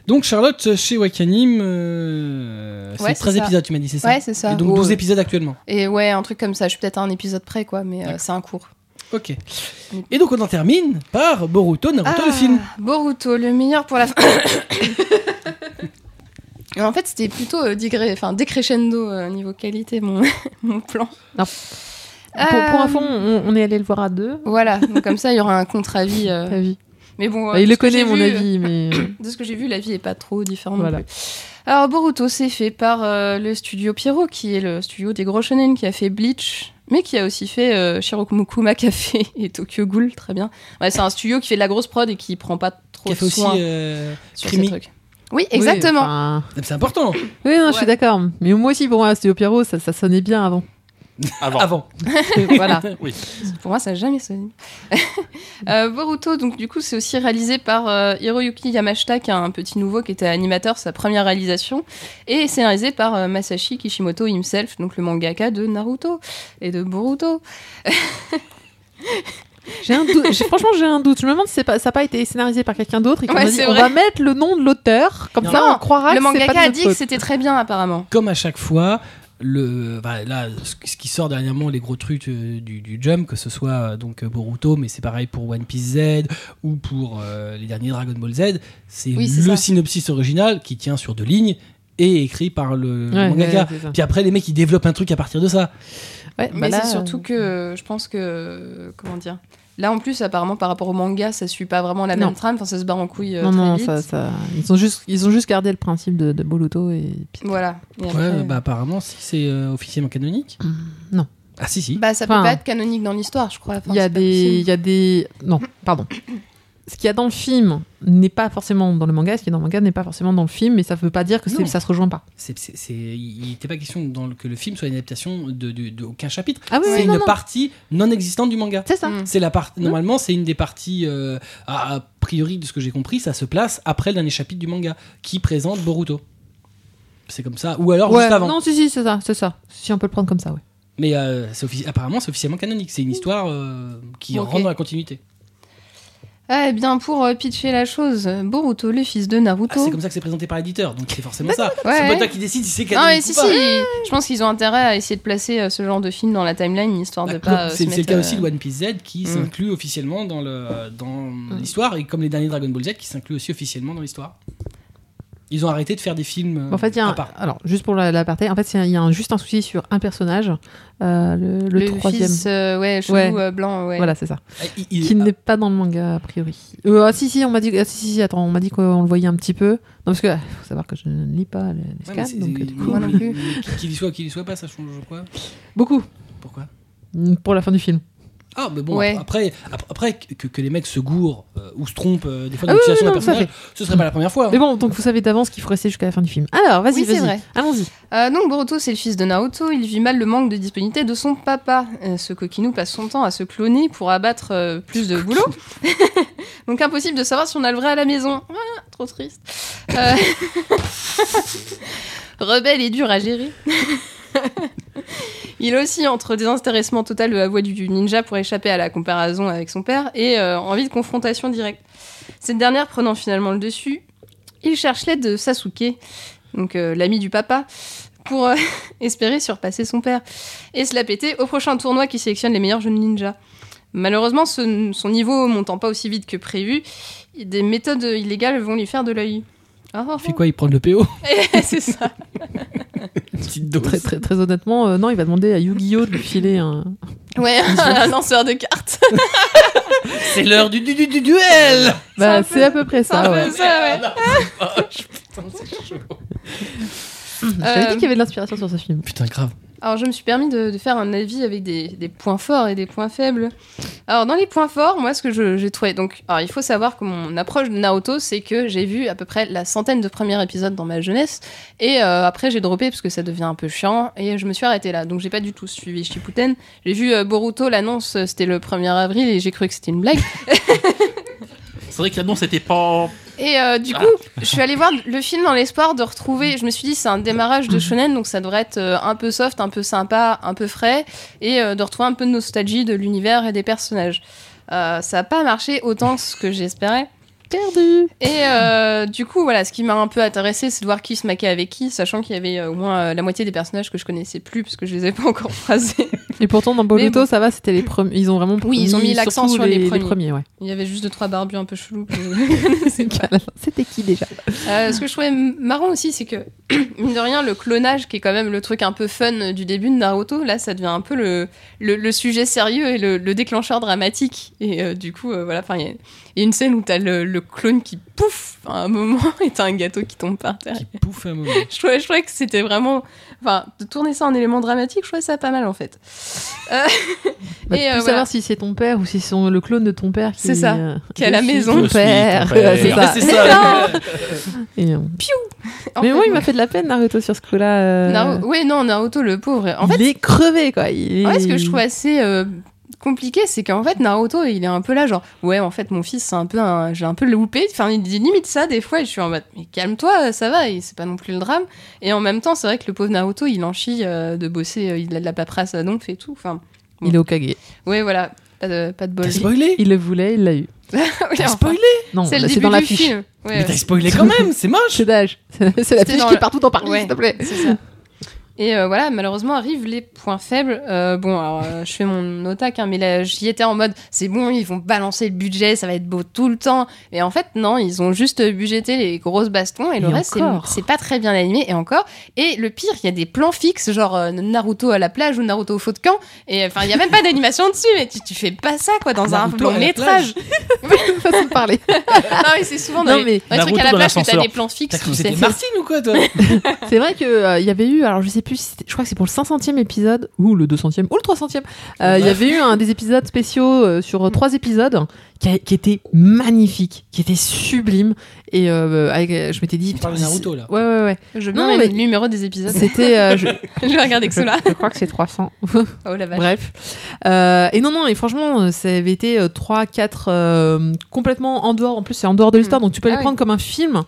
Donc Charlotte, chez Wakanim, euh, c'est
Ouais, c'est
13
ça.
épisodes, tu m'as dit, c'est ça
Ouais, c'est ça.
Et donc
Oh,
12 épisodes actuellement.
et ouais, un truc comme ça. Je suis peut-être à un épisode près, quoi, mais euh, c'est un cours.
Ok.
Mm.
Et donc on en termine par Boruto Naruto le film.
Ah, Boruto, le meilleur pour la fin. Et en fait, c'était plutôt euh, digré- enfin, décrescendo euh, niveau qualité, mon, mon plan.
Non. Pour,
Euh,
pour info, on, on est allé le voir à deux.
Voilà, donc comme ça, il y aura un contre-avis. euh.
Ta vie.
Mais bon, euh,
Bah, il
de
le
ce que
connaît,
j'ai
mon
vu, euh,
avis, mais.
De ce que j'ai vu, la vie est pas trop différente.
Voilà.
non plus. Alors, Boruto, c'est fait par euh, le studio Pierrot, qui est le studio des gros shonen qui a fait Bleach, mais qui a aussi fait euh, Shirokumukuma Café et Tokyo Ghoul, très bien. Ouais, c'est un studio qui fait de la grosse prod et qui prend pas trop
Qui a fait aussi.
soin
euh,
sur
Krimi.
ces trucs. Oui, exactement.
Oui, enfin,
C'est important.
oui, non, je
Ouais.
suis d'accord. Mais moi aussi, pour moi, Studio Pierrot, ça, ça sonnait bien avant.
Avant.
Avant.
voilà.
Oui.
Pour moi, ça n'a jamais sonné. Euh, Boruto, donc du coup, c'est aussi réalisé par euh, Hiroyuki Yamashita, qui est un petit nouveau qui était animateur, sa première réalisation, et c'est réalisé par euh, Masashi Kishimoto himself, donc le mangaka de Naruto et de Boruto.
J'ai un doute. j'ai- Franchement, j'ai un doute. Je me demande si c'est pas, ça n'a pas été scénarisé par quelqu'un d'autre et qu'on
Ouais,
a dit
c'est
on
vrai.
va mettre le nom de l'auteur. Comme
Non.
ça, on croira
le
que c'est pas de
mangaka a
notre
dit que
faute.
c'était très bien, apparemment.
Comme à chaque fois, le, bah, là, ce ce qui sort dernièrement, les gros trucs euh, du, du Jump, que ce soit euh, donc euh, Boruto, mais c'est pareil pour One Piece Z ou pour euh, les derniers Dragon Ball Z, c'est
Oui, c'est
le
ça.
synopsis original qui tient sur deux lignes et écrit par le, le
Ouais,
mangaka.
ouais, c'est ça.
Puis après, les mecs, ils développent un truc à partir de ça.
Ouais, bah
Mais
là,
c'est surtout
euh,
que euh, je pense que. euh, Comment dire Là, en plus, apparemment, par rapport au manga, ça suit pas vraiment la
Non.
même trame. Enfin, ça se barre en couille euh,
non,
très
non,
vite.
ça, ça- Ils, ont juste, ils ont juste gardé le principe de, de Boluto et. puis-
Voilà. Et
Ouais,
après-
bah apparemment, si c'est euh, officiellement canonique.
non.
Ah si, si.
Bah, ça peut
Enfin,
pas être canonique dans l'histoire, je crois. Enfin,
Il y a
c'est pas
des.
possible.
Il y a des. Non, pardon. Ce qu'il y a dans le film n'est pas forcément dans le manga, ce qui est dans le manga n'est pas forcément dans le film, mais ça ne veut pas dire que c'est-
Non.
ça se rejoint pas.
C'est- c'est- c'est- il n'était pas question dans le- que le film soit une adaptation de, de- de aucun chapitre.
Ah oui,
c'est
oui,
une
non, non.
partie non existante du manga.
C'est ça.
Mm.
C'est la part. Normalement, c'est une des parties. euh, a a priori, de ce que j'ai compris, ça se place après le dernier chapitre du manga qui présente Boruto. C'est comme ça. Ou alors
Ouais,
juste avant.
Non, si, si, c'est ça, c'est ça. Si on peut le prendre comme ça, ouais.
Mais euh, c'est offici- apparemment, c'est officiellement canonique. C'est une histoire euh, qui
Mm. Ok.
rentre dans la continuité.
Ah, eh bien, pour euh, pitcher la chose, Boruto, le fils de
Ah, c'est
Naruto.
comme ça que c'est présenté par l'éditeur, donc c'est forcément ça.
ouais,
c'est pas
ouais.
toi qui décide si c'est
non,
canonique
mais si,
ou
si,
pas.
je pense qu'ils ont intérêt à essayer de placer euh, ce genre de film dans la timeline, histoire de
D'accord.
pas.
Bah,
euh,
C'est
se
c'est le
mettre,
cas
euh,
aussi de One Piece Z qui
Mm.
s'inclut officiellement dans le- dans l'histoire, et comme les derniers Dragon Ball Z qui s'inclut aussi officiellement dans l'histoire. Ils ont arrêté de faire des films. euh,
En fait, il y a un-
à part.
alors juste pour la, la aparté, en fait, c'est un- il y a un- juste un souci sur un personnage, euh, le,
Le
le troisième.
fils, euh, ouais, chelou,
Ouais.
euh, blanc, ouais.
Voilà, c'est ça.
Ah, il- il-
Qui n'est pas dans le manga a priori. Euh, ah si si, on m'a dit, ah, si si, attends, on m'a dit qu'on le voyait un petit peu. Non parce que ah, faut savoir que je ne lis pas les, les
Ouais, mais
scans,
c'est-
donc
c'est-
euh, du coup,
Moi non plus.
mais qui- Qu'il y soit, qu'il y soit pas, ça change quoi
beaucoup
Pourquoi
Mm, pour la fin du film.
Ah, mais bon,
Ouais.
après, après, après que, que les mecs se gourent euh, ou se trompent euh, des fois dans
Ah oui,
l'utilisation
oui,
d'un
non, ça
personnage, ce serait pas la première fois. hein.
Mais bon, donc vous savez d'avance qu'il faut rester jusqu'à la fin du film. Alors vas-y
Oui, c'est
vas-y,
vrai.
allons-y.
Euh, donc Boruto, c'est le fils de Naoto. Il vit mal le manque de disponibilité de son papa. Euh, ce coquinou passe son temps à se cloner pour abattre euh, plus de boulot. donc impossible de savoir si on a le vrai à la maison. Ah, trop triste. Euh, Rebelle et dur à gérer. Il oscille entre désintéressement total de la voix du ninja pour échapper à la comparaison avec son père et euh, envie de confrontation directe. Cette dernière prenant finalement le dessus, il cherche l'aide de Sasuke, donc euh, l'ami du papa, pour euh, espérer surpasser son père et se la péter au prochain tournoi qui sélectionne les meilleurs jeunes ninjas. Malheureusement, ce- son niveau montant pas aussi vite que prévu, des méthodes illégales vont lui faire de l'œil. Ah, ah, ah.
Fait quoi Il prend le PO
C'est ça.
Petite dose.
Très très très honnêtement, euh, non, il va demander à Yu-Gi-Oh de lui filer un.
Ouais, un lanceur de cartes.
C'est l'heure du, du, du- du duel
Bah
un peu-
c'est à peu près
C'est un
ça.
peu
Ouais.
ça, ouais.
Je t'avais
Euh,
dit qu'il y avait de l'inspiration sur ce film.
Putain, grave.
Alors, je me suis permis de, de faire un avis avec des, des points forts et des points faibles. Alors, dans les points forts, moi, ce que je- j'ai trouvé. Donc, alors, il faut savoir que mon approche de Naoto, c'est que j'ai vu à peu près la centaine de premiers épisodes dans ma jeunesse. Et euh, après, j'ai droppé parce que ça devient un peu chiant. Et je me suis arrêtée là. Donc, j'ai pas du tout suivi Shippuden. J'ai vu euh, Boruto, l'annonce, euh, c'était le 1er avril et j'ai cru que c'était une blague.
C'est vrai que l'annonce n'était pas.
Et euh, du coup, je suis allée voir le film dans l'espoir de retrouver. Je me suis dit, c'est un démarrage de shonen, donc ça devrait être euh, un peu soft, un peu sympa, un peu frais, et euh, de retrouver un peu de nostalgie de l'univers et des personnages. Euh, ça n'a pas marché autant ce que j'espérais.
Perdu.
Et euh, du coup, voilà, ce qui m'a un peu intéressé, c'est de voir qui se maquait avec qui, sachant qu'il y avait euh, au moins euh, la moitié des personnages que je connaissais plus, parce que je les avais pas encore phrasés.
Et pourtant dans
Mais
Boluto, ça va, c'était les premiers. Ils ont vraiment.
Oui, ils ont mis l'accent
surtout
sur les
les
premiers.
premiers, ouais.
Il y avait juste deux, trois barbus un peu chelous que je connaissais pas.
C'était qui déjà
Euh, ce que je trouvais m- marrant aussi, c'est que, mine de rien, le clonage, qui est quand même le truc un peu fun du début de Naruto, là, ça devient un peu le, le, le sujet sérieux et le, le déclencheur dramatique. Et euh, du coup, euh, voilà, enfin, il y, a- il y a une scène où t'as le, le clone qui pouf à un moment et t'as un gâteau qui tombe par terre.
Qui pouffe un moment.
Je trouvais, je trouvais que c'était vraiment. Enfin, de tourner ça en élément dramatique, je trouvais ça pas mal en fait. Euh,
Bah,
Et,
tu
euh,
peux
voilà.
savoir si c'est ton père ou si c'est son- le clone de ton père qui
C'est ça,
euh,
qui est à la
Je suis
maison.
Ton
Je suis ton
père,
père.
Ouais, c'est ça.
Eh, bah, C'est ça
Et, euh,
en
mais
fait,
moi, il m'a fait de la peine Naruto sur ce coup-là. euh,
Naru- Ouais, non, Naruto le pauvre. En fait,
il est crevé quoi. Il est-
Ouais, ce que je trouve assez euh, compliqué, c'est qu'en fait, Naruto, il est un peu là, genre, ouais, en fait, mon fils, c'est un peu un... j'ai un peu loupé. Enfin, il dit limite ça des fois, et je suis en mode, mais calme-toi, ça va, et c'est pas non plus le drame. Et en même temps, c'est vrai que le pauvre Naruto, il en chie euh, de bosser, euh, il a de la paperasse à donf et tout. Enfin,
il est au Kage.
ouais, voilà, pas de, pas de bol.
T'as spoilé
Il le voulait, il l'a eu.
Oui,
T'as
enfin,
spoilé
Non,
c'est
c'est
le début
dans
du
l'affiche.
film. Ouais,
Mais
ouais.
t'as spoilé quand même, c'est moche
C'est d'âge. C'est la fiche
dans
qui est
le-
partout dans Paris,
Ouais.
s'il te plaît.
C'est ça. Et euh, voilà, malheureusement arrivent les points faibles. Euh, bon, alors euh, je fais mon otac, hein, mais là j'y étais en mode c'est bon, ils vont balancer le budget, ça va être beau tout le temps. Mais en fait, non, ils ont juste budgété les grosses bastons et le
Et
reste, c'est-
encore.
c'est pas très bien animé. Et encore, et le pire, il y a des plans fixes, genre euh, Naruto à la plage ou Naruto au faux de camp. Et enfin, il y a même pas d'animation dessus, mais tu, tu fais pas ça quoi dans
Naruto
un
à
long
la
métrage.
façon de parler.
non, mais c'est souvent dans
Non,
les,
mais-
dans les trucs
Naruto
à la
dans
plage que t'as
l'ascenseur.
des plans
T'as
fixes.
cru que
tu sais.
c'était Martine ou quoi, toi
C'est vrai que euh, il y avait eu, alors je sais plus, si c'était- je crois que c'est pour le 500e épisode, ou le 200e, ou le 300e, euh, il y avait eu un des épisodes spéciaux euh, sur euh, trois épisodes qui, a- qui était magnifique, qui était sublime. Et euh, avec- euh, je m'étais dit.
On parle de
putain,
Naruto, là.
c'est- Ouais, ouais, ouais.
Je veux
Non,
bien les
mais-
numéros des épisodes.
C'était. euh, je,
je vais regarder que
je-
cela.
je crois que c'est 300.
Oh la vache.
Bref. Euh, et non, non, et franchement, euh, ça avait été 3-4 complètement en dehors. En plus, c'est en dehors de l'histoire, donc tu peux
Ah
les
oui.
prendre comme un film.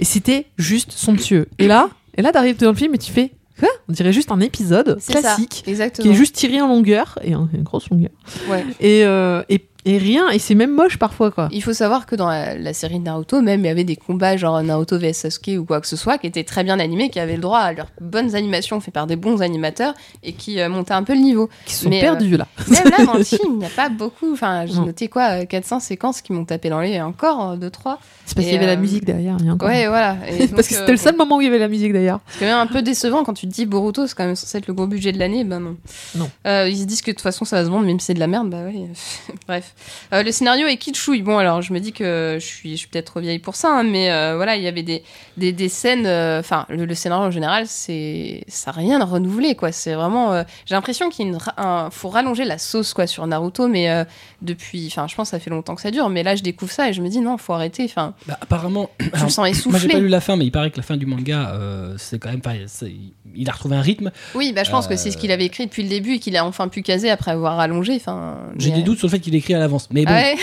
Et c'était juste somptueux. Et là, et là t'arrives dans le film et tu fais quoi On dirait juste un épisode
C'est ça,
classique
Exactement.
qui est juste tiré en longueur, et en, une grosse longueur.
Ouais.
Et, euh, et, et rien, et c'est même moche parfois, quoi.
Il faut savoir que dans la, la série de Naruto, même, il y avait des combats genre Naruto vs Sasuke ou quoi que ce soit, qui étaient très bien animés, qui avaient le droit à leurs bonnes animations faites par des bons animateurs et qui euh, montaient un peu le niveau.
Qui sont
Mais, euh,
perdus, là.
Même là, dans le film, il n'y a pas beaucoup. Enfin, j'ai
Non.
noté quoi, euh, 400 séquenses qui m'ont tapé dans les encore, 2-3.
C'est parce
et,
qu'il y avait la
euh,
musique derrière, il y a encore.
Ouais, voilà. Et donc,
parce que
euh,
c'était le seul moment où il y avait la musique d'ailleurs.
C'est quand même un peu décevant quand tu te dis Boruto, c'est quand même censé être le gros budget de l'année, ben non.
Non.
Euh, ils se disent que de toute façon ça va se vendre, même si c'est de la merde, bah ouais. Bref. Euh, le scénario est kitschouille. Bon, alors je me dis que je suis, je suis peut-être trop vieille pour ça, hein, mais euh, voilà, il y avait des, des, des scènes. euh, Enfin, le, le scénario en général, c'est ça n'a rien de renouvelé, quoi. C'est vraiment. euh, J'ai l'impression qu'il y a une ra- un- faut rallonger la sauce, quoi, sur Naruto, mais euh, depuis. Enfin, je pense que ça fait longtemps que ça dure, mais là je découvre ça et je me dis non, faut arrêter. Enfin,
Bah, apparemment,
je me sens
moi j'ai pas
essoufflée.
lu la fin, mais il paraît que la fin du manga, euh, c'est quand même pas. c'est- Il a retrouvé un rythme.
Oui, bah, je pense que c'est ce
Euh,
qu'il avait écrit depuis le début et qu'il a enfin pu caser après avoir allongé. Enfin,
J'ai
mais-
des doutes sur le fait qu'il écrit à l'avance. Mais bon,
Ah ouais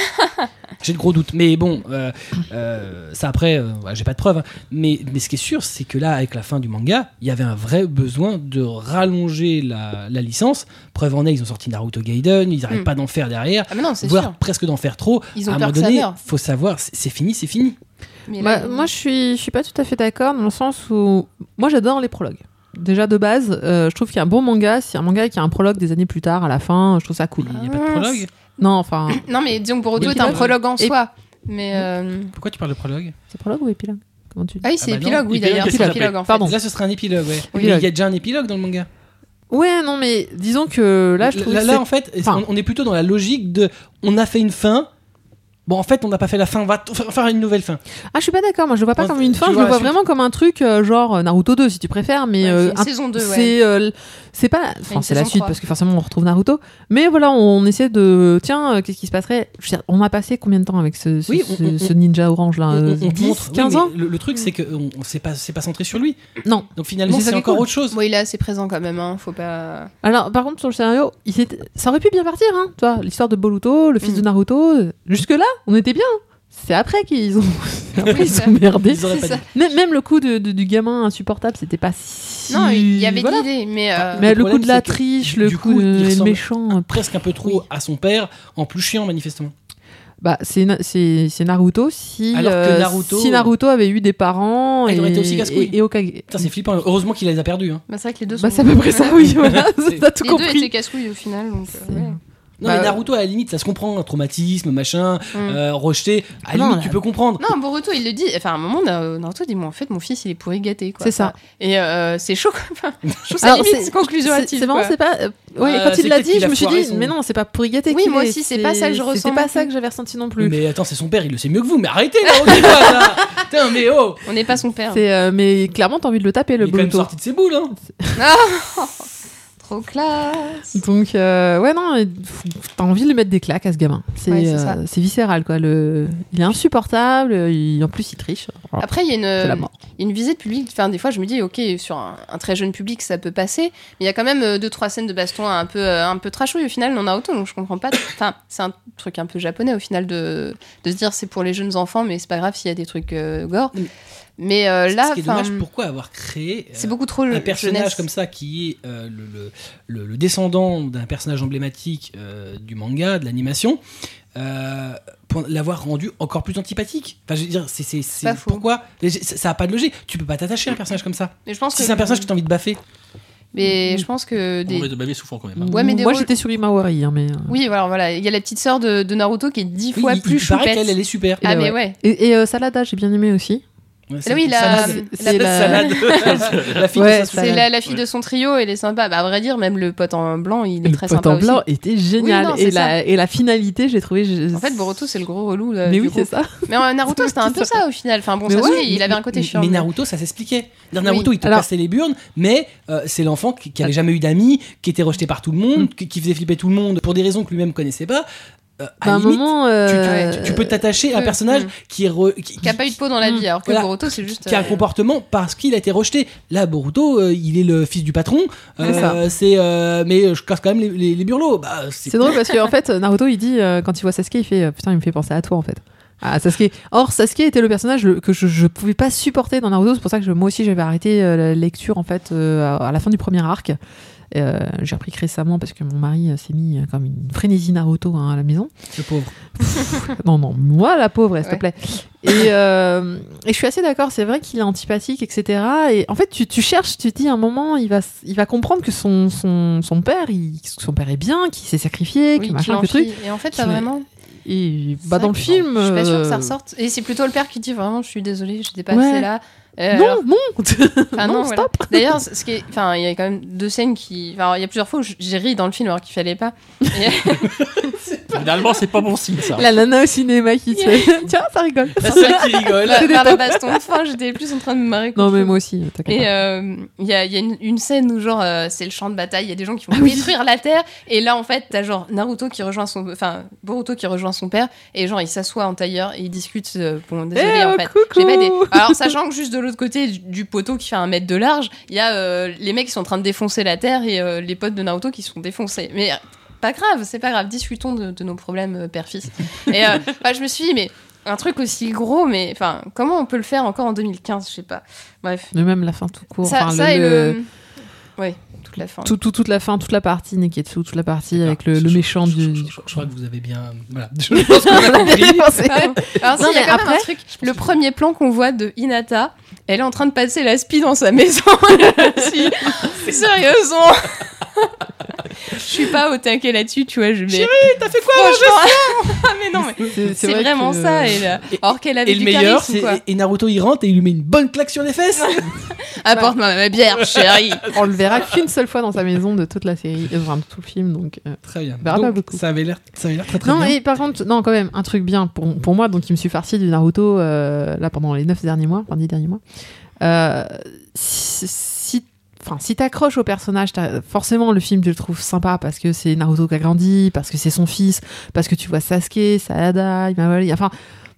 j'ai de gros doutes. Mais bon, euh, euh, ça après, euh, ouais, j'ai pas de preuves. hein. Mais, mais ce qui est sûr, c'est que là, avec la fin du manga, il y avait un vrai besoin de rallonger la, la licence. Preuve en est, ils ont sorti Naruto Gaiden, ils n'arrêtent
Mm.
pas d'en faire derrière.
Ah, mais non, c'est
voire
sûr.
presque d'en faire trop.
Ils
à
ont
un
peur
moment
que ça
donné,
meure.
faut savoir, c'est c'est fini, c'est fini.
Mais
Bah,
là, euh,
moi, je suis, je suis pas tout à fait d'accord dans le sens où moi j'adore les prologues. Déjà de base, euh, je trouve qu'il y a un bon manga. Si un manga qui a un prologue des années plus tard à la fin, je trouve ça cool.
Il n'y a pas
Ah,
de prologue.
Non, enfin,
Non, mais disons que Boruto
Oui,
est un
puis-
prologue en
Et-
soi. Mais. euh,
Pourquoi tu parles de prologue
c'est prologue ou épilogue Comment tu
Ah oui,
bah
c'est
non,
épilogue, oui,
épilogue,
d'ailleurs. C'est
qu'est-ce que ça
épilogue, en fait.
Pardon.
Là, ce serait un épilogue, ouais.
Oui,
Mais
là-
il y a déjà un épilogue dans le manga.
Ouais, non, mais disons que là, je trouve
là,
que
là,
c'est-
en fait,
enfin-
on- on est plutôt dans la logique de on a fait une fin. Bon, en fait, on n'a pas fait la fin, on va t- f- faire une nouvelle fin.
ah, je suis pas d'accord. Moi, je le vois pas
Enfin,
comme une
tu
fin. Je
vois
le
la
vois
suite.
vraiment comme un truc euh, genre euh, Naruto 2 si tu préfères, mais
Ouais,
euh,
c'est
un-
saison 2, ouais.
c'est euh, l- c'est pas enfin
une
c'est la
saison
suite
3.
parce que forcément on retrouve Naruto mais voilà on, essaie de tiens euh, qu'est-ce qui se passerait Je veux dire, on a passé combien de temps avec ce, ce,
Oui, on-
ce-
on-
ce ninja orange là
On-
euh,
on- on
10
montre- oui,
15
mais
ans
Le, le truc, c'est que on, on s'est pas, c'est pas centré sur lui.
non
Donc finalement,
C'est ça
c'est
qui est
encore
cool.
autre chose.
Bon, il est assez présent quand même, hein. Faut pas.
alors par contre sur le scénario il s'était- ça aurait pu bien partir hein toi l'histoire de Boruto le
Mm.
fils de Naruto jusque là on était bien c'est après qu'ils ont c'est après
Oui,
ils
ça-
ont merdé
Ils auraient
C'est
pas
ça.
dit.
même, même le coup de, de- du gamin insupportable c'était pas si
Non, il y avait
Voilà. Ah,
de l'idée, mais. euh,
mais
Le
le, coup
problème,
de la
c'est que,
triche le
du
coup,
coup,
de-
il
et le
ressemble-
méchant
Presque un peu trop
Oui.
à son père, en plus chiant manifestement.
Bah, c'est Na- c'est c'est Naruto si
Alors que
euh,
Naruto-
si Naruto avait eu des parents
Ah,
et
il aurait été aussi casse-couille.
et, et Hokage.
Putain, c'est flippant. Heureusement qu'il les a perdus. hein.
bah, c'est vrai que les deux
Bah,
sont-
c'est à peu près ça, oui, voilà,
C'est-
t'as tout
Les deux étaient
compris.
casse-couilles au final, donc. euh,
C'est-
ouais.
Non,
Bah, Mm.
mais Naruto, à la limite, ça se comprend. Un traumatisme, machin,
Hum.
euh, rejeté. À la
Non,
limite,
là-
tu peux comprendre.
Non, Boruto, il le dit. Enfin, à un moment, Na- Naruto dit Moi, en fait, mon fils, il est pourri gâté. quoi.
C'est ça.
Et euh, c'est chaud, quand même. Je trouve ça
Alors,
limite,
c'est-
conclusion
C'est
hâtive.
c'est marrant,
quoi.
c'est pas. euh, ouais,
Euh,
quand
c'est
il l'a
peut-être
dit,
qu'il
je
a
me suis
foiré
dit,
son-
mais non, c'est pas pour Gaté.
Oui, moi aussi, c'est pas ça que je ressens
C'était pas
non
ça
plus.
que j'avais ressenti non plus.
Mais attends, c'est son père, il le sait mieux que vous. Mais arrêtez là, aussi, quoi, là. Putain, mais oh
On n'est pas son père.
C'est, euh, mais clairement, t'as envie de le taper
Il
le
est quand même
Boruto.
sorti de ses boules. hein.
Trop classe.
Donc euh, ouais, non, mais f- t'as envie de lui mettre des claques à ce gamin. C'est
Ouais, c'est
euh,
ça.
c'est viscéral quoi. Le, il est insupportable. Il, en plus, il triche.
Après, il y a
C'est la
une,
mort.
il y a une visée de public. Enfin, des fois, je me dis, ok, sur un, un très jeune public, ça peut passer. Mais il y a quand même euh, deux, trois scènes de baston un peu, euh, un peu trashouille au final dans Naruto. Donc, je comprends pas. Enfin, c'est un truc un peu japonais au final de, de se dire c'est pour les jeunes enfants, mais c'est pas grave s'il y a des trucs euh, gore.
Mm.
Mais euh,
Ce-
là,
ce qui est
enfin,
dommage, pourquoi avoir créé euh,
c'est beaucoup trop
un
le
personnage comme ça qui est euh, le, le- le- le descendant d'un personnage emblématique euh, du manga, de l'animation, euh, pour l'avoir rendu encore plus antipathique. Enfin, je veux dire, c'est, c'est- c'est-
pas faux.
pourquoi Mais j'ai- Ça n'a pas de logique. Tu peux pas t'attacher à un personnage comme ça.
Mais je pense
Si
que
c'est un personnage que tu as envie de baffer.
Mm-hmm.
Mais je pense que
On
des.
met de bavier souffrant quand même. hein.
Ouais, mais des
Moi,
rôles-
j'étais sur Imawari, hein, mais. euh,
Oui, voilà, voilà. Il y a la petite sœur de, de Naruto qui est dix
Oui,
fois
il-
plus
il paraît
choupette.
qu'elle, elle est super.
Ah,
Ouais,
mais
ouais.
ouais.
Et, et, euh, Salada, j'ai bien aimé aussi.
Ouais,
Ah oui,
c'est-
la,
salade.
c'est
la-
la-
Salade. La fille
Ouais,
de sa-
ça-
c'est la, la fille
Ouais.
de son trio, elle est sympa. Bah, à vrai dire, même le pote en blanc, il est
Le
très
pote
sympa
en
aussi.
blanc était génial.
Oui, non, c'est
et, la, et la finalité, j'ai trouvé. je-
En fait, Boruto, c'est le gros relou. Là,
Mais
du
oui,
groupe.
c'est ça.
Mais euh, Naruto, c'était un peu ça au final. Enfin bon,
Mais
ça
ouais,
se fait, il avait un côté
mais-
chiant.
Mais
mais-
Naruto, ça s'expliquait. Dans
Oui.
Naruto, il te
Alors-
cassait les burnes, mais euh, c'est l'enfant qui, qui avait jamais eu d'amis, qui était rejeté par tout le
Mm.
monde, qui, qui faisait flipper tout le monde pour des raisons que lui-même connaissait pas. Euh,
Bah,
à
À un
la limite,
moment.
tu, tu-
euh,
tu- tu peux t'attacher à un
euh,
personnage
mm.
qui est re- qui,
Qui a pas eu de peau dans la vie, alors que
Voilà.
Boruto, c'est juste.
qui a un
euh,
comportement parce qu'il a été rejeté. Là, Boruto, euh, il est le fils du patron.
C'est
euh,
ça.
C'est, euh, mais je casse quand même les, les, les burlots. Bah,
C'est drôle parce qu'en fait, Naruto, il dit, euh, quand il voit Sasuke, il fait euh, Putain, il me fait penser à toi en fait. À Sasuke. Or, Sasuke était le personnage le- que je, je pouvais pas supporter dans Naruto. C'est pour ça que je- moi aussi, j'avais arrêté euh, la lecture en fait euh, à, à la fin du premier arc. Euh, J'ai repris que récemment parce que mon mari euh, s'est mis euh, comme une frénésie Naruto hein, à la maison.
le pauvre.
Non, non, moi la pauvre, s'il
Ouais.
te plaît. Et, euh, et je suis assez d'accord, c'est vrai qu'il est antipathique, etc. Et en fait, tu, tu cherches, tu te dis à un moment, il va, s- il va comprendre que son, son, son père, il- son père est bien, qu'il s'est sacrifié,
oui,
qu'il
qui
machin, que
l'enfie.
truc.
Et en fait,
qui
pas
m'a-
vraiment.
Et bah,
C'est
dans
vrai
le
que-
film.
Je suis pas sûre que ça
euh,
ressorte. Et c'est plutôt le père qui dit vraiment, je suis désolé, j'étais pas
Ouais.
assez là. Euh,
non,
alors-
non,
Ah
non,
non, voilà.
stop.
D'ailleurs, ce ce qui est, enfin, il y a quand même deux scènes qui, enfin, il y a plusieurs fois où j'ai ri dans le film alors qu'il fallait pas. Et-
Finalement, c'est pas bon signe ça. Euh,
La nana au cinéma qui te fait. Tiens, ça rigole.
Bah,
C'est ça qui rigole.
vers vers la baston de fin, j'étais plus en train de me marrer.
Non,
qu'autre
mais
chose.
moi aussi,
Et
t'inquiète.
euh, il y a, il y a une, une scène où, genre, euh, c'est le champ de bataille, il y a des gens qui vont
Ah oui.
détruire la terre. Et là, en fait, t'as genre Naruto qui rejoint son. Enfin, Boruto qui rejoint son père. Et genre, ils s'assoient en tailleur et ils discutent. euh, bon,
pas.
désolé,
Eh,
en
oh,
fait.
coucou.
J'ai pas des- Alors, sachant que juste de l'autre côté du- du poteau qui fait un mètre de large, il y a euh, les mecs qui sont en train de défoncer la terre et euh, les potes de Naruto qui sont défoncés. Mais euh, pas grave, c'est pas grave, discutons de, de nos problèmes euh, père-fils. Et euh, enfin, je me suis dit, mais un truc aussi gros, mais enfin, comment on peut le faire encore en 2015 Je sais pas. Bref.
Mais même la fin tout court.
ça,
enfin,
ça et
le-
le. Ouais, toute la fin.
tout, tout- toute la fin, toute la partie Neketsu, toute la partie avec le,
Je-
le
je-
méchant
je-
du. Oh,
Je, je- je crois que vous avez bien. Voilà. Je pense qu'on a compris.
Pardon. Alors, si,
Non,
il y a
mais
quand même
après,
un truc. Le premier plan qu'on voit de Hinata, elle est en train de passer la spie dans sa maison. Si, Sérieusement. Je suis pas au taquet là-dessus, tu vois. Je Chérie, t'as fait quoi Ah, mais non, mais
C'est
c'est
vrai
vraiment
que-
ça. Et là.
Et-
Or qu'elle avait
Et le
du
meilleur,
charisme,
c'est.
quoi.
Et Naruto, il rentre et il lui met une bonne claque sur les fesses.
Apporte-moi ma bière, chérie.
On le verra qu'une seule fois dans sa maison de toute la série, euh, enfin de tout le film. Donc, euh.
Très bien.
verra pas
Donc,
beaucoup.
Ça avait l'air ça avait l'air très très
non,
bien.
et par contre, non, quand même, un truc bien pour, pour moi, donc il me suis farci du Naruto euh, là pendant les 9 derniers mois, enfin 10 derniers mois. Euh, si si- enfin, si t'accroches au personnage, t'as- forcément le film tu le trouves sympa parce que c'est Naruto qui a grandi, parce que c'est son fils, parce que tu vois Sasuke, Saada, Imawari, enfin.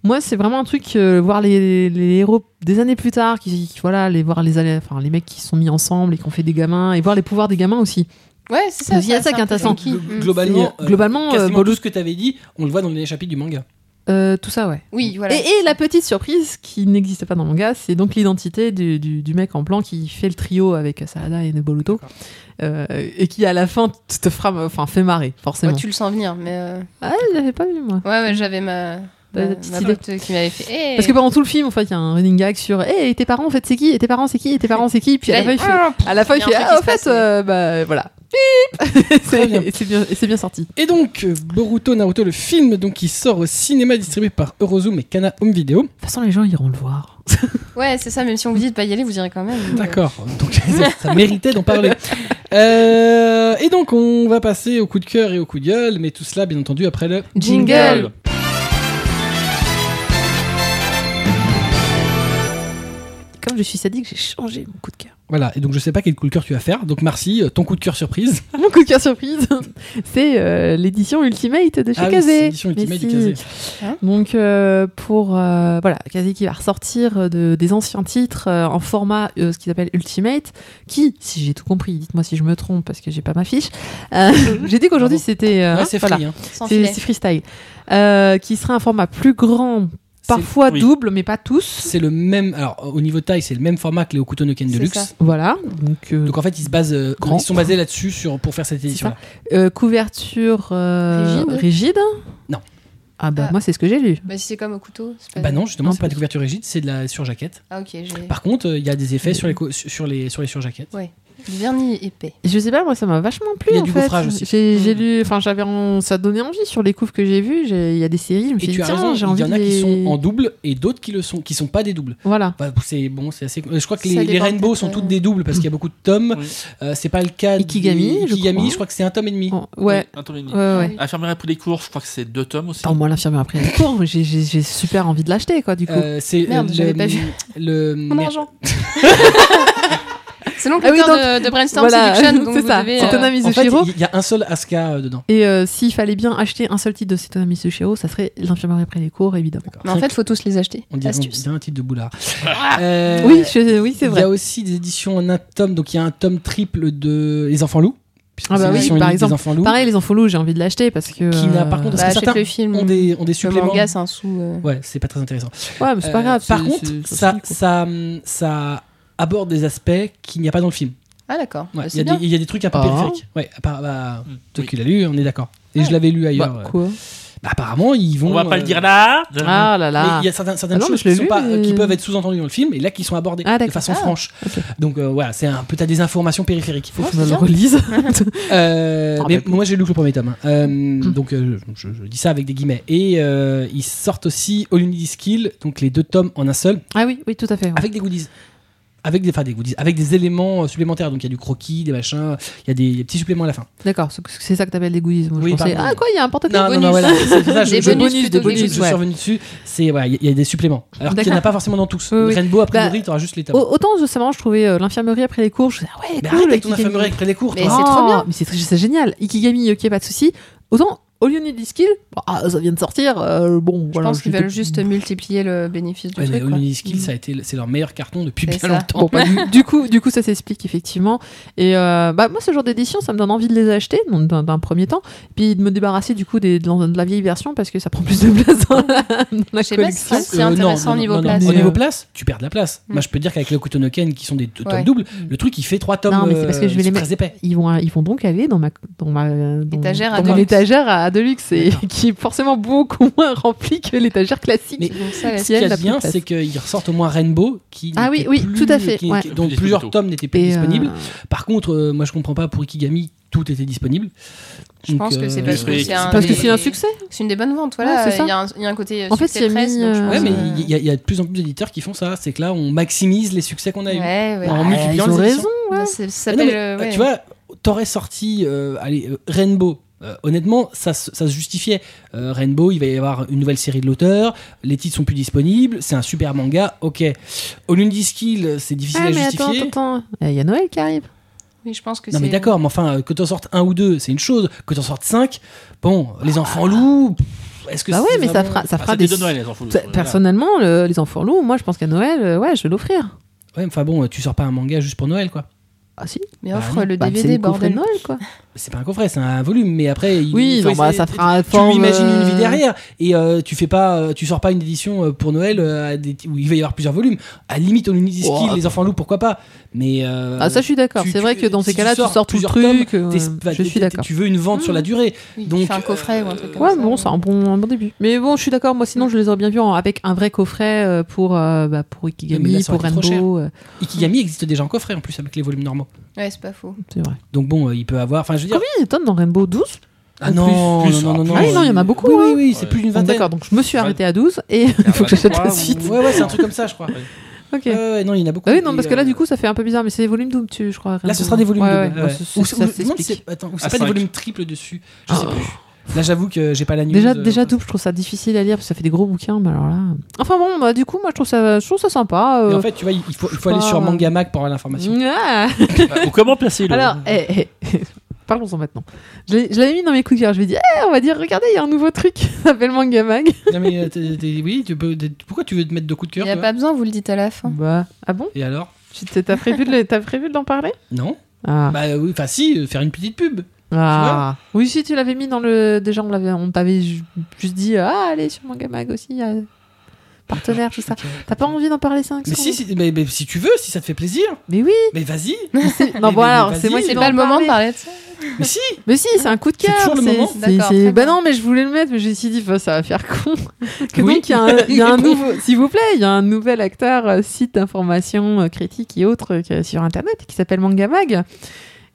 Moi, c'est vraiment un truc euh, voir les, les héros des années plus tard, qui, qui- voilà, les voir les, allées- enfin les mecs qui se sont mis ensemble et qui ont fait des gamins, et voir les pouvoirs des gamins aussi.
Ouais, c'est ça.
Il y a ça qui est
un peu
intéressant.
funky.
Glo-
Mm.
Globalement,
C'est,
euh,
euh, globalement, euh,
quasiment
Bolu-
tout ce que tu avais dit, on le voit dans les chapitres du manga.
euh, tout ça, ouais.
Oui, voilà.
Et, et la petite surprise qui n'existe pas dans le manga, c'est donc l'identité du, du- du mec en blanc qui fait le trio avec Sarada et Neboruto, euh, et qui à la fin te te fera, enfin, fait marrer,
Ouais,
forcément.
tu le sens venir, mais euh,
Ah, je l'avais pas vu, moi.
ouais, ouais, j'avais ma, ma,
la petite
ma
idée.
pote qui m'avait fait. Eh.
Bah, Parce que pendant tout le film, en fait, il y a un running gag sur Hey, tes parents, en fait, c'est qui Et tes parents, c'est qui Et tes parents, c'est qui Puis à la
Là,
fin, il fait, à la fin, il
oh, il y
fait
a un truc qui
Ah, en
se
fait,
passe,
euh, bah voilà. Bip
Très bien.
Et c'est bien, et c'est bien sorti.
Et donc, euh, Boruto Naruto, le film donc, qui sort au cinéma distribué par Eurozoom et Kana Home Video.
De toute façon, les gens iront le voir.
Ouais, c'est ça, même si on vous dit de pas y aller, vous irez quand même. Donc, euh,
D'accord, donc ça, ça méritait d'en parler. Euh, et donc, on va passer au coup de cœur et au coup de gueule, mais tout cela, bien entendu, après le
Jingle.
Comme je suis sadique, j'ai changé mon coup de cœur.
Voilà, et donc je sais pas quel coup de cœur tu vas faire. Donc, Marcy, euh, ton coup de cœur surprise.
Mon coup de cœur surprise, c'est euh, l'édition Ultimate de chez
Ah oui,
Kazé.
c'est l'édition Ultimate
Mais
de
si.
Kazé.
Donc euh, pour euh, voilà, Kazé qui va ressortir de, des anciens titres euh, en format euh, ce qu'ils appellent Ultimate, qui, si j'ai tout compris, dites-moi si je me trompe parce que j'ai pas ma fiche. euh, j'ai dit qu'aujourd'hui
Bravo.
c'était euh,
Ouais, c'est
voilà,
free, hein.
sans
c'est-
filet.
c'est freestyle, euh, qui sera un format plus grand, parfois
oui.
double, mais pas tous.
C'est le même, alors au niveau taille, c'est le même format que les Hokuto no Ken
C'est
Deluxe.
ça.
Voilà, donc, euh,
Donc en fait, ils se basent, euh,
Grand.
ils sont basés là-dessus sur pour faire cette
ça.
édition.
euh, couverture euh,
Rigide
rigide.
Non.
Ah bah
Ah.
moi c'est ce que j'ai lu.
Bah, si c'est comme au couteau, c'est pas.
Bah non, justement,
Non,
c'est pas
c'est-
de couverture rigide, c'est de la surjaquette.
Ah, ok, j'ai.
Par contre, euh, il y a des effets sur les, co- sur les, sur les surjaquettes.
Ouais. Vernis épais.
Je sais pas, moi ça m'a vachement plu.
Il y a
en
du
fait.
gaufrage aussi.
J'ai j'ai
Mm.
lu, enfin j'avais, en- ça donnait envie sur les couves que j'ai vues. j'ai- Il y a des séries, je me
Et
suis dit
tu as
tiens,
raison,
j'ai
il
envie
y en a
de
qui
les-
sont en double et d'autres qui le sont, qui sont pas des doubles.
Voilà.
Bah, c'est bon, c'est assez. euh, Je crois que
Ça
les, les
dépend
Rainbow
peut-être,
sont toutes
euh,
des doubles parce qu'il y a beaucoup de tomes.
Oui.
Euh, c'est pas le cas.
Ikigami,
des-
je
Ikigami,
crois.
je crois que c'est un tome et demi.
Oh, ouais.
Un tome et demi.
Ouais, ouais.
Ah
Infirmière après les cours, je crois que c'est deux tomes aussi.
Attends, moi l'infirmière après les cours, j'ai- j'ai j'ai super envie de l'acheter quoi du coup.
Euh, c'est
Merde,
euh,
j'avais
le,
pas vu.
le-
Mon
merde.
argent. c'est donc
Ah oui,
l'auteur
donc,
de, de Brainstorm
Voilà.
Seduction. donc
c'est
vous
ça.
devez,
C'est
euh,
un ami
En fait,
Zushiro.
il y a un seul Asuka euh, dedans.
Et euh, s'il fallait bien acheter un seul titre de Setonamis Sushiro, ça serait L'infirmière après les cours, évidemment.
D'accord.
Mais en fait, faut tous les acheter.
on dirait on
Astuce.
dirait un titre de boulard. Euh,
oui, je- oui c'est
Il y
vrai.
a aussi des éditions en un tome, donc il y a un tome triple de Les Enfants Loups. puisque
Ah bah
c'est
oui,
l'édition
par
unique des
exemple.
Enfants Loups.
Pareil, les enfants loups, j'ai envie de l'acheter parce que.
Qui n'a- par
euh,
contre,
Bah,
que
achète
certains
le film.
ont des, ont des
le
suppléments.
manga, c'est un sou. euh.
Ouais, c'est pas très intéressant.
bah, Ouais, mais c'est pas
Euh,
grave.
Par
c'est-
contre,
c'est- c'est
ça,
aussi, quoi.
ça, hum, ça aborde des aspects qu'il n'y a pas dans le film.
Ah d'accord.
Ouais,
Bah,
il y,
c'est
a
bien.
des- il y a des trucs un peu
Ah.
périphériques. Ouais, à part- bah,
Mm.
toi
Oui.
qui l'as lu, on est d'accord. Et
Ouais.
je l'avais lu ailleurs.
Bah,
euh.
quoi
Bah, apparemment, ils vont.
On va pas
euh,
le dire là.
Ah là
mais
là.
Il y a certaines, certaines
Ah non, mais
choses
je l'ai
qui, sont
lu,
pas-
mais-
qui peuvent être sous-entendues dans le film et là qui sont abordées
Ah,
de
d'accord.
façon
Ah,
franche.
ok.
Donc euh, voilà, c'est un peu t'as des informations périphériques.
Faut
Ouais,
que je me
c'est
le
bien.
relise.
Euh,
Ah,
mais
bah, Hum.
moi j'ai lu que le premier tome. hein. Euh, Donc euh, je, je dis ça avec des guillemets. Et euh, ils sortent aussi All You Need Is Kill, donc les deux tomes en un seul.
ah oui, oui, tout à fait. ouais.
avec des goodies avec des, enfin, des goodies, avec des éléments euh, supplémentaires. Donc il y a du croquis, des machins, il y a des, des petits suppléments à la fin.
D'accord, c'est c'est ça que t'appelles des goodies. Moi,
Oui,
je pensais,
pardon.
ah quoi, il y a un portefeuille
Non, non,
bonus.
non, voilà, c'est pour ça, je-
Des
je-
bonus,
bonus,
plutôt
des
que des
je- je
bonus,
suis
ouais.
revenu dessus. C'est voilà, il y, a- il y a des suppléments. Alors qu'il n'y en a
D'accord.
pas forcément dans tous.
Oui, oui.
Rainbow a priori,
Bah,
t'auras juste les tomes.
Au- Autant ce marrant, je trouvais euh, l'infirmerie après les cours, je disais, ah ouais,
mais
cool,
arrête avec ton
Ikigami.
infirmerie après les cours.
Mais
toi.
c'est
Oh,
trop bien.
Mais c'est tr- c'est génial. Ikigami, ok, pas de souci. Autant au lieu du skill, bon, ah, ça vient de sortir. euh, bon,
Je
voilà,
pense qu'ils
j'étais-
veulent juste multiplier le bénéfice du
Ouais, mais
truc. quoi.
All You Need Is Kill, ça a été, c'est leur meilleur carton depuis bien
C'est ça.
longtemps.
Bon, bah, du, du coup, du coup, ça s'explique effectivement. Et euh, bah, moi, ce genre d'édition, ça me donne envie de les acheter dans- dans- d'un premier temps, puis de me débarrasser du coup des, de, la, de la vieille version parce que ça prend plus de place dans la, dans
Je
la
sais pas si
collection.
Euh,
C'est intéressant au niveau place.
Au
Mais,
niveau
euh,
place, tu perds de la place.
Mm.
Moi, je peux te dire qu'avec les Okutonoken, qui sont des deux tomes
Ouais.
doubles, le truc, il fait trois tomes.
Mm. Non, mais c'est parce que
euh,
je vais les
très
mettre-
épais.
Ils vont, ils vont donc aller dans ma, dans ma dans-
Étagère à
dans mon
Deluxe.
étagère à Deluxe et qui est forcément beaucoup moins remplie que l'étagère classique.
Mais
Donc ça,
Ce qui
elle
est
a pris
bien,
place.
c'est qu'ils ressortent au moins Rainbow, qui
Ah oui,
n'était
oui,
plus-
tout à fait,
qui-
ouais.
qui- dont
Plus
plusieurs
dispo.
tomes n'étaient plus
Et, euh,
disponibles. Par contre, euh, moi je comprends pas pour Ikigami, tout était disponible.
Je pense que c'est
euh,
parce que
oui.
c'est un
parce que
des-
c'est un succès.
C'est une des bonnes ventes,
Ouais,
voilà.
c'est
Il
ça.
y, a un- il y a un côté
En fait,
succès
il y a
presse,
mis,
donc je
euh,
pense
Ouais, mais
que-
il y, a- il y a de plus en plus d'éditeurs qui font ça. C'est que là, on maximise les succès qu'on a eu.
Ouais, Bah, ouais.
En
Ah,
multipliant
ils
les
ont
éditions.
raison.
Bah, c'est- Ça
Mais non,
s'appelle.
mais,
euh,
euh,
ouais.
Tu vois, t'aurais sorti euh, allez, euh, Rainbow. Euh, honnêtement, ça, se- ça se justifiait. Euh, Rainbow, il va y avoir une nouvelle série de l'auteur, les titres sont plus disponibles, c'est un super manga, ok. Olundi Skill, c'est difficile
Ah
à
mais
justifier.
attends, attends, attends. Il y a Noël qui arrive.
Oui, je pense que
Non mais
c'est-
d'accord, mais enfin, euh, que t'en sortes un ou deux, c'est une chose. Que t'en sortes cinq, bon, les enfants loups, pff, est-ce que
Ah. Bah
c'est
ouais, mais ça
vraiment-
fera, ça
Ah,
fera
c'était
des.
de Noël, les enfants.
Ça- Personnellement, le- les enfants loups, moi je pense qu'à Noël, euh, ouais, je vais l'offrir.
Ouais, mais enfin bon, tu sors pas un manga juste pour Noël, quoi.
Ah si,
Mais
Bah
offre le
Bah, c'est
DVD,
les coffrets
bordel.
de Noël quoi.
C'est pas un coffret, c'est un volume, mais après... il-
Oui,
il faut
non, bah,
essayer-
ça fera
Tu
forme,
imagines une vie
euh,
derrière et euh, tu fais pas, euh, tu sors pas une édition euh, pour Noël euh, à des- où il va y avoir plusieurs volumes. À la limite, on unit
Oh.
les enfants loups, pourquoi pas. Mais euh,
Ah ça je suis d'accord.
tu-
C'est vrai
tu-
que dans
si
ces cas-là, tu sors tout le
plusieurs
truc.
tomes,
euh,
t'es-
Je
t'es-
suis
t'es-
d'accord. Mmh.
Tu veux une vente sur la durée.
Oui,
Donc,
tu fais un coffret ou un truc comme
Ouais,
ça.
bon, c'est un bon, un bon début. Mais bon, je suis d'accord. Moi, sinon, je les aurais bien vus en- avec un vrai coffret euh, pour, euh, bah, pour
Mais là,
Ikigami,
ça aurait
pour
été trop
Rainbow. euh,
Ikigami existe déjà en coffret en plus avec les volumes normaux.
Ouais, c'est pas faux.
c'est vrai.
Donc bon, euh, il peut avoir. Enfin, je veux dire.
Combien il y a de tonnes dans Rainbow 12
Ah
Ou
non,
plus,
non,
plus,
non, non,
ah,
oui, non, il y en a
euh,
beaucoup,
Oui,
hein.
oui, oui, c'est
Ouais.
plus d'une vingtaine.
D'accord, donc je me suis arrêtée à 12 et il
Ah,
faut que
bah,
j'achète la suite.
Ouais, ouais, c'est un truc comme ça, je crois.
Ok.
Ouais, ouais, non, il y en a beaucoup.
Bah oui, non,
Et,
parce que là,
euh,
du coup, ça fait un peu bizarre, mais c'est des volumes doubles, tu, je crois.
Là, ce sera des volumes
Ouais, ouais,
doubles.
bah,
ouais.
ça- ça-
Ou
ça
ou- non,
s'explique.
c'est- attends, ou c'est
À
pas des
cinq.
volumes triples dessus. Je
Ah.
sais plus. Là, j'avoue que j'ai pas la news.
Déjà,
euh,
déjà double, je trouve ça difficile à lire parce que ça fait des gros bouquins, mais alors là. Enfin bon, bah, du coup, moi je trouve ça, je trouve ça sympa.
Et
euh.
en fait, tu vois, il il faut, il faut
je
aller
sais
sur
pas.
Mangamac pour avoir l'information.
Ah
Ou comment placer le.
alors, eh, eh, parlons-en maintenant. Je l'ai- je l'avais mis dans mes coups de cœur. Je vais dire, eh, on va dire, regardez, il y a un nouveau truc qui s'appelle Manga Mag.
non, mais euh, t'es- t'es- oui, tu peux, t'es- pourquoi tu veux te mettre de coups de
Il
cœur
n'y a
toi
pas besoin, vous le dites à la fin.
Bah, ah bon
Et alors
Tu- t'es- T'as prévu de le- t'as prévu de l'en parler
Non
Ah.
Bah oui, enfin si, euh, faire une petite pub.
Ah. Oui, si tu l'avais mis dans le. Déjà, on l'avait- on t'avait ju- juste dit, ah, allez sur Manga Mag aussi, euh, partenaire, tout ça. T'as pas envie d'en parler 5
Mais si, si- mais- mais si tu veux, si ça te fait plaisir,
Mais oui
mais vas-y.
Non,
Mais-
bon,
mais-
alors,
mais
c'est moi
vas-y.
qui
C'est
vais
pas
en
le moment
parler.
de parler de ça.
Mais si
Mais si, c'est un coup de
C'est
cœur.
toujours le moment.
c'est-
D'accord,
c'est-
très
Bah
bien.
non, mais je voulais le mettre, mais je me suis dit, bah, ça va faire con. que
Oui.
donc, il y a un, il y a un nouveau, s'il vous plaît, il y a un nouvel acteur, euh, site d'information euh, critique et autres que- sur Internet qui s'appelle Mangamag.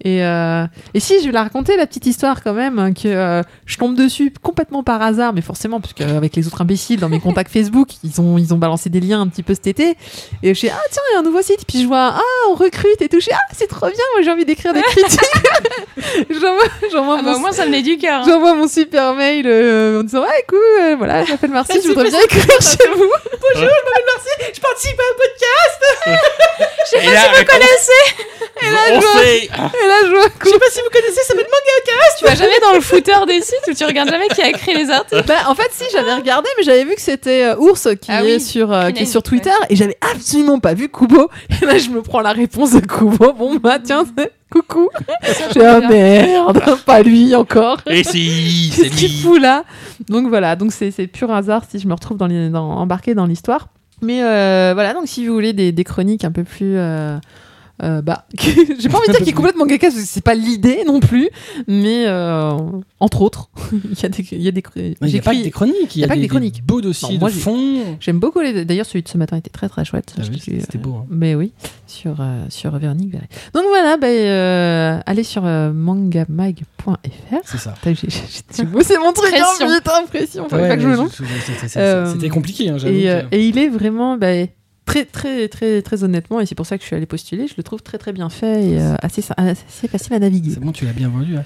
Et, euh, et si, je vais la raconter, la petite histoire quand même, hein, que euh, je tombe dessus complètement par hasard, mais forcément, parce qu'avec les autres imbéciles dans mes contacts Facebook, ils ont, ils ont balancé des liens un petit peu cet été. Et je fais, ah tiens, il y a un nouveau site. Puis je vois, ah, on recrute et tout. Je fais, ah, c'est trop bien, moi j'ai envie d'écrire des critiques. j'envoie, j'envoie
Ah
mon
bah, au moins, ça venait du cœur. hein.
J'envoie mon super mail euh, en disant ouais cool euh, voilà je m'appelle Marcy je voudrais bien écrire chez vous bonjour je m'appelle Marcy je participe à un podcast
Et là, avec- on
joie.
sait.
et là je vois cool.
sais pas si vous connaissez, ça me demande.
Tu vas jamais dans le footer des sites où tu regardes jamais qui a écrit les articles.
Bah, en fait si j'avais regardé mais j'avais vu que c'était euh, Ours qui
Ah
est
oui,
sur euh, qui est
punaise,
sur Twitter et j'avais absolument pas vu Kubo et là je me prends la réponse de Kubo bon bah tiens c'est- coucou j'ai ah merde pas lui encore
Et si, c'est
Qu'est-ce qu'il
lui.
fout là Donc voilà, donc c'est c'est pur hasard si je me retrouve dans les- dans- embarquée dans l'histoire. Mais euh, voilà, donc si vous voulez des, des chroniques un peu plus. euh, euh, bah, j'ai pas envie de dire qu'il est complètement caca, parce que c'est pas l'idée non plus, mais euh, entre autres, il y a des. il y a des chr-
Il n'y a pas que
j'écris-
des chroniques, il y a,
pas que
des,
des chroniques.
des beaux dossiers
Non, moi,
de
j'ai-
fond.
J'aime beaucoup les. D'ailleurs, celui de ce matin était très très chouette.
Ah
Je
oui,
l'ai lu,
C'était
euh,
beau. hein.
mais oui, sur, euh, sur Véronique Vallée. Donc voilà, bah, euh, allez sur euh, mangamag.fr.
C'est ça.
Putain, j'ai- j'ai- J'ai bossé mon truc, hein,
Pression.
putain, pression, fallait
Ouais,
pas que je me
mais
lance.
je- je- c'était-
Euh,
c'était- C'était compliqué, hein, j'avoue.
Et, euh,
que-
et il est vraiment bah, très, très, très, très honnêtement, et c'est pour ça que je suis allée postuler, je le trouve très, très bien fait et euh, assez, assez facile à naviguer.
C'est bon, tu l'as bien vendu. hein.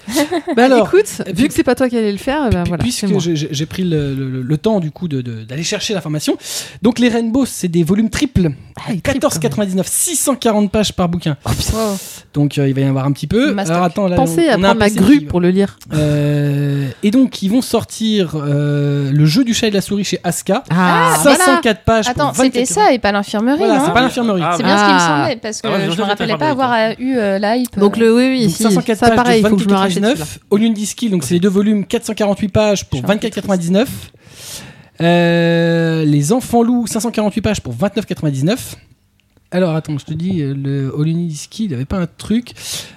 Bah
alors,
écoute,
puis-
vu que c'est pas toi qui allais le faire, bah,
Puis-
voilà, c'est
puisque
moi.
j'ai- j'ai j'ai pris le, le- le temps du coup de- de- d'aller chercher l'information. Donc les Rainbows, c'est des volumes triples.
Ah, il tripe,
14,99, 640 pages par bouquin.
quand même. Oh, putain.
Wow.
Donc euh, il va y en avoir un petit peu.
Mastoc.
Alors attends, là,
Pensez
on-
à
on a un
prendre ma
PC
grue
qui-
pour le lire.
Euh, et donc ils vont sortir euh, le jeu du chat et de la souris chez Aska.
Ah,
504 pages. pour
Attends,
24
c'était ça et pas l'infirmerie.
Voilà,
hein.
c'est pas l'infirmerie.
Ah,
C'est
bah,
bien ce qui me
Ah.
semblait parce que
Ah ouais, je
je me
sais
rappelais
pas,
pas avoir euh, eu euh, l'hype.
Donc le oui, oui,
Donc,
si,
504
ça
pages
pareil, il
de
faut que je me rachète
24,99. Onion Diskill, donc c'est les deux volumes, 448 pages pour
Je suis un peu
24,99. Euh, les Enfants Loups, 548 pages pour 29,99. Alors attends, je te dis, euh, le Onion Diskill, il n'y avait pas un truc.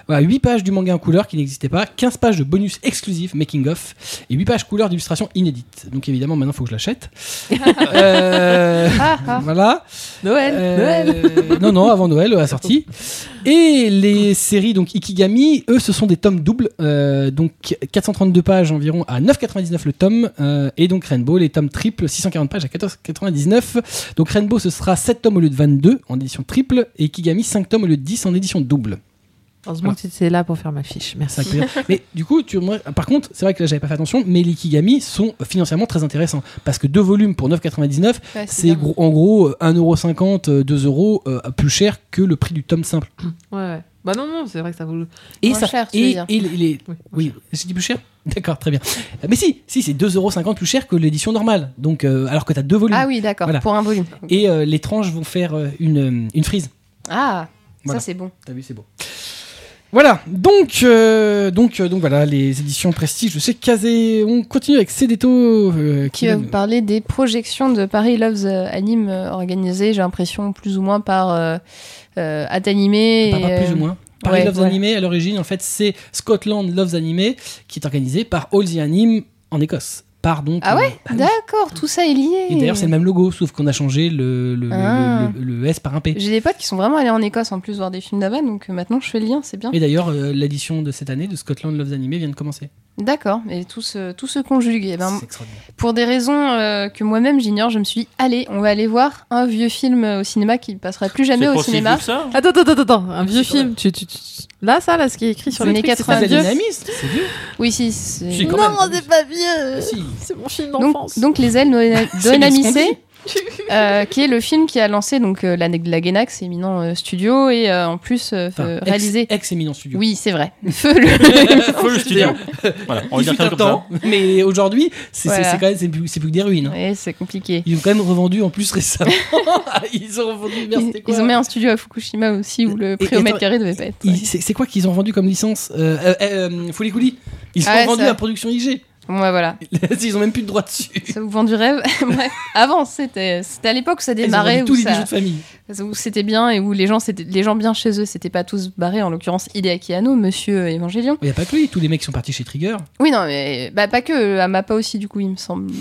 Voilà, 8 pages du manga en couleur qui n'existait pas, 15 pages de bonus exclusif, making of, et 8 pages couleur d'illustration inédite. Donc évidemment, maintenant, il faut que je l'achète. Euh,
Ah, ah.
Voilà.
Noël,
Euh,
Noël.
non, non, avant Noël, à la sortie. Et les séries, donc Ikigami, eux, ce sont des tomes doubles, euh, donc 432 pages environ à 9,99 le tome, euh, et donc Rainbow, les tomes triples, 640 pages à 14,99. Donc Rainbow, ce sera 7 tomes au lieu de 22 en édition triple, et Ikigami, 5 tomes au lieu de 10 en édition double.
Heureusement que c'était là pour faire ma fiche,
Ça
merci.
peut dire. mais du coup, tu, moi, par contre, c'est vrai que là, j'avais pas fait attention, mais les Ikigami sont financièrement très intéressants, parce que deux volumes pour 9,99,
Ouais,
c'est
bien.
gros- en gros euh, 1,50€, euh, 2€ euh, plus cher que le prix du tome simple.
Ouais, ouais. Bah non, non, c'est vrai que ça vaut le...
Et
Moins
ça,
cher, tu veux
et,
dire.
et les- les-
Oui.
oui, j'ai dit plus cher D'accord, très bien. Euh, Mais si, si c'est 2,50€ plus cher que l'édition normale, donc, euh, alors que tu as deux volumes.
Ah oui, d'accord,
Voilà.
pour un volume.
Et euh, les tranches vont faire euh, une, euh, une frise.
Ah,
Voilà.
ça c'est bon.
T'as vu, c'est beau. Voilà, donc, euh, donc, euh, donc voilà, les éditions Prestige, je sais, Kazé. On continue avec Cédéto. euh,
Qui
qui
va
donne-
vous parler des projections de Paris Loves euh, Anime euh, organisées, j'ai l'impression, plus ou moins par euh, euh, Atanime. et,
Bah, Pas, pas plus
euh,
ou moins. Paris
ouais,
Loves
ouais.
Animé, à l'origine, en fait, c'est Scotland Loves Animé qui est organisé par All the Anime en Écosse. Par donc,
Ah ouais
bah oui.
D'accord, tout ça est lié.
Et d'ailleurs, c'est le même logo, sauf qu'on a changé le, le, le-
Ah.
le- le S par un P.
J'ai des potes qui sont vraiment allés en Écosse en plus voir des films là-bas, donc euh, maintenant je fais le lien, c'est bien.
Et d'ailleurs, euh, l'édition de cette année de Scotland Loves Animé vient de commencer.
D'accord, et tout se, tout se conjugue. Et ben,
c'est extraordinaire.
pour des raisons euh, que moi-même j'ignore, je me suis dit, allez, on va aller voir un vieux film euh, au cinéma qui ne passera plus jamais
C'est
au
possible
cinéma.
que ça hein.
Attends, attends, attends, attends, un vieux
C'est vrai.
film. Tu, tu, tu- Là, ça, là, ce qui est écrit sur
C'est
le
les
truc, c'est
C'est
un
de la
vieux.
dynamisme, c'est vieux.
Oui, si. c'est-
Si, quand
Non,
même.
c'est pas
Euh,
vieux.
Si.
C'est mon film
Donc,
d'enfance.
donc les ailes
C'est bien ce qu'on dit.
d'Onamissé, euh, qui est le film qui a lancé donc euh, la, la Gainax, éminent euh, studio, et euh, en plus euh,
Enfin,
euh,
ex-
réalisé.
Ex-éminent studio.
Oui, c'est vrai. Feu le.
Faut le studio. Voilà,
Ah,
on va
Il
dire
fut
ça
un
comme
temps, mais aujourd'hui, c'est c'est-
Voilà.
c'est quand même c'est plus, c'est plus que des ruines. hein.
Ouais, c'est compliqué.
Ils ont quand même revendu en plus récemment. ils ont revendu, merde,
Ils,
c'était quoi
ils ont mis un studio à Fukushima aussi où le
Et-
prix au
et
mètre
attends,
carré devait pas être.
Ils- C'est c'est quoi qu'ils ont vendu comme licence euh, euh, euh, Foulicouli Ils
Ah
ont
ouais,
vendu
ça-
à Production IG.
Ouais, bah, voilà.
Ils ont même plus de droit dessus.
Ça vous vend du rêve. Bref, avant, c'était c'était à l'époque où ça
Ils ont
démarrait,
vendu
où,
tous les
ça-
bijoux de famille.
où c'était bien et où les gens, c'était- les gens bien chez eux, c'était pas tous barrés, en l'occurrence Hideaki Anno, monsieur Évangélion.
Il n'y a pas que lui, tous les mecs qui sont partis chez Trigger.
Oui, non, mais bah, pas que, à Mappa aussi, du coup, il me semble. Je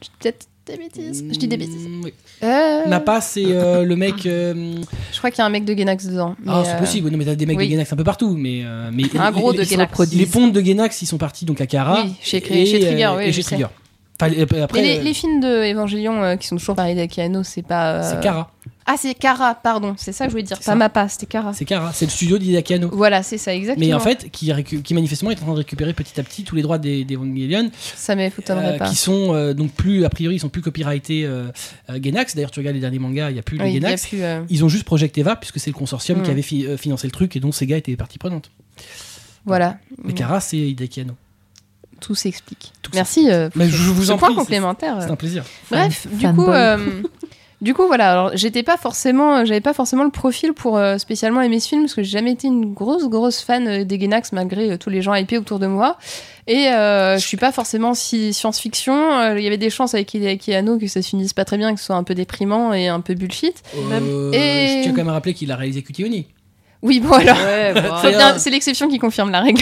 dis peut-être des bêtises. Je dis des bêtises.
Mm, oui.
Euh,
Nappa, c'est euh, le mec. euh,
Je crois qu'il y a un mec de Genax dedans.
Ah,
mais,
c'est
euh,
possible. Oui, Non, mais t'as des mecs
oui.
de Gainax un peu partout. Mais, euh, mais
Un gros de
les-
Genax.
les- Les pontes de Gainax, ils sont partis donc à Kara.
Oui, chez-
et,
chez Trigger,
euh,
oui,
Et
je
chez
sais.
Trigger. Enfin, les- après,
Mais les,
euh,
les films de Évangélion euh, qui sont toujours pareils d'Akiano, c'est pas. euh,
c'est Kara.
Ah, c'est Kara, pardon, c'est ça que je voulais dire.
C'est
Pas
ça.
Mappa, c'était Kara.
C'est Kara. C'est le studio d'Hideakiano.
Voilà, c'est ça, ah. exactement.
Mais en fait, qui, récu- qui manifestement est en train de récupérer petit à petit tous les droits des, des Evangelion.
ça m'étonnerait
Euh,
pas.
qui sont euh, donc plus, a priori, ils sont plus copyrightés euh, euh, Gainax. D'ailleurs, tu regardes les derniers mangas, il n'y a plus
Oui,
le
il y a
Gainax.
plus, euh,
Ils ont juste Project Eva, puisque c'est le consortium
Mm.
qui avait fi- euh, financé le truc et dont Sega était partie prenante.
Voilà,
Mais
Mm.
Kara, c'est Hideaki Anno.
tout s'explique.
Tout
Merci euh, pour
Mais
ce-
je vous
ce
en
point
prie, c'est-
complémentaire. euh,
C'est un plaisir.
Bref,
Fan-
du
fanboy.
coup, euh, du coup, voilà. Alors, j'étais pas forcément, euh, j'avais pas forcément le profil pour euh, spécialement aimer ce film parce que j'ai jamais été une grosse, grosse fan euh, des Gainax malgré euh, tous les gens hypés autour de moi. Et euh, je suis pas forcément si science-fiction. Euh, Il y avait des chances avec Hideaki Anno que ça se finisse pas très bien, que ce soit un peu déprimant et un peu bullshit.
Même-
Euh,
Et-
Je tiens quand même à rappeler qu'il a réalisé Cutie Oni.
Oui, bon alors.
Ouais,
faut
Et,
bien-
euh,
C'est l'exception qui confirme la règle.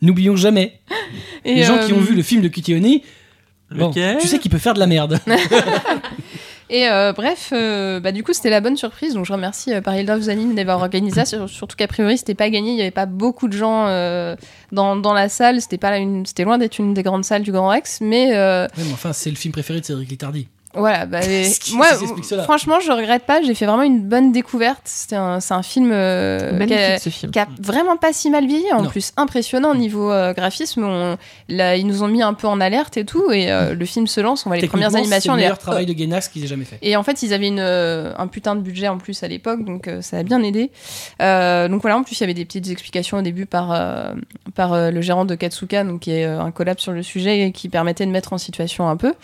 N'oublions jamais,
Et,
les gens qui ont
euh,
vu le film de Cutie Oni, bon,
Lequel
tu sais qu'il peut faire de la merde.
Et euh, bref, euh, bah, du coup, c'était la bonne surprise. Donc, je remercie euh, Paris Love Zanine d'avoir organisé ça. sur- Surtout qu'a priori, c'était pas gagné. Il y avait pas beaucoup de gens euh, dans, dans la salle. C'était pas la- une, c'était loin d'être une des grandes salles du Grand Rex. Mais euh,
Ouais, mais enfin, c'est le film préféré de Cédric Littardi.
voilà. Bah, et-
Ce qui-
moi,
ça s'explique cela.
franchement, je regrette pas. J'ai fait vraiment une bonne découverte. C'était un, c'est un film euh, qui a-
Magnifique ce film.
qui a vraiment pas si mal vieilli en
Mm. Non. Mm.
plus impressionnant au niveau euh, graphisme on- là ils nous ont mis un peu en alerte et tout et euh, le film se lance on voit
Mm.
les
Techniquement,
premières animations
C'est
on
le
est là,
meilleur travail de Gainax qu'ils aient jamais fait.
et en fait, ils avaient une, euh, un putain de budget en plus à l'époque, donc euh, ça a bien aidé. Euh, donc voilà, en plus, il y avait des petites explications au début par, euh, par euh, le gérant de Katsuka, donc qui est euh, un collab sur le sujet et qui permettait de mettre en situation un peu.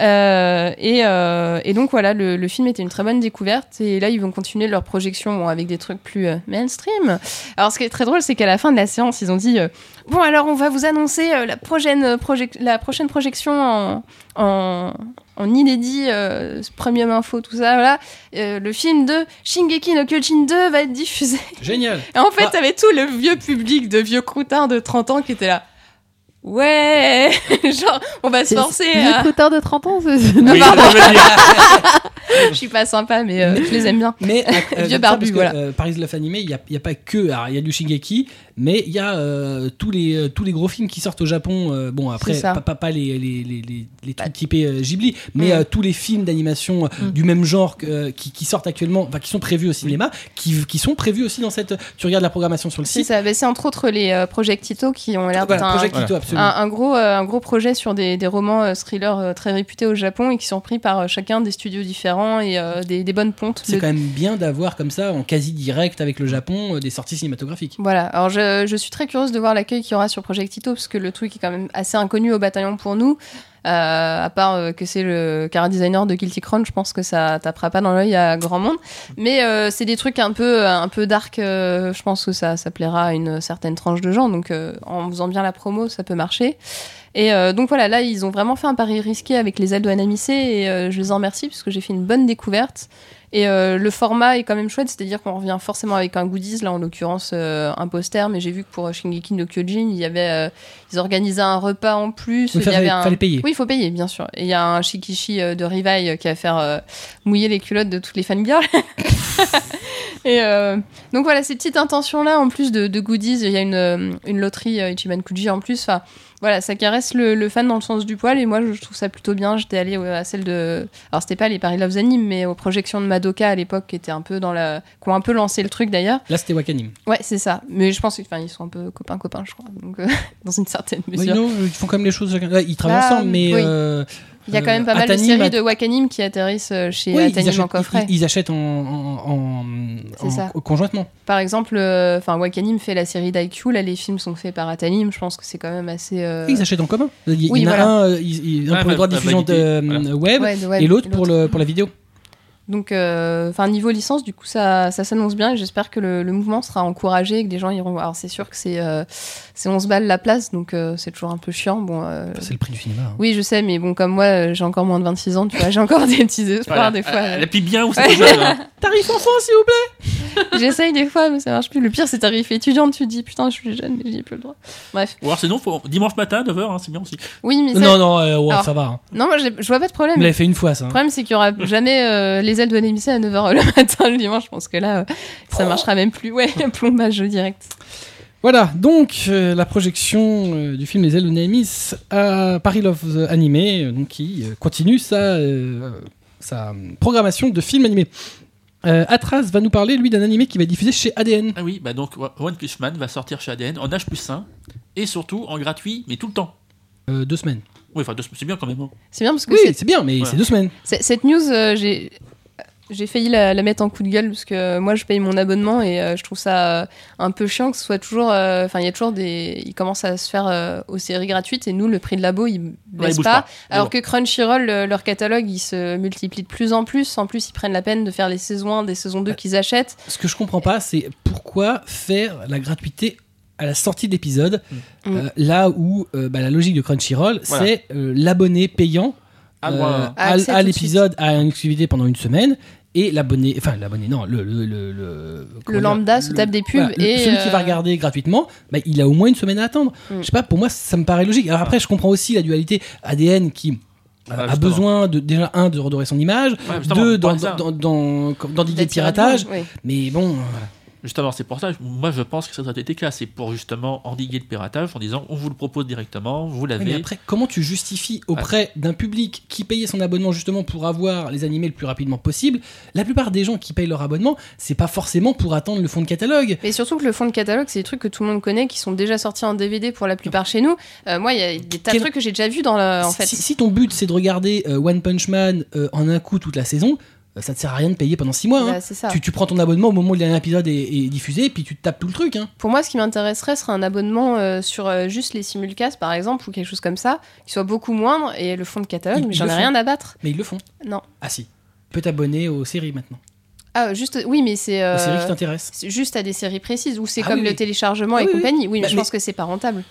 Euh, et, euh, et donc voilà, le, le film était une très bonne découverte. Et là, ils vont continuer leur projection bon, avec des trucs plus euh, mainstream. Alors, ce qui est très drôle, c'est qu'à la fin de la séance, ils ont dit euh, Bon, alors, on va vous annoncer euh, la, prochaine projec- la prochaine projection en, en, en inédit, euh, premium info, tout ça. Voilà. Euh, le film de Shingeki no Kyojin 2 va être diffusé.
Génial.
Et en fait,
Ah.
t'avais tout le vieux public de vieux croûtards de 30 ans qui était là. Ouais, genre, on va se
C'est hein.
forcer hein.
vieux
à.
cotard de 30 ans. c'est-
Oui,
pardon.
je veux dire.
Je suis pas sympa, mais euh, je les aime bien.
Mais
Vieux barbu, voilà.
euh, Paris Love Anime, il n'y a, il y a pas que. alors, Il y a du Shingeki, mais il y a euh, tous, les, euh, tous les gros films qui sortent au Japon. euh, bon, après,
C'est ça. Bah.
pas, pas, pas les, les, les, les, les trucs typés euh, Ghibli, mais
Mm.
euh, tous les films d'animation euh,
Mm.
du même genre que, euh, qui, qui sortent actuellement, enfin, qui sont prévus au cinéma, qui, qui sont prévus aussi dans cette. Tu regardes la programmation sur le
C'est
site.
ça, bah, c'est entre autres les euh, Projectito qui ont l'air
Voilà,
d'être un,
Project Ito,
un,
absolument.
un gros, euh, un gros projet sur des, des romans euh, thrillers euh, très réputés au Japon et qui sont pris par euh, chacun des studios différents et euh, des, des bonnes pontes.
C'est
de-
quand même bien d'avoir comme ça, en quasi direct avec le Japon, euh, des sorties cinématographiques.
Voilà, alors je, je suis très curieuse de voir l'accueil qu'il y aura sur Projectito parce que le truc est quand même assez inconnu au bataillon pour nous. Euh, à part euh, que c'est le cara designer de Guilty Crown, je pense que ça tapera pas dans l'œil à grand monde. Mais euh, c'est des trucs un peu, un peu dark. euh, je pense que ça, ça plaira à une certaine tranche de gens. Donc euh, en faisant bien la promo, ça peut marcher. Et euh, donc voilà, là ils ont vraiment fait un pari risqué avec les ailes de Anamissé et euh, je les en remercie parce que j'ai fait une bonne découverte. Et euh, le format est quand même chouette, c'est-à-dire qu'on revient forcément avec un goodies, là en l'occurrence euh, un poster, mais j'ai vu que pour euh, Shingeki no Kyojin, il y avait, euh, ils organisaient un repas en plus.
Il
il y avait
fallait,
un...
fallait payer.
Oui, il faut payer, bien sûr. Et il y a un shikishi euh, de Rivaille euh, qui va faire euh, mouiller les culottes de toutes les fangirls. Et euh, donc voilà, ces petites intentions-là, en plus de, de goodies, il y a une, euh, une loterie euh, Ichiban Kuji en plus. Enfin, voilà, ça caresse le, le fan dans le sens du poil. Et moi, je trouve ça plutôt bien. J'étais allée ouais, à celle de. Alors, c'était pas les Paris Loves Anime, mais aux projections de Madoka à l'époque, qui étaient un peu dans la. qui ont un peu lancé le truc d'ailleurs.
Là, c'était Wakanim.
Ouais, c'est ça. Mais je pense qu'ils enfin, ils sont un peu copains-copains, je crois. Donc, euh, dans une certaine
Oui,
mesure.
non, ils font quand même les choses. chacun- Ouais, Ils travaillent
Bah,
ensemble, mais.
oui.
euh,
Il y a quand
Euh,
même pas mal
Atanim,
de séries
At-
de Wakanim qui atterrissent euh, chez
Oui, ils
Atanim en
achètent,
coffret.
ils- ils achètent en, en- en-
C'est
en-
ça.
conjointement.
Par exemple, euh, enfin Wakanim fait la série d'IQ, là les films sont faits par Atanim, je pense que c'est quand même assez... euh,
Ils achètent en commun. Il y,
Oui,
il y en a
voilà.
un, euh, il- il- un
Ah,
pour
bah,
le droit de
bah,
diffusion de,
validé,
euh, web
ouais, de web,
et l'autre pour, le, pour la vidéo.
Donc, euh, enfin, niveau licence, du coup, ça, ça s'annonce bien et j'espère que le, le mouvement sera encouragé et que des gens iront. voir. Alors, c'est sûr que c'est euh, c'est 11 balles la place, donc euh, c'est toujours un peu chiant. Bon, euh,
C'est le prix du cinéma. hein.
oui, je sais, mais bon, comme moi, euh, j'ai encore moins de 26 ans, tu vois, j'ai encore des petits
Voilà.
espoirs des fois.
Elle
euh.
appuie bien où c'est
Ouais.
jeune. hein.
Tarif enfant, s'il vous plaît
euh, J'essaye des fois, mais ça marche plus. Le pire, c'est tarif étudiant, tu te dis putain, je suis jeune, mais j'ai plus le droit. Bref,
Ou alors sinon, faut- dimanche matin, 9h, c'est bien aussi.
oui, mais ça-
Non, non, euh, ouais,
Alors,
ça va. hein.
non, moi, j'ai- je vois pas de problème.
Vous l'avez fait une fois, ça. hein.
Le problème, c'est qu'il y aura jamais euh, les ailes de l'MC à 9h le matin le dimanche. Je pense que là, euh, ça marchera même plus. Ouais, plombage direct.
Voilà, donc euh, la projection euh, du film Les ailes de Némis à Paris Love Anime, euh, donc, qui euh, continue sa, euh, sa euh, programmation de films animés. Euh, Atras va nous parler, lui, d'un animé qui va être diffusé chez ADN.
Ah oui, bah donc One Plus Man va sortir chez ADN en H plus 1 et surtout en gratuit, mais tout le temps.
Euh, deux semaines.
Oui, enfin, deux- c'est bien quand même. hein.
C'est bien parce que
Oui,
c'est-
c'est bien, mais
Ouais.
c'est deux semaines.
c'est- cette news, euh, j'ai. J'ai failli la, la mettre en coup de gueule parce que euh, moi je paye mon abonnement et euh, je trouve ça euh, un peu chiant que ce soit toujours. euh, Enfin, il y a toujours des. Ils commencent à se faire euh, aux séries gratuites et nous, le prix de labo, il
Ouais,
baisse
bouge
pas.
pas. Mais
Alors
bon.
que Crunchyroll, le- leur catalogue, il se multiplie de plus en plus. En plus, ils prennent la peine de faire les saisons 1, des saisons 2 qu'ils achètent.
Ce que je comprends pas, c'est pourquoi faire la gratuité à la sortie d'épisode,
Mm.
euh, là où euh, bah, la logique de Crunchyroll,
Voilà.
c'est euh, l'abonné payant
Ah,
euh,
moi, hein.
à,
Accès
à
tout de
l'épisode, à une activité pendant une semaine, et l'abonné, enfin l'abonné, non, le le, le, le- comment dire,
lambda se
le-
tape des pubs
voilà, le-
et,
celui qui
euh,
va regarder gratuitement, bah, il a au moins une semaine à attendre.
Mm.
Je sais pas, pour moi ça me paraît logique. Alors après, je comprends aussi la dualité ADN qui euh,
Ah,
a
justement.
besoin de déjà un de redorer son image,
Ouais, justement,
deux
on parle
dans
de ça.
dans dans, dans d'idées de
d'attirer
piratage,
tout le monde,
mais bon. euh,
Justement, c'est pour ça, je- moi je pense que ça doit être clair. C'est pour justement endiguer le piratage en disant on vous le propose directement, vous
Oui, mais
l'avez.
après, comment tu justifies auprès d'un public qui payait son abonnement justement pour avoir les animés le plus rapidement possible La plupart des gens qui payent leur abonnement, c'est pas forcément pour attendre le fond de catalogue.
oui. Mais surtout que le fond de catalogue, c'est des trucs que tout le monde connaît, qui sont déjà sortis en DVD pour la plupart chez nous. Euh, moi, il y a des tas de
Quel-
trucs que j'ai déjà vus dans le, Euh, en fait.
si, si ton but c'est de regarder euh, One Punch Man euh, en un coup toute la saison, euh, ça te sert à rien de payer pendant 6 mois. hein.
Bah, c'est ça.
Tu, tu prends ton abonnement au moment où le dernier épisode est, est diffusé, puis tu te tapes tout le truc. hein.
Pour moi, ce qui m'intéresserait serait un abonnement euh, sur euh, juste les simulcasts, par exemple, ou quelque chose comme ça, qui soit beaucoup moindre, et le fond de catalogue,
Ils-
mais
ils
j'en
le
ai
font.
rien à battre.
Mais ils le font.
Non.
Ah si. Tu peux t'abonner aux séries maintenant.
Ah, juste, oui, mais c'est.
Aux
euh,
séries qui t'intéressent.
c'est juste à des séries précises, ou c'est
Ah
comme
oui,
le
oui.
téléchargement
Ah
et
oui, oui.
compagnie. Oui, mais
Bah,
je
mais-
pense que c'est pas rentable.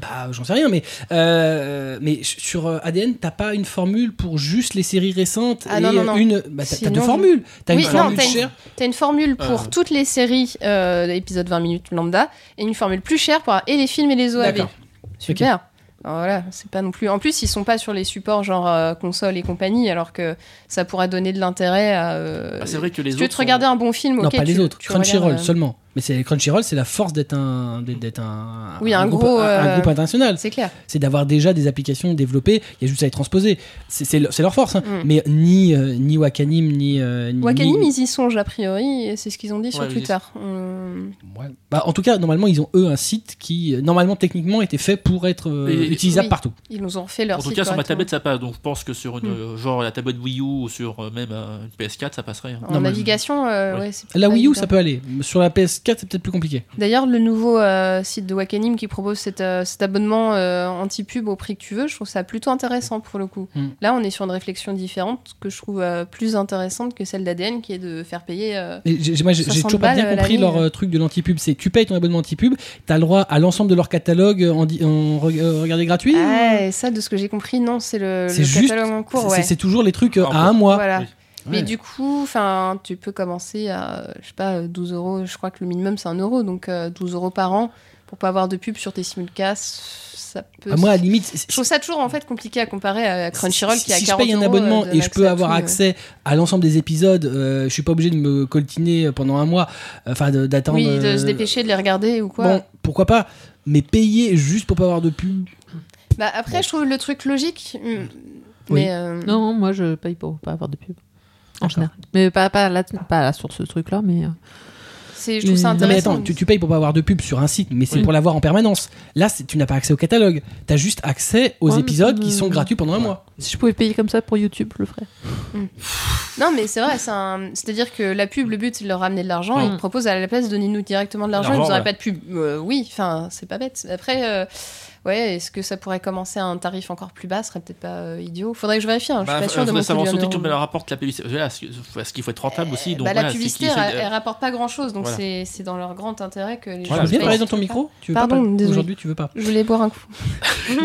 Bah, j'en sais rien, mais, euh, mais ch- sur euh, ADN, t'as pas une formule pour juste les séries récentes
Ah,
et
non, non, non.
euh, une. Bah, t'as- t'as
Sinon,
deux
je-
formules. T'as
Oui,
une
non,
formule
t'as une-
chère.
T'as une formule pour
Euh.
toutes les séries, euh, épisode 20 minutes lambda, et une formule plus chère pour et les films et les OAV.
D'accord.
Super. Alors voilà, c'est pas non plus. En plus, ils sont pas sur les supports genre euh, console et compagnie, alors que ça pourrait donner de l'intérêt à. euh,
Ah, c'est vrai que les
si tu veux
autres.
te
sont-
regarder un bon film,
non,
ok,
pas les
tu-
autres.
tu
Crunchyroll
regardes, euh,
seulement. Mais c'est Crunchyroll, c'est la force d'être un, d'être- d'être un,
Oui, un
groupe,
gros,
un- un
euh,
groupe international.
C'est clair.
C'est d'avoir déjà des applications développées. Il y a juste à les transposer. C'est- C'est leur c'est leur force. hein.
Mm.
Mais ni euh, ni Wakanim ni euh, ni-
Wakanim,
ni-
ils y songent a priori, et c'est ce qu'ils ont dit sur
Ouais, ils y
Twitter. Hum,
Ouais. Bah, en tout cas, normalement, ils ont eux un site qui euh, normalement techniquement était fait pour être euh,
Et-
utilisable
Oui.
partout.
Ils nous ont fait leur
En tout
site
cas, sur ma
correctement. Hmm.
tablette, ça passe. Donc, je pense que sur une, genre la tablette Wii U ou sur euh, même euh, une PS4, ça passerait. hein.
En
Non, mais-
navigation, euh,
Ouais.
ouais, c'est
La
pas
Wii U,
évident.
ça peut aller. Sur la PS4, c'est peut-être plus compliqué.
D'ailleurs, le nouveau euh, site de Wakanim qui propose cette, euh, cet abonnement euh, anti-pub au prix que tu veux, je trouve ça plutôt intéressant pour le coup.
Mm.
Là, on est sur une réflexion différente que je trouve euh, plus intéressante que celle d'ADN qui est de faire payer. euh,
Et j'ai- J'ai moi, j'ai- j'ai
500
toujours pas bien
balles, euh,
compris
l'année,
leur
euh.
euh, truc de l'anti-pub. C'est tu payes ton abonnement anti-pub, t'as le droit à l'ensemble de leur catalogue euh, en, di- en re- euh, regarder gratuit.
Ah, et ça, de ce que j'ai compris, non, c'est le,
C'est
le
juste-
catalogue en
C'est-
cours.
c'est-
Ouais.
C'est toujours les trucs euh,
En
à
cours.
un mois.
Voilà.
Oui.
Mais
Ouais.
du coup, enfin, tu peux commencer à, euh, je sais pas, euh, 12 euros. Je crois que le minimum c'est 1 euro, donc euh, 12 euros par an pour pas avoir de pub sur tes simulcasts. Ça peut.
À Ah, moi, à la limite, c'est-
Je trouve ça toujours en fait compliqué à comparer à Crunchyroll
si,
qui a
si
40
je paye un
euros,
abonnement
euh,
et je peux
à
avoir
tout, euh.
accès à l'ensemble des épisodes, euh, je suis pas obligé de me coltiner pendant un mois, euh, enfin de- d'attendre.
Oui, de se
euh,
dépêcher de les regarder ou quoi.
Bon, pourquoi pas Mais payer juste pour pas avoir de pub.
Bah après, je trouve le truc logique. mm,
Oui.
Mais euh,
Non, moi je paye pour pas avoir de pub. En général. Mais pas, pas, là, pas là, sur ce truc-là, mais. euh,
c'est, je trouve ça
Non,
Non mais
intéressant.
attends, tu, tu payes pour pas avoir de pub sur un site, mais c'est
Oui.
pour l'avoir en permanence. Là, c'est- tu n'as pas accès au catalogue. T'as juste accès aux
Ouais, mais
épisodes
ça
qui
me-
sont gratuits pendant un mois.
Si je pouvais payer comme ça pour YouTube, je le ferais.
Non, mais c'est vrai, c'est, un- c'est-à-dire que la pub, le but, c'est de leur ramener de l'argent.
Ouais.
Mm.
Ils te proposent à la place, donnez-nous directement de l'argent,
L'argent,
vous n'aurez
ouais.
pas de pub. Euh, oui, enfin, c'est pas bête. Après, euh, Ouais, est-ce que ça pourrait commencer à un tarif encore plus bas Ce serait peut-être pas euh, idiot. Faudrait que je vérifie, hein, je suis
Bah,
pas sûre de
faudrait
mon coût
savoir
du
surtout
un euro.
combien leur rapporte la publicité. Voilà, ce- parce qu'il faut être rentable aussi. Donc
Bah,
voilà,
la
c'est
publicité,
qui essaie
elle,
de-
elle rapporte pas grand-chose, donc
Voilà.
c'est c'est dans leur grand intérêt que les
Tu
Voilà,
veux bien
je
parler dans
pense.
ton micro tu veux pas
Pardon,
parler-
désolé. Mhm.
Aujourd'hui, tu veux pas.
Je voulais boire un coup.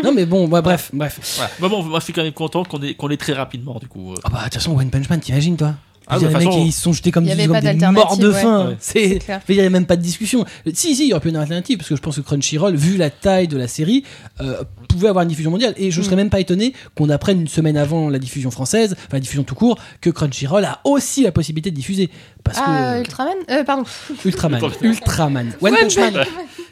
non, mais bon, bah, bref, bref.
Voilà. Bah, bon, moi, je suis quand même content qu'on ait, qu'on ait très rapidement, du coup. euh.
Ah bah, de toute façon, One Punch Man, t'imagines, toi
Ah,
Je veux
de
dire,
toute
Les mecs,
façon-
ils se sont jetés comme
Il y
des
avait
gens
pas
des
d'alternative,
morts de
ouais.
faim.
Ouais.
C'est.
C'est clair.
Je veux dire, il n'y a même pas de discussion. Si, si, il y aurait pu y avoir une alternative, parce que je pense que Crunchyroll, vu la taille de la série, euh, pouvait avoir une diffusion mondiale. Et
Mm.
je ne serais même pas étonné qu'on apprenne une semaine avant la diffusion française, enfin la diffusion tout court, que Crunchyroll a aussi la possibilité de diffuser. Parce
Ah,
que.
Ultraman Euh, Pardon.
Ultraman.
Ultraman.
Ultraman. One Punch Man.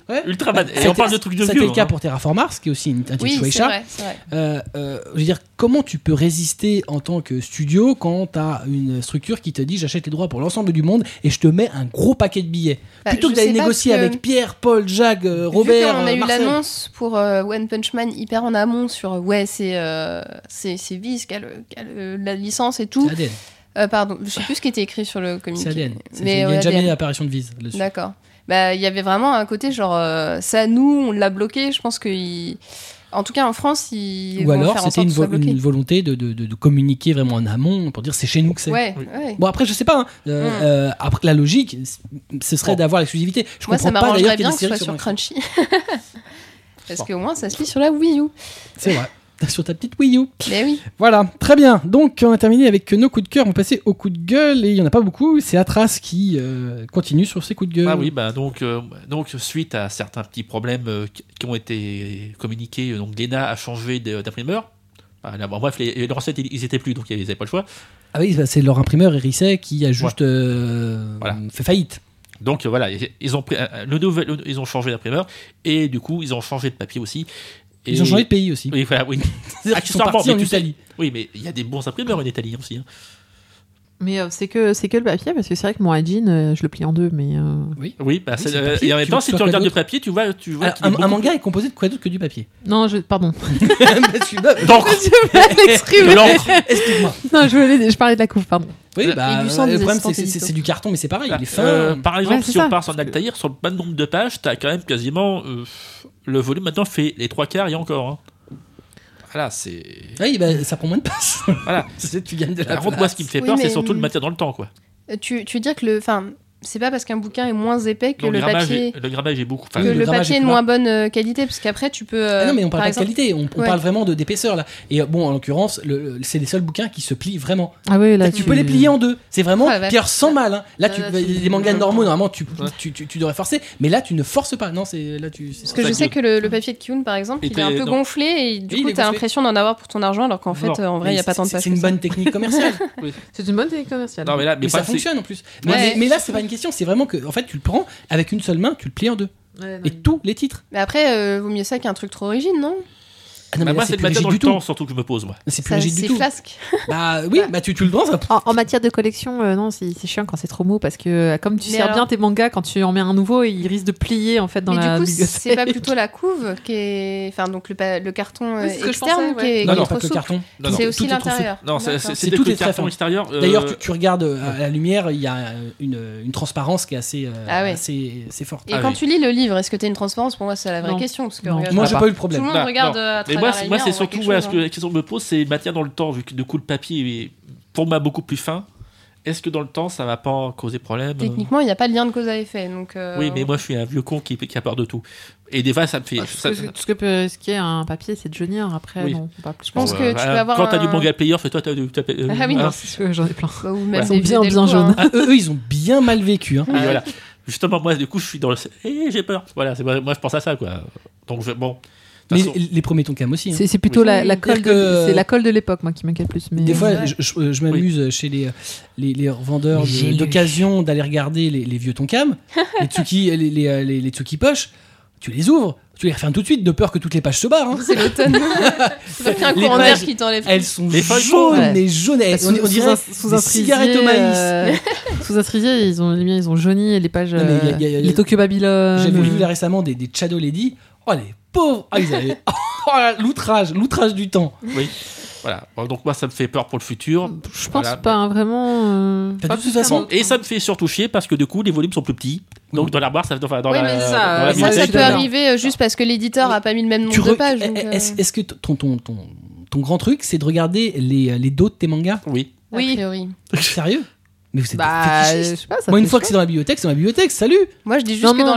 Ouais.
Ultraman. Et
C'était-
on parle de trucs de vieux.
C'était le cas
hein.
pour Terraform Mars, qui est aussi une, un titre
Oui, c'est
Shueisha.
vrai, c'est vrai.
Euh, euh, je veux dire, comment tu peux résister en tant que studio quand t'as une structure qui te dit j'achète les droits pour l'ensemble du monde et je te mets un gros paquet de billets
Bah,
Plutôt
je
que d'aller
sais pas,
négocier
parce que-
avec Pierre, Paul, Jacques, euh, Robert,
Robert, on a
euh,
eu
Marcel.
l'annonce pour euh, One Punch Man hyper en amont sur euh, ouais c'est euh, c'est c'est Viz qui a, le- qui a le- la licence et tout.
C'est ADN.
Euh, pardon, je sais plus ce qui était écrit sur le
C'est
communiqué.
ADN. C'est-
Mais,
il n'y
ouais,
a jamais
ADN.
apparition de vise dessus.
D'accord. Bah il y avait vraiment un côté genre euh, ça nous on l'a bloqué. Je pense que il- en tout cas en France ils
Ou
vont
alors
faire en
c'était
sorte
une,
que ce soit
vo- une
bloqué.
volonté de, de- de- de communiquer vraiment en amont pour dire c'est chez nous que c'est.
Ouais,
Oui.
ouais.
Bon après je sais pas. hein. Euh,
Mm.
euh, après la logique, c- ce serait
Bon.
d'avoir l'exclusivité. Je
Moi ça
comprends pas d'ailleurs
m'arrangerait
qu'il y ait
bien
des
que ce soit
séries
sur
sur.
Crunchy. Parce
Bon.
qu'au moins ça se lit sur la Wii U.
C'est vrai. Sur ta petite Wii U.
Mais oui.
Voilà, très bien. Donc on a terminé avec nos coups de cœur, on va passer aux coups de gueule et il n'y en a pas beaucoup. C'est Atras qui euh, continue sur ses coups de gueule.
Ah oui, bah donc, euh, donc suite à certains petits problèmes euh, qui qui ont été communiqués, euh, donc Lena a changé de- d'imprimeur. Ah, là, bon, bref, les, les recettes, ils ils étaient plus, donc ils n'avaient pas le choix.
Ah oui, bah, c'est leur imprimeur Erisset qui a juste euh,
Voilà.
fait faillite.
Donc euh, voilà, ils- ils ont, pris, euh, le nouvel, le- ils ont changé d'imprimeur et du coup, ils ont changé de papier aussi. Et-
Ils ont changé de pays aussi.
Oui, voilà, oui.
C'est-à-dire qu'ils sont
Accessoirement,
partis
mais
en
tu
Italie.
sais- oui, mais il y a des bons imprimeurs en Italie aussi. hein.
Mais euh, c'est que c'est que le papier parce que c'est vrai que mon jean, euh, je le plie en deux, mais euh,
Oui, bah,
Oui,
c'est-
c'est le
euh,
papier.
et en même
Tu
temps,
veux
si
que
tu
ce soit
regardes le
d'autre
papier, tu vois, tu vois
Alors,
qu'il est
un, un
beaucoup-
manga est composé de quoi d'autre que du papier
non, je pardon.
Parce que, euh,
d'encre.
L'exprimer.
De l'encre.
Excuse-moi.
non, je voulais, je parlais de la couve, pardon.
Oui, bah,
Et du sang
le
des
problème c'est que
assistants
c'est- c'est
édito.
c'est du carton, mais c'est pareil, il est fin.
Euh, par exemple,
Ouais, c'est
si on
ça.
part sur Altair, sur le bon nombre de pages, t'as quand même quasiment. euh, le volume maintenant fait les trois quarts et encore. hein. Voilà, c'est.
Oui, bah, ça prend moins de passe.
Voilà.
C'est- tu gagnes de la
Par contre, moi,
place.
ce qui me fait
Oui,
peur, c'est
mais- hum,
surtout le maintien dans le temps, quoi.
Euh, Tu, tu veux dire que le. Enfin, c'est pas parce qu'un bouquin est moins épais que
Donc,
le
grammage
papier.
est- le grammage est beaucoup.
Que
enfin,
Oui,
le,
le grammage
papier
est
est de
plus
moins bonne euh, qualité, parce qu'après, tu peux. euh,
Ah non, mais on
par
parle pas
exemple-
de qualité, on, on
Ouais.
parle vraiment de d'épaisseur là. Et euh, bon, en l'occurrence, le- le- c'est les seuls bouquins qui se plient vraiment.
Ah oui, là
tu peux les plier en deux. C'est vraiment
Ah, la vache.
Pierre sans mal. hein. Là,
Ah,
tu,
là, tu-
les mangas normaux, normalement, tu,
Ouais.
tu, tu, tu devrais forcer. Mais là, tu ne forces pas. Non, c'est là, tu.
Parce que je
Ça,
sais
que-
que le, le papier de Kyun, par exemple,
Il
il est un
était-
peu
non.
gonflé et du
Oui, il
coup,
est
t'as
gonflé.
l'impression d'en avoir pour ton argent, alors qu'en
Non.
fait, euh, en vrai, il n'y a pas tant de
C'est
pages.
c'est une
que ça.
bonne technique commerciale.
C'est une bonne technique commerciale.
Non, mais là, mais,
mais ça
pas- c'est-
fonctionne en plus. Mais,
Ouais.
mais- mais là, c'est pas une question. C'est vraiment que, en fait, tu le prends avec une seule main, tu le plies en deux. Et tous les titres.
Mais après, euh, vaut mieux ça qu'un truc trop rigide, non
Ah non,
bah,
mais là,
moi,
c'est
c'est le
plus
maintien
rigide
dans
du
le
tout.
temps, surtout que je me pose, moi.
C'est plus
Ça,
rigide du
C'est
tout.
flasque.
Bah oui, bah tu, tu le prends. ça-
En, en matière de collection, euh, non, c'est c'est chiant quand c'est trop mou parce que euh, comme tu
Mais
sers
alors-
bien tes mangas, quand tu en mets un nouveau, il risque de plier en fait dans
Mais
la
du coup,
bibliothèque.
c'est pas plutôt la couve qui est. Enfin, donc le, pa- le carton euh,
Oui, c'est ce que je
externe qui est,
pensais,
Non,
qui est
non,
trop
pas que le
souple.
carton.
Non, non,
C'est
tout
aussi
est trop souple.
l'intérieur.
Non, c'est-
D'accord.
c'est
C'est
c'est
tout
tout
est
les
très
cartons
fin.
extérieurs. euh,
D'ailleurs, tu, tu regardes euh, à la lumière, il y a euh, une, une transparence qui est assez, euh,
Ah ouais.
assez, assez forte.
Et
Ah
quand
oui.
tu lis le livre, est-ce que t'as une transparence Pour moi, c'est la vraie
Non.
question. Parce que
Non.
regarde,
Moi,
Ah
j'ai
bah.
pas eu le
tout le
problème.
monde
Bah,
regarde
non.
euh, à
Mais
travers
moi,
la
c'est-
lumière,
moi,
on
c'est
voit
surtout
quelque
voilà,
chose,
ce
hein.
que la question que je me pose, c'est maintien dans le temps, vu que du coup le papier est pour moi beaucoup plus fin. Est-ce que dans le temps, ça va pas causer problème euh
Techniquement, il n'y a pas de lien de cause à effet. Donc, euh,
Oui, mais moi, je suis un vieux con qui, qui a peur de tout. Et des fois, ça me fait.
Ah, tout
ça-
ce, que, tout ce que peut- ce qui est un papier, c'est de Junior. Après,
Oui.
non, pas
Ah
plus.
Je pense
Bon,
que
euh,
tu
voilà.
peux avoir
Quand t'as du
un-
manga payeur, fais-toi. t'as du- t'as-
Ah oui,
hein.
non.
C'est ce que J'en ai plein.
bah, ou même
Ils sont
des
bien,
des
bien
Delcourt,
jaunes.
hein.
Ah, eux, ils ont bien mal vécu. hein.
Oui, Ah, voilà. Justement, moi, du coup, je suis dans le. Eh, j'ai peur. Voilà, c'est moi, moi, je pense à ça, quoi. Donc, je... bon. De
Mais
toute façon,
les premiers tonkam aussi. hein.
C'est c'est plutôt
Oui.
la, la colle de
que-
c'est la colle de l'époque moi qui m'inquiète plus. Mais
Des fois,
Ouais.
je, je- je m'amuse chez les, les, les revendeurs de-
J'ai lu.
d'occasion d'aller regarder les, les vieux tonkam, les tsuki, les, les, les- les tsuki poches. Tu les ouvres, tu les refermes tout de suite de peur que toutes les pages se barrent. hein.
C'est l'automne. C'est pas qu'il y a un
Les
courant d'air
pages,
qui t'enlève.
Elles sont
Les feuilles
jaunes
jaunes.
et jaunes.
Bah,
Elles- on, on dirait des cigarettes au maïs.
euh, sous un cerisier, ils ont les miens, ils ont jauni et les pages.
Non, mais il y a- il y a-
euh,
il y a-
les Tokyo Babylone.
J'avais vu
hum.
euh,
là récemment des, des Shadow Lady. Oh les pauvres Ah ils avaient... Oh, là, l'outrage, l'outrage du temps.
oui. Voilà. Bon, Donc moi, ça me fait peur pour le futur.
Je pense
Voilà.
pas, hein, vraiment. euh,
Bah,
pas
de toute façon,
Ah
clairement.
Et ça me fait surtout chier parce que du coup, les volumes sont plus petits. Donc dans l'armoire, ça, enfin, dans
Oui,
la-
mais
dans
ça,
la
euh, ça,
bibliothèque,
ça
je
peut
suis
arriver euh, juste parce que l'éditeur a pas mis le même nombre
Tu
de
re- eh,
pages. donc, euh,
Est-ce est-ce que t- ton, ton, ton, ton grand truc, c'est de regarder les, les dos de tes mangas
Oui.
a
Oui.
priori.
Sérieux Mais vous êtes
Bah,
des
je
fétichistes.
sais pas, ça
Moi, une
fait
fois que
chaud.
c'est dans la bibliothèque, c'est dans la bibliothèque, salut
Moi, je dis juste
Non,
que
non,
dans,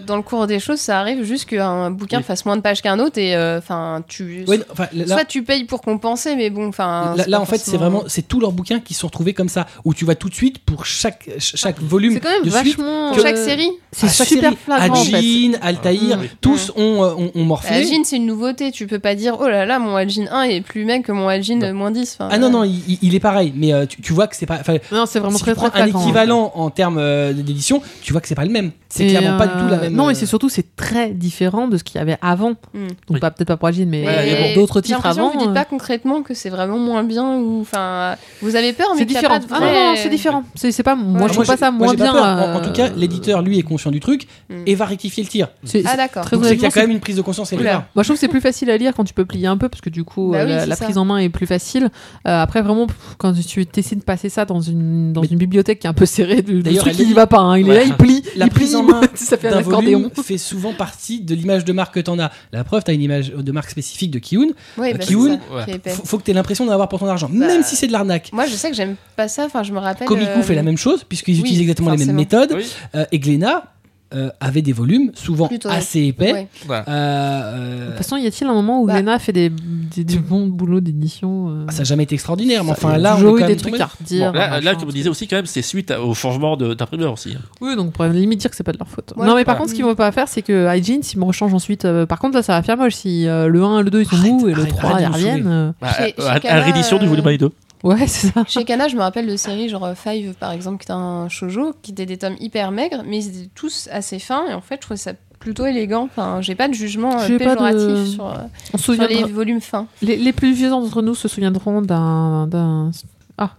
le, dans le cours des choses, ça arrive juste qu'un bouquin
Oui.
fasse moins de pages qu'un autre et enfin tu.
Ouais, enfin, là-
Soit tu payes pour compenser, mais bon, enfin.
Là,
c'est
là,
pas
en fait, c'est
forcément-
vraiment c'est tous leurs bouquins qui sont retrouvés comme ça, où tu vas tout de suite pour chaque ch- chaque volume
C'est quand même
de suite.
vachement.
Pour chaque
euh,
série.
Ah, C'est
à chaque
super
série.
flagrant en fait.
Adjin, Altaïr,
Mm.
tous ont, euh, ont, ont morflé.
Algin, c'est une nouveauté. Tu peux pas dire, oh là là, mon Algin 1 est plus mec que mon Algin
Non.
euh, moins 10. Enfin,
Ah non
euh,
non, il, il- il est pareil, mais euh, tu, tu vois que c'est pas. enfin,
Non, c'est vraiment
si
très
tu prends
très
un
flagrant.
équivalent en termes euh, d'édition, tu vois que c'est pas le même. C'est
Et,
clairement pas
euh,
du tout la même.
Non,
euh,
et c'est surtout c'est très différent de ce qu'il y avait avant.
Hmm.
Donc
Oui.
pas peut-être pas pour Agile, mais
Ouais,
euh,
mais
d'autres
j'ai
titres
l'impression
avant.
que Vous dites
euh,
pas concrètement que c'est vraiment moins bien ou enfin vous avez peur mais
C'est
qu'il y a
différent.
pas de
Ah
vrai-
non, non, c'est différent. C'est c'est pas. Moi,
Ouais.
je trouve
moi,
pas ça
j'ai-
moins
moi, j'ai pas
bien.
peur. En, en tout cas,
euh,
l'éditeur lui est conscient du truc
Mm.
et va rectifier le tir.
c'est-
Ah d'accord.
Très
Donc c'est qu'il y
honnêtement,
a quand même une prise de conscience quelque
Oula.
part.
Moi, je trouve que c'est plus facile à lire quand tu peux plier un peu, parce que du coup,
Bah
euh,
oui,
la,
c'est
la
ça.
prise en main est plus facile. Euh, après, vraiment, pff, quand tu essaies de passer ça dans une, dans
Mais-
une bibliothèque qui est un peu serrée, le- le
D'ailleurs,
truc,
elle
il y
est-
va pas. hein. Il est
Ouais.
là, il plie.
La
il plie,
prise en main
ça fait un
d'un
accordéon.
volume fait souvent partie de l'image de marque que t'en as. La preuve, t'as une image euh, de marque spécifique de Kiun.
Ouais,
Euh, Kiun,
bah, c'est ça,
ouais.
qui est épais.
Faut, faut que t'aies l'impression d'en avoir pour ton argent, même si c'est de l'arnaque.
Moi, Bah, je sais que j'aime pas ça. Enfin, je me rappelle.
Komiku
euh,
fait la même chose, puisqu'ils
oui,
utilisent exactement les mêmes
forcément.
méthodes.
Oui.
Euh, et Glénat euh, avait des volumes souvent
Plutôt,
assez épais.
ouais.
Voilà.
Euh,
De toute
euh,
façon, y a-t-il un moment où
Bah.
Lena fait des, des, des bons boulots d'édition euh,
ça n'a jamais été extraordinaire, Ah, mais
il y
enfin
a
là, on est
toujours
quand
eu
même
des
tombé.
trucs à
Là,
redire.
bah,
machin,
là, comme on disait aussi, quand même, c'est suite à- au changement de- d'imprimeur aussi. hein.
Oui, donc pour limite dire que c'est pas de leur faute.
Ouais,
non, mais par
voilà.
contre, ce qu'ils vont pas Mm. faire, c'est que Hygiene, s'ils me rechangent ensuite. euh, par contre, là, ça va faire moche. Si euh, le 1, le 2, ils sont
Arrête,
mous et le
arrête,
3,
arrête
ils
de nous
reviennent. euh,
Bah,
Chez-
euh,
chez
à- à
Kana,
la réédition du
euh,
volume 1 et 2.
Ouais, c'est ça.
Chez Kana, je me rappelle de séries genre euh, Five, par exemple, qui était un shoujo, qui était des tomes hyper maigres, mais ils étaient tous assez fins. Et en fait, je trouvais ça plutôt élégant. Enfin, j'ai pas de jugement euh,
J'ai pas de-
péjoratif sur, euh,
On se
sur
souvient
les volumes fins.
Les, les plus vieux d'entre nous se souviendront d'un. d'un- Ah,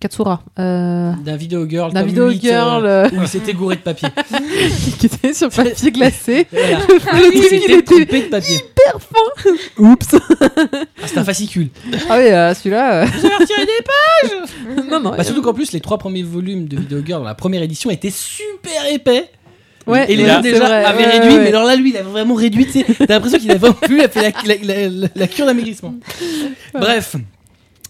Katsura. Euh,
D'un vidéo girl,
d'un
tome
vidéo
8,
girl
euh,
euh,
où il s'était gouré de papier.
qui était sur papier glacé.
Voilà.
le
Il
truc, il
s'était
était.
trompé de papier.
Oups
Ah, C'est un fascicule.
Ah oui, euh, celui-là. euh, non, non.
Bah, surtout qu'en plus, les trois premiers volumes de Video Girl dans la première édition étaient super épais.
Ouais,
et les
ouais,
autres
c'est
déjà
vrai,
avaient
ouais,
réduit.
ouais.
Mais alors là, lui, il a vraiment réduit. tu sais. T'as l'impression qu'il a vraiment plus, il a fait la, la- la- la- la cure d'amaigrissement. Bref.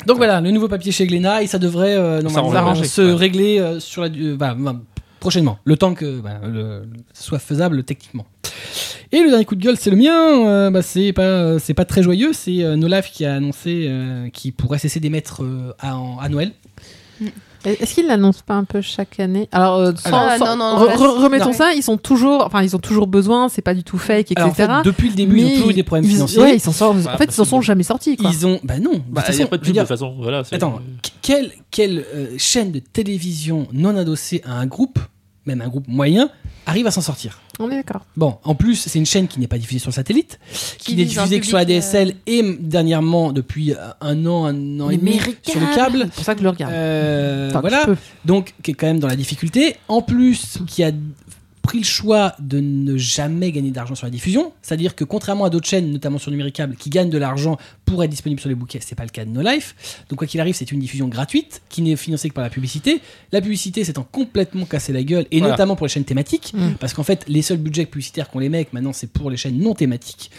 Donc voilà, le nouveau papier chez Glénat et ça devrait euh, normalement,
s'arrange.
se
Ouais.
régler euh, sur la, du- bah, bah, prochainement, le temps que bah, le- ce soit faisable techniquement. Et le dernier coup de gueule, c'est le mien. euh, bah, c'est pas, euh, c'est pas très joyeux. C'est euh, Nolaf qui a annoncé euh, qu'il pourrait cesser d'émettre euh, à, en- à Noël.
Est-ce qu'ils l'annoncent pas un peu chaque année Alors, euh, sans-
Ah, non,
sans-
non,
re-
là,
re-
c'est-
remettons
non.
ça, ils sont toujours, enfin, ils ont toujours besoin, c'est pas du tout fake, etc.
Alors, en fait, depuis le début, ils ont
Mais
toujours eu des problèmes
ils-
financiers.
ouais, ils s'en sortent.
Bah,
en fait, ils s'en sont jamais sortis, quoi.
Ils ont. Bah non. de
Bah,
toute
Il n'y a
façon,
pas
je veux
de pub de
dire,
toute façon. Voilà, c'est-
Attends, que- quelle, quelle euh, chaîne de télévision non adossée à un groupe, même un groupe moyen, arrive à s'en sortir
On est d'accord.
Bon, en plus, c'est une chaîne qui n'est pas diffusée sur le satellite, qui,
Qui
n'est
vise un
diffusée que sur la
public,
DSL et m- dernièrement, depuis euh, un an, un an et demi, sur le câble.
C'est pour ça que je le regarde.
Euh,
Enfin, que
voilà,
je peux.
donc qui est quand même dans la difficulté. En plus, qui a pris le choix de ne jamais gagner d'argent sur la diffusion, c'est-à-dire que contrairement à d'autres chaînes, notamment sur Numéricable, qui gagnent de l'argent pour être disponible sur les bouquets, c'est pas le cas de No Life. Donc quoi qu'il arrive, c'est une diffusion gratuite qui n'est financée que par la publicité. La publicité s'étant complètement cassée la gueule, et
Voilà.
notamment pour les chaînes thématiques,
Mm.
parce qu'en fait, les seuls budgets publicitaires qu'on les met maintenant, c'est pour les chaînes non thématiques.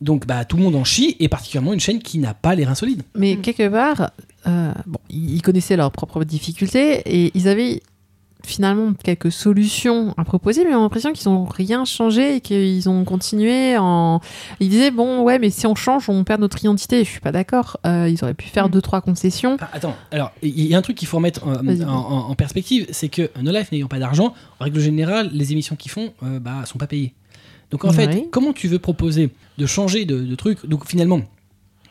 Donc bah tout le monde en chie, et particulièrement une chaîne qui n'a pas les reins solides.
Mais
Mm.
quelque part, euh, bon, ils connaissaient leurs propres difficultés et ils avaient finalement quelques solutions à proposer, mais on a l'impression qu'ils n'ont rien changé et qu'ils ont continué en... Ils disaient, bon, ouais, mais si on change, on perd notre identité. Je suis pas d'accord. Euh, ils auraient pu faire
Mm.
deux, trois concessions.
Ah, attends, alors il y a un truc qu'il faut remettre euh,
Vas-y.
en, en- en perspective, c'est que No Life n'ayant pas d'argent, en règle générale, les émissions qu'ils font euh, bah, sont pas payées. Donc en
Ouais.
fait, comment tu veux proposer de changer de, de truc Donc finalement,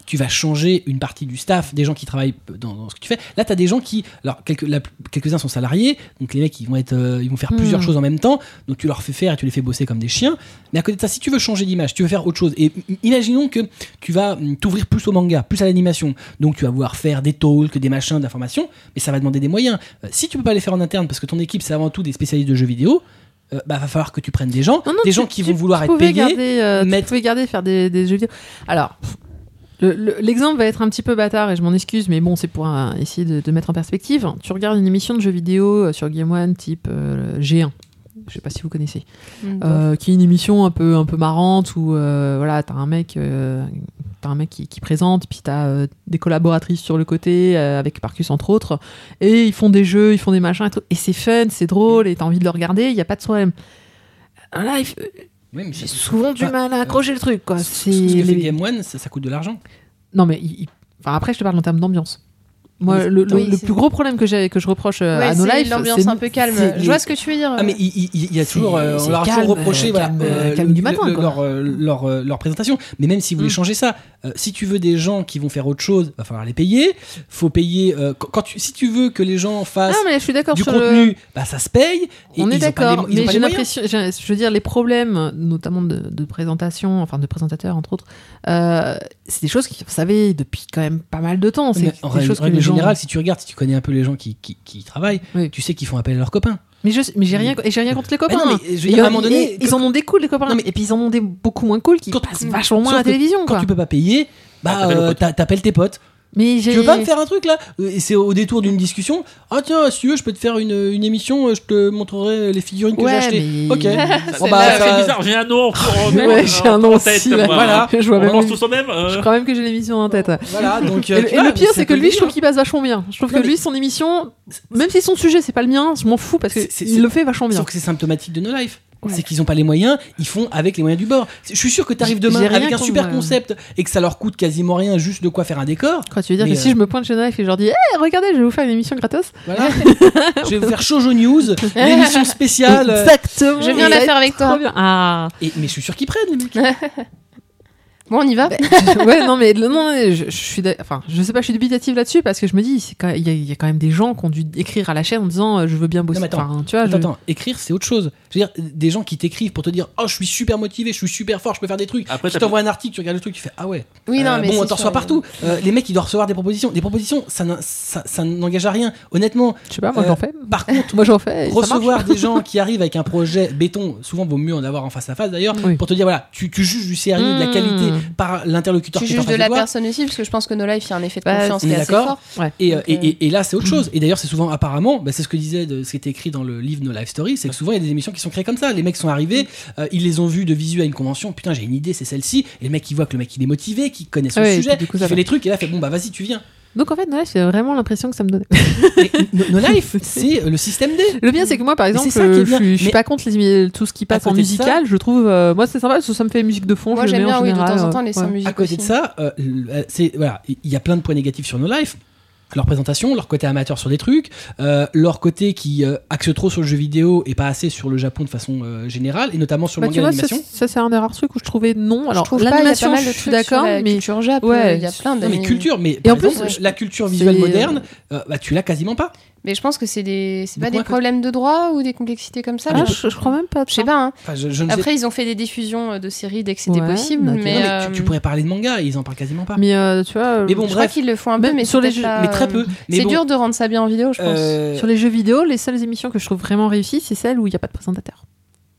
tu vas changer une partie du staff, des gens qui travaillent dans, dans ce que tu fais. Là, tu as des gens qui, alors quelques, la- quelques-uns sont salariés, donc les mecs ils vont être, euh, ils vont faire
Hmm.
plusieurs choses en même temps. Donc tu leur fais faire et tu les fais bosser comme des chiens. Mais à côté de ça, si tu veux changer d'image, tu veux faire autre chose. Et mm, imaginons que tu vas mm, t'ouvrir plus au manga, plus à l'animation. Donc tu vas vouloir faire des talks, des machins, d'informations, mais ça va demander des moyens. Euh, si tu peux pas les faire en interne parce que ton équipe c'est avant tout des spécialistes de jeux vidéo, euh, bah va falloir que tu prennes des gens,
Non, non,
des
tu-
gens qui
tu-
vont vouloir
tu
être
pouvais
payés.
Garder, euh,
mettre-
Tu pouvais garder faire des, des jeux vidéo. Alors, Le- le- L'exemple va être un petit peu bâtard et je m'en excuse, mais bon, c'est pour euh, essayer de, de mettre en perspective. Tu regardes une émission de jeux vidéo euh, sur Game One type euh, G1. Je sais pas si vous connaissez. Euh, qui est une émission un peu un peu marrante où euh, voilà t'as un mec euh, t'as un mec qui, qui présente puis t'as euh, des collaboratrices sur le côté euh, avec Parcus entre autres et ils font des jeux ils font des machins et tout et c'est fun c'est drôle et t'as envie de le regarder il y a pas de problème là il f-
Oui, mais
j'ai
c'est-
souvent du
Ah,
mal à accrocher le truc quoi
ce-
c'est
ce que fait
les-
Game One, ça, ça coûte de l'argent.
non mais il- il- enfin après je te parle en termes d'ambiance moi,
Oui,
le, le-
oui,
le
c'est-
plus gros problème que j'ai que je reproche euh,
Ouais,
à No
c'est
Life,
l'ambiance un peu calme.
c'est
Je
les-
vois ce que tu veux dire.
Ah, mais il, il- il y a
C'est-
toujours, euh,
c'est
on leur a
calme,
toujours reproché,
euh,
voilà,
calme,
euh,
calme du matin, quoi.
leur, euh, leur, euh, leur présentation. Mais même si vous voulez
Mm.
changer ça, euh, si tu veux des gens qui vont faire autre chose, va falloir les payer. Faut payer. euh, quand quand tu, si tu veux que les gens fassent
Ah, mais je suis d'accord
du
sur le-
contenu, bah, ça se paye. et
On
ils
est
ont pas
d'accord,
les- ils ont
mais
pas les
j'ai
moyens.
l'impression, j'ai- je veux dire, les problèmes, notamment de, de présentation, enfin de présentateurs entre autres, euh, c'est des choses qui, vous savez, depuis quand même pas mal de temps. C'est
Mais
des
en règle,
choses que
règle
les gens-
générale, si tu regardes, si tu connais un peu les gens qui, qui, qui y travaillent,
Oui.
tu sais qu'ils font appel à leurs copains.
Mais je- mais j'ai rien, et j'ai rien contre les copains.
Mais non,
hein.
mais, je veux
Et
dire, à un
ils-
moment donné,
ils en ont des cool les copains,
Non, mais-
et puis ils en ont des beaucoup moins cool qui
Quand-
passent vachement moins à la
Sauf que
télévision.
quand
quoi.
tu peux pas payer,
Ah,
bah
t'appelles
euh,
le pote.
t'a- t'appelles tes potes.
Mais
Tu
j'ai.
veux pas me faire un truc là Euh, Et c'est au détour d'une discussion. Ah tiens, si tu veux, je peux te faire une, une émission, euh, je te montrerai les figurines que j'ai
Ouais,
achetées.
mais-
Ok.
Ça,
Bon,
c'est-
bah,
ça,
ça-
c'est bizarre, j'ai un nom.
Oh,
pour-
Ouais, j'ai un
en
nom
tête,
aussi. là.
moi.
Voilà. bah,
Je vois
On
même-
pense tous au même. euh,
Je crois même que j'ai l'émission en tête. ouais.
Voilà, donc.
Et
euh,
le,
tu
et
vois,
le pire,
ça
c'est
peut
que
le
lui, je
dire.
trouve qu'il passe vachement bien. Je trouve
hein. Non,
que
mais-
lui, son émission, même si son sujet c'est pas le mien, je m'en fous parce
C'est- c'est-
qu'il le fait vachement bien.
Sauf que c'est symptomatique de No Life.
Ouais.
C'est qu'ils n'ont pas les moyens, ils font avec les moyens du bord. Je suis sûr que tu arrives
J'ai-
demain
j'ai rien
avec un
contre,
super
euh,
concept et que ça leur coûte quasiment rien, juste de quoi faire un décor.
Quoi, tu veux dire
Mais,
que si
euh,
je me pointe chez Knife et je leur dis Eh, regardez, je vais vous faire une émission gratos Eh,
Voilà. je vais vous faire Shoujo News, l'émission spéciale. euh,
Exactement
Je viens
ça
la
va
faire
être
avec
trop
toi.
bien. Ah
Et, mais je suis sûr qu'ils prennent les mecs.
Bon, on y
Bah,
va.
Ouais, non, Ah, mais non, non, mais je, je suis. d'a- Enfin, je sais pas, je suis dubitative là-dessus parce que je me dis c'est quand- il y, a- il y a quand même des gens qui ont dû écrire à la chaîne en disant euh, Je veux bien bosser.
mais attends.
Enfin, tu vois, je-
Attends, attends, écrire c'est autre chose. Je veux dire, des gens qui t'écrivent pour te dire Oh, je suis super motivé, je suis super fort, je peux faire des trucs.
Après,
tu
t'as
t'envoies un article, tu regardes le truc, tu fais Ah ouais.
Oui,
Euh,
non, mais
bon, on t'en
c'est sûr,
reçoit partout. Euh, les mecs, ils doivent recevoir des propositions. Des propositions, ça n'en- ça- ça n'engage à rien. Honnêtement,
Je sais pas, moi
Euh,
j'en fais.
par contre,
Moi j'en fais. et ça marche.
recevoir des gens qui arrivent avec un projet béton, souvent vaut mieux en avoir en face à face d'ailleurs,
Oui.
pour te dire voilà, tu, tu juges du sérieux, de la
Mmh.
qualité par l'interlocuteur
Tu
qui est en
juges
face
de la
toi.
personne aussi, parce que je pense que No Life, il y a un effet de
Bah,
confiance
on
qui est
est
assez
d'accord.
fort.
Ouais.
Et, euh,
Donc,
et,
euh,
et- et là, c'est autre
Mm.
chose. Et d'ailleurs, c'est souvent apparemment, bah, c'est ce que disait, de, ce qui était écrit dans le livre No Life Story, c'est que souvent il y a des émissions qui sont créées comme ça. Les mecs sont arrivés, euh, ils les ont vus de visu à une convention. Putain, j'ai une idée, c'est celle-ci. Et le mec, il voit que le mec, il est motivé, qu'il connaît son
Ouais, et
sujet,
puis, du coup,
qu'il
ça
fait
va.
les trucs. Et là, il fait bon, bah vas-y, tu viens.
Donc en fait, Noël, j'ai vraiment l'impression que ça me donnait.
Mais No, No Life, c'est euh, le système D.
Le bien, c'est que moi, par exemple,
c'est ça qui est
euh, je
bien.
suis, je suis
Mais-
pas contre les- tout ce qui passe en
côté de ça-
musical. Je trouve, euh, moi, c'est sympa parce que ça me fait musique de fond.
Moi,
je le
j'aime
mets
bien,
en
oui, de
général,
temps en
euh,
temps, les
ouais.
sons musicaux.
À côté de
aussi.
ça, euh, le- euh, c'est voilà, il y a plein de points négatifs sur No Life. Leur présentation, leur côté amateur sur des trucs, euh, leur côté qui euh, axe trop sur le jeu vidéo et pas assez sur le Japon de façon euh, générale, et notamment sur le
Bah, tu
manga
vois, ça,
d'animation.
ça, c'est un des rares trucs où je trouvais non. Alors,
je trouve pas, il y a pas
l'animation,
mal de
je
trucs
suis d'accord,
sur la
mais
culture Jap,
Ouais.
euh, il y a plein de
Non mais culture, mais par
en plus,
exemple,
ouais.
la culture visuelle
c'est-
moderne, euh, bah, tu l'as quasiment pas.
Mais je pense que c'est des, c'est
De
pas des
quoi que-
problèmes de droit ou des complexités comme ça.
Ah,
mais
je, je crois même pas.
je sais pas. hein.
Enfin, je, je ne sais-
Après, ils ont fait des diffusions euh, de séries dès que c'était
Ouais,
possible,
bah,
Non, mais
mais
tu,
euh,
tu pourrais parler de manga, ils en parlent quasiment pas. Mais,
Mais euh, tu vois,
Mais bon,
je crois
bref.
qu'ils le font un peu,
Même
mais
sur les
c'est
jeux-
peut-être pas- euh,
très peu. Mais
C'est
bon,
dur de rendre ça bien en vidéo, je pense.
euh,
sur les jeux vidéo, les seules émissions que je trouve vraiment réussies, c'est celles où il n'y a pas de présentateur.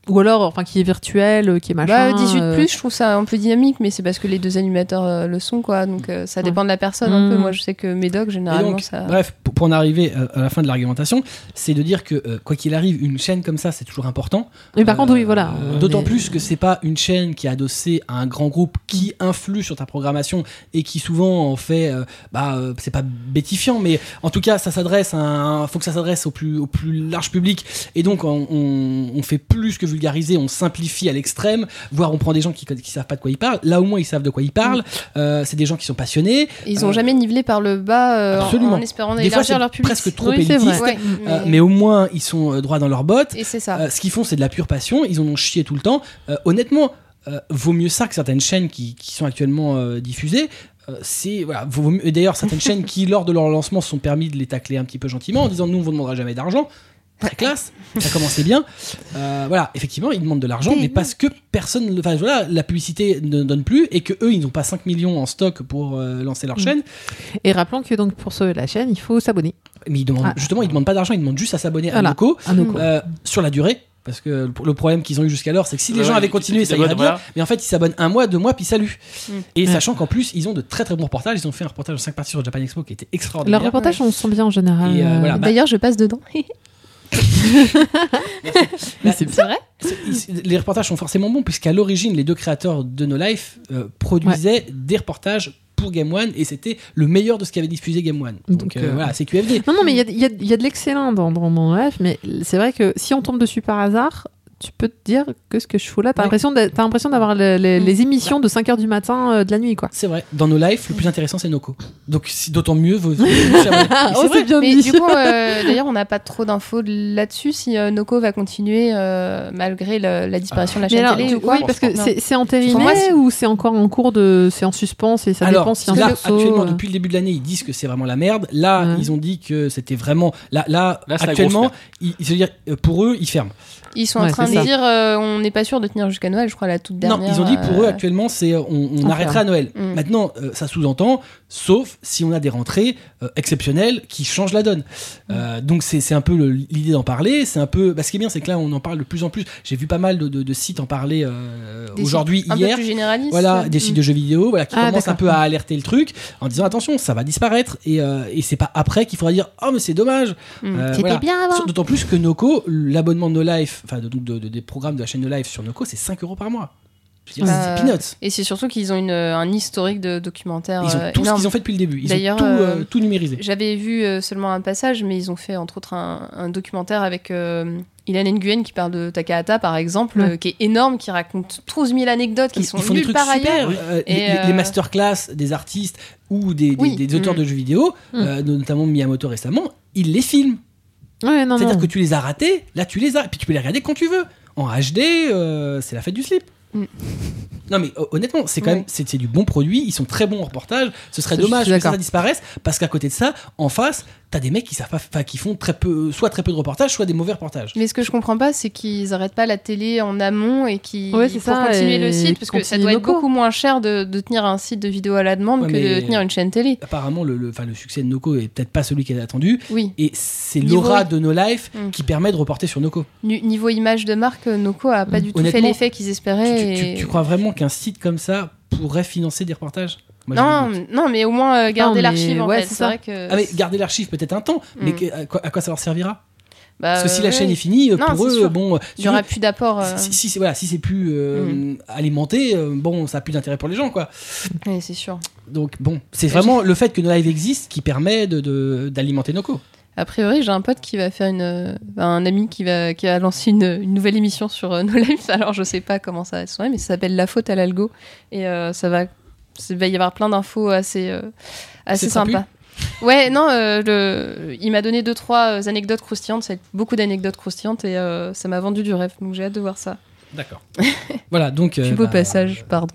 Ou alors, enfin, qui est virtuel, euh, qui est
Bah,
machin.
18
euh,
plus, je trouve ça un peu dynamique, mais c'est parce que les deux animateurs euh, le sont, quoi. Donc euh, ça dépend de la personne un
Mm.
peu. Moi, je sais que Médoc,
Et
généralement,
donc,
ça.
bref, pour, pour en arriver euh, à la fin de l'argumentation, c'est de dire que euh, quoi qu'il arrive, une chaîne comme ça, c'est toujours important.
Mais par contre, oui,
Euh,
voilà.
D'autant
Mais-
plus que c'est pas une chaîne qui est adossée à un grand groupe qui
Mm.
influe sur ta programmation et qui souvent en fait, euh, bah, euh, c'est pas bétifiant, mais en tout cas, ça s'adresse à un, faut que ça s'adresse au plus, au plus large public. Et donc, on, on- on fait plus que vulgariser, on simplifie à l'extrême, voire on prend des gens qui, qui savent pas de quoi ils parlent. Là, au moins, ils savent de quoi ils parlent.
Mm.
Euh, c'est des gens qui sont passionnés.
Ils ont
euh,
jamais nivelé par le bas euh, en-
absolument.
en espérant
Des fois,
élargir
c'est
leur public.
presque trop
Oui, c'est
élitiste.
vrai.
Ouais,
Euh,
Mm.
mais au moins, ils sont euh, droits dans leurs bottes.
Et c'est
Ah.
ça.
Euh, ce qu'ils font, c'est de la pure passion. Ils en ont chié tout le temps. Euh, honnêtement, euh, vaut mieux ça que certaines chaînes qui, qui sont actuellement euh, diffusées. Euh, c'est voilà, vaut- vaut mieux- et d'ailleurs certaines chaînes qui, lors de leur lancement, se sont permis de les tacler un petit peu gentiment en disant nous, on vous demandera jamais d'argent. Très classe, ça commençait bien. Euh, voilà, effectivement, ils demandent de l'argent, mais parce que personne, le- enfin voilà, la publicité ne donne plus et que eux, ils n'ont pas 5 millions en stock pour euh, lancer leur
Mm.
chaîne.
Et rappelons que donc pour sauver la chaîne, il faut s'abonner.
Mais ils demandent,
Ah.
justement, ils demandent pas d'argent, ils demandent juste à s'abonner
Voilà.
à Noco
À nos cours.
euh, sur la durée. Parce que le- le problème qu'ils ont eu jusqu'alors, c'est que si les
Ouais,
gens
ouais,
avaient
tu-
continué,
tu
ça
t'abonnes,
irait bien.
voilà.
Mais en fait, ils s'abonnent un mois, deux mois, puis salut.
Mm.
Et
Ouais.
sachant qu'en plus, ils ont de très très bons reportages. Ils ont fait un reportage en 5 parties sur le Japan Expo qui était extraordinaire.
Leurs reportages on sont bien en général.
Et, euh,
euh,
voilà. Ah bah-
D'ailleurs, je passe dedans.
mais c'est
C'est vrai
Bah, C'est- ils- les reportages sont forcément bons, puisqu'à l'origine, les deux créateurs de No Life euh, produisaient des reportages pour Game One et c'était le meilleur de ce qu'avait diffusé Game One. Donc,
Donc,
euh,
euh,
voilà, c'est QFD.
Non, non, mais il y a, il y a- il y a de l'excellent dans, dans, dans Life, mais c'est vrai que si on tombe dessus par hasard, tu peux te dire que ce que je fous là, t'as
Ouais.
l'impression d'a- t'as l'impression d'avoir les, les-
Mm.
les émissions de 5h du matin euh, de la nuit, quoi.
C'est vrai, dans No Life, le
Mm.
plus intéressant c'est Noco. Donc si- d'autant mieux vaut. vaut- c'est vrai. Mais c'est
oh,
vrai.
c'est bien
Ah, Mais
dit.
du coup, euh, d'ailleurs, on n'a pas trop d'infos là-dessus si euh, Noko va continuer euh, malgré le- la disparition de la
Mais
chaîne
alors,
télé
tu-
ou quoi.
oui, parce que
Non.
c'est c'est entériné
Pour moi, c'est-
ou c'est encore en cours de. C'est en suspens et ça dépend
Alors,
s'il y a
là,
un sursaut,
actuellement,
euh.
depuis le début de l'année, ils disent que c'est vraiment la merde. Là,
Ouais.
ils ont dit que c'était vraiment. Là, là,
Là, c'est la
actuellement,
grosse
ils, ils se disent, euh, pour eux, ils ferment.
Ils sont
Ouais,
en train
c'est
de
ça.
dire euh, on n'est pas sûr de tenir jusqu'à Noël, je crois, la toute dernière.
non, ils ont dit pour eux,
euh,
actuellement, c'est euh, on, on
on
arrêtera à Noël.
Mm.
Maintenant, euh, ça sous-entend, sauf si on a des rentrées euh, exceptionnelles qui changent la
Mm.
donne. Euh, donc c'est c'est un peu le- l'idée d'en parler. C'est un peu. Bah, ce qui est bien, c'est que là, on en parle de plus en plus. J'ai vu pas mal de, de- de sites en parler euh,
des
aujourd'hui,
sites Un peu
hier.
plus généraliste.
Voilà, des sites
Mm.
de jeux vidéo, voilà, qui
Ah,
commencent un peu
d'accord.
à alerter le truc en disant attention, ça va disparaître et, euh, et c'est pas après qu'il faudra dire oh mais c'est dommage.
Mm.
Euh,
C'était
voilà.
bien avant.
D'autant plus que Noco, l'abonnement de No Life, enfin de- donc de- de- des programmes de la chaîne No Life sur Noco, c'est 5 euros par mois. Je veux dire,
Euh,
c'est peanuts.
Et c'est surtout qu'ils ont une, euh, un historique de documentaires
Ils
euh,
ont tout ce
énorme.
qu'ils ont fait depuis le début. Ils ont
D'ailleurs,
tout, euh,
euh,
tout numérisé.
J'avais vu euh, seulement un passage, mais ils ont fait entre autres un, un documentaire avec euh, Ilan Nguyen qui parle de Takahata par exemple,
Ouais.
euh, qui est énorme, qui raconte 12 000 anecdotes qui
Ils
sont
font des
nulle
trucs
part
super.
ailleurs.
euh,
Et,
les, les-
euh,
les masterclass des artistes ou des, des-
Oui.
des auteurs
Mm.
de jeux vidéo,
Mm.
euh, notamment Miyamoto récemment, ils les filment.
Ouais, non,
C'est-à-dire
Ah non.
que tu les as ratés, là tu les as, et puis tu peux les regarder quand tu veux. En HD, euh, c'est la fête du slip.
Mm.
Non mais ho- honnêtement, c'est quand
Oui.
même c'est c'est du bon produit, ils sont très bons en reportage. Ce serait
Ça, je
dommage
suis
que
d'accord.
ça disparaisse parce qu'à côté de ça, en face, t'as des mecs qui savent pas, enfin, qui font très peu, euh, soit très peu de reportages, soit des mauvais reportages.
Mais ce que je comprends pas, c'est qu'ils arrêtent pas la télé en amont et qui
Ouais, c'est
pour
ça,
continuer
et
le site, parce que ça
continuer
doit être
locaux.
beaucoup moins cher de, de tenir un site de vidéo à la demande
Ouais,
que
mais-
de tenir une chaîne télé.
Apparemment, le, le, enfin, le succès de Noco est peut-être pas celui qu'elle a attendu,
Oui.
et c'est
Niveau-
l'aura de No Life
Mm.
qui permet de reporter sur Noco.
Nu- Niveau image de marque, euh, Noco a pas
Mm.
du tout fait
Honnêtement,
l'effet qu'ils
Tu,
espéraient.
tu- tu-
et-
tu crois vraiment qu'un site comme ça pourrait financer des reportages Moi, j'ai des
non,
doutes.
non, mais au moins euh, garder
mais
l'archive. en
ouais,
fait.
c'est
C'est
ça.
vrai que.
Ah mais garder l'archive peut-être un temps, mais
Mm.
que- à, quoi, à quoi ça leur servira
bah,
Parce que si
euh,
la chaîne
ouais,
est finie, euh,
Non,
pour
c'est
eux,
sûr.
bon, euh,
il y aura plus d'apport. euh, Hmm.
si, si, si- voilà, si c'est plus euh, alimenté, euh, bon, ça a plus d'intérêt pour les gens, quoi.
ouais, c'est sûr.
Donc bon, c'est vraiment le fait que No Live existe qui permet de- de- d'alimenter Noco.
A priori, j'ai un pote qui va faire une, euh, un ami qui va qui a lancé une, une nouvelle émission sur euh, No Life. Alors je sais pas comment ça va se tourner, mais ça s'appelle La faute à l'algo et euh, ça va il va y avoir plein d'infos assez euh, assez
Ah, C'est trapu.
sympa. Ouais, non, euh, le, il m'a donné deux trois euh, anecdotes croustillantes. Ça va être beaucoup d'anecdotes croustillantes et euh, ça m'a vendu du rêve. Donc j'ai hâte de voir ça.
D'accord. voilà, donc. euh,
Plus beau
bah,
passage, pardon.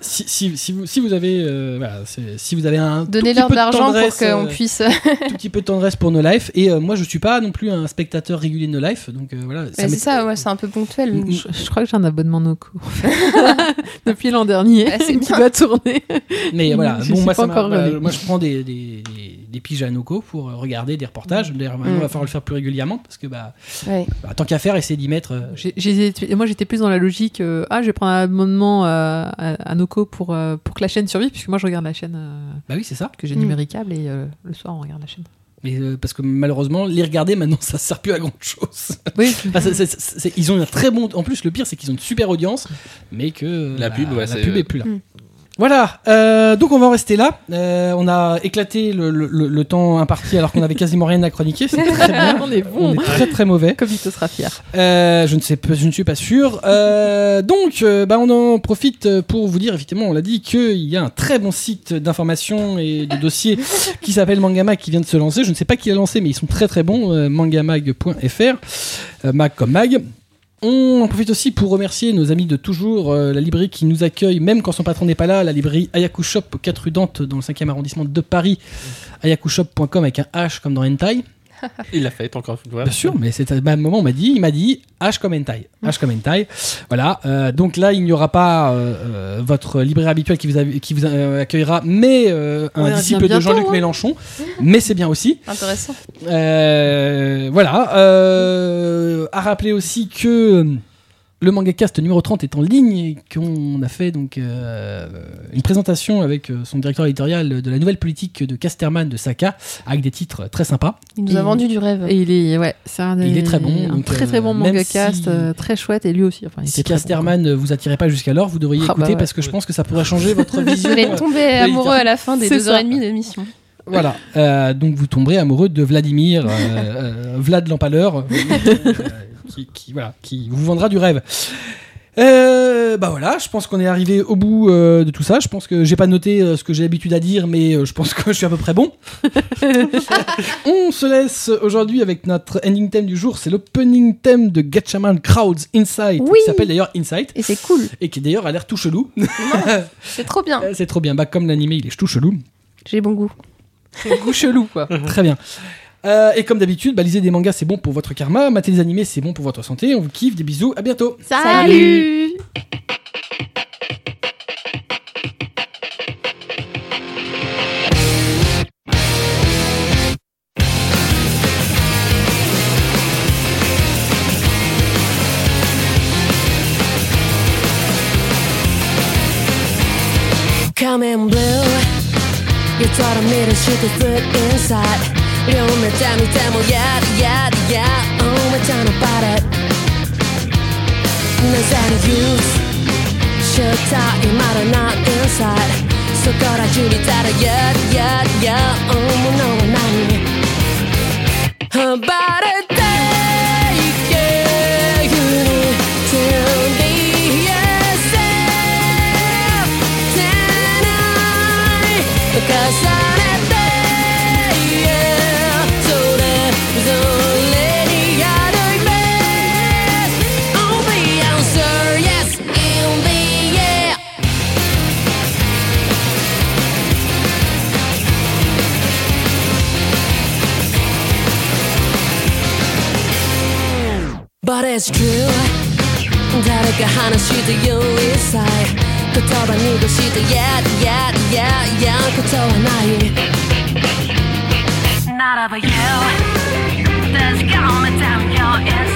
Si, si- si vous, si vous avez, euh, voilà, c'est- si vous avez un tout petit
Donnez-leur
peu
de
de
l'argent pour
tendresse,
qu'on
euh,
puisse.
tout petit peu de tendresse pour No Life. Et euh, moi, je suis pas non plus un spectateur régulier de No Life, donc euh, voilà.
Ouais, c'est
m'est-
ça, ouais, c'est un peu ponctuel.
Mm.
Je, je crois que j'ai un abonnement Noco depuis l'an dernier
Ah, c'est
qui
bien.
doit tourner.
Mais voilà,
Je
bon,
suis
moi,
pas
ça m'a-
encore
voilà,
relevée.
moi, je prends des, des, des, des piges à Noco pour euh, regarder des reportages. D'ailleurs, maintenant,
Mm.
il va falloir le faire plus régulièrement parce que, bah,
Ouais.
bah, tant qu'à faire, essayer d'y mettre. euh,
J'ai- j'ai- moi j'étais plus dans la logique euh, ah je vais prendre un abonnement euh, à, à Noco pour euh, pour que la chaîne survive puisque moi je regarde la chaîne euh,
Bah oui, c'est ça.
que j'ai
Mm.
numéricable et euh, le soir on regarde la chaîne.
Mais euh, parce que malheureusement, les regarder maintenant, ça sert plus à grand chose.
Oui.
ils ont un très bon. En plus, le pire, c'est qu'ils ont une super audience, mais que euh,
La pub, ouais,
la
c'est-
pub est plus là.
Mm.
Voilà, euh, donc on va en rester là. Euh, on a éclaté le, le- le- le temps imparti alors qu'on avait quasiment rien à chroniquer. C'est très bien.
Ah, on est
On
bon.
est très très mauvais.
Comme il te sera fier.
Euh, je ne sais pas, je ne suis pas sûr. Euh, donc, euh, bah, on en profite pour vous dire, effectivement, on l'a dit, qu'il y a un très bon site d'information et de dossiers qui s'appelle Mangamag qui vient de se lancer. Je ne sais pas qui l'a lancé, mais ils sont très très bons. euh, mangamag.fr, euh, mag comme mag. On en profite aussi pour remercier nos amis de toujours, euh, la librairie qui nous accueille, même quand son patron n'est pas là, la librairie Ayaku Shop, 4 rue Dante, dans le 5e arrondissement de Paris, ayakushop.com avec un H comme dans Hentai.
Il l'a fait encore une fois.
Bien sûr, mais c'est à un moment, on m'a dit, il m'a dit H comme hentai. H comme hentai. Voilà. euh, donc là, il n'y aura pas euh, euh, votre libraire habituel qui vous, a- qui vous euh, accueillera, mais euh,
Ouais,
un
on
disciple
revient
de
bientôt,
Jean-Luc
hein.
Mélenchon. mais c'est bien aussi.
Intéressant.
Euh, voilà. Euh, à rappeler aussi que euh, le MangaCast numéro 30 est en ligne et qu'on a fait donc euh, une présentation avec euh, son directeur éditorial de la nouvelle politique de Casterman de Saka avec des titres très sympas.
Il nous a
Et-
vendu du rêve.
Et il est, ouais, c'est un des-
Il est très bon,
Un
donc,
très très
euh,
bon
même
manga cast, euh,
si-
très chouette, et lui aussi. Enfin, il
Si
était très bon,
Casterman ne vous attirait pas jusqu'alors, vous devriez
Ah bah
écouter
ouais.
parce que je pense que ça pourrait changer votre
Vous
vision.
allez tomber amoureux à la fin des
C'est
2h30 d'émission.
Voilà. Euh, donc vous tomberez amoureux de Vladimir, euh, euh, Vlad l'empaleur, euh, qui, qui- voilà, qui vous vendra du rêve. Euh, bah voilà, je pense qu'on est arrivé au bout euh, de tout ça. Je pense que j'ai pas noté euh, ce que j'ai l'habitude à dire, mais euh, je pense que je suis à peu près bon. On se laisse aujourd'hui avec notre ending theme du jour. C'est l'opening theme de Gatchaman Crowds Insight,
Oui.
qui s'appelle d'ailleurs Insight,
Et c'est cool.
et qui d'ailleurs a l'air tout chelou.
C'est trop bien.
C'est trop bien. Bah comme l'animé, il est tout chelou.
J'ai bon goût.
quoi. Goût chelou, quoi.
Très bien. Euh, et comme d'habitude, bah, lisez des mangas, c'est bon pour votre karma. Matez des animés, c'est bon pour votre santé. On vous kiffe, des bisous, à bientôt.
Salut
Coming blue You taught me to shoot the foot inside 両目で見てもやだやだやだおもちゃのパレットなぜにユース正体まだない inside そこら中にただやだやだやだ思うのは何 About a day, yeah, you need to E be yourself tonight. 重ねて、yeah, それぞれにある best. Only answer, yes, in the air. But it's true 誰か話して言う一切言葉に出して Yeah, yeah, yeah, yeah ことはないならば You Let's go また Your inside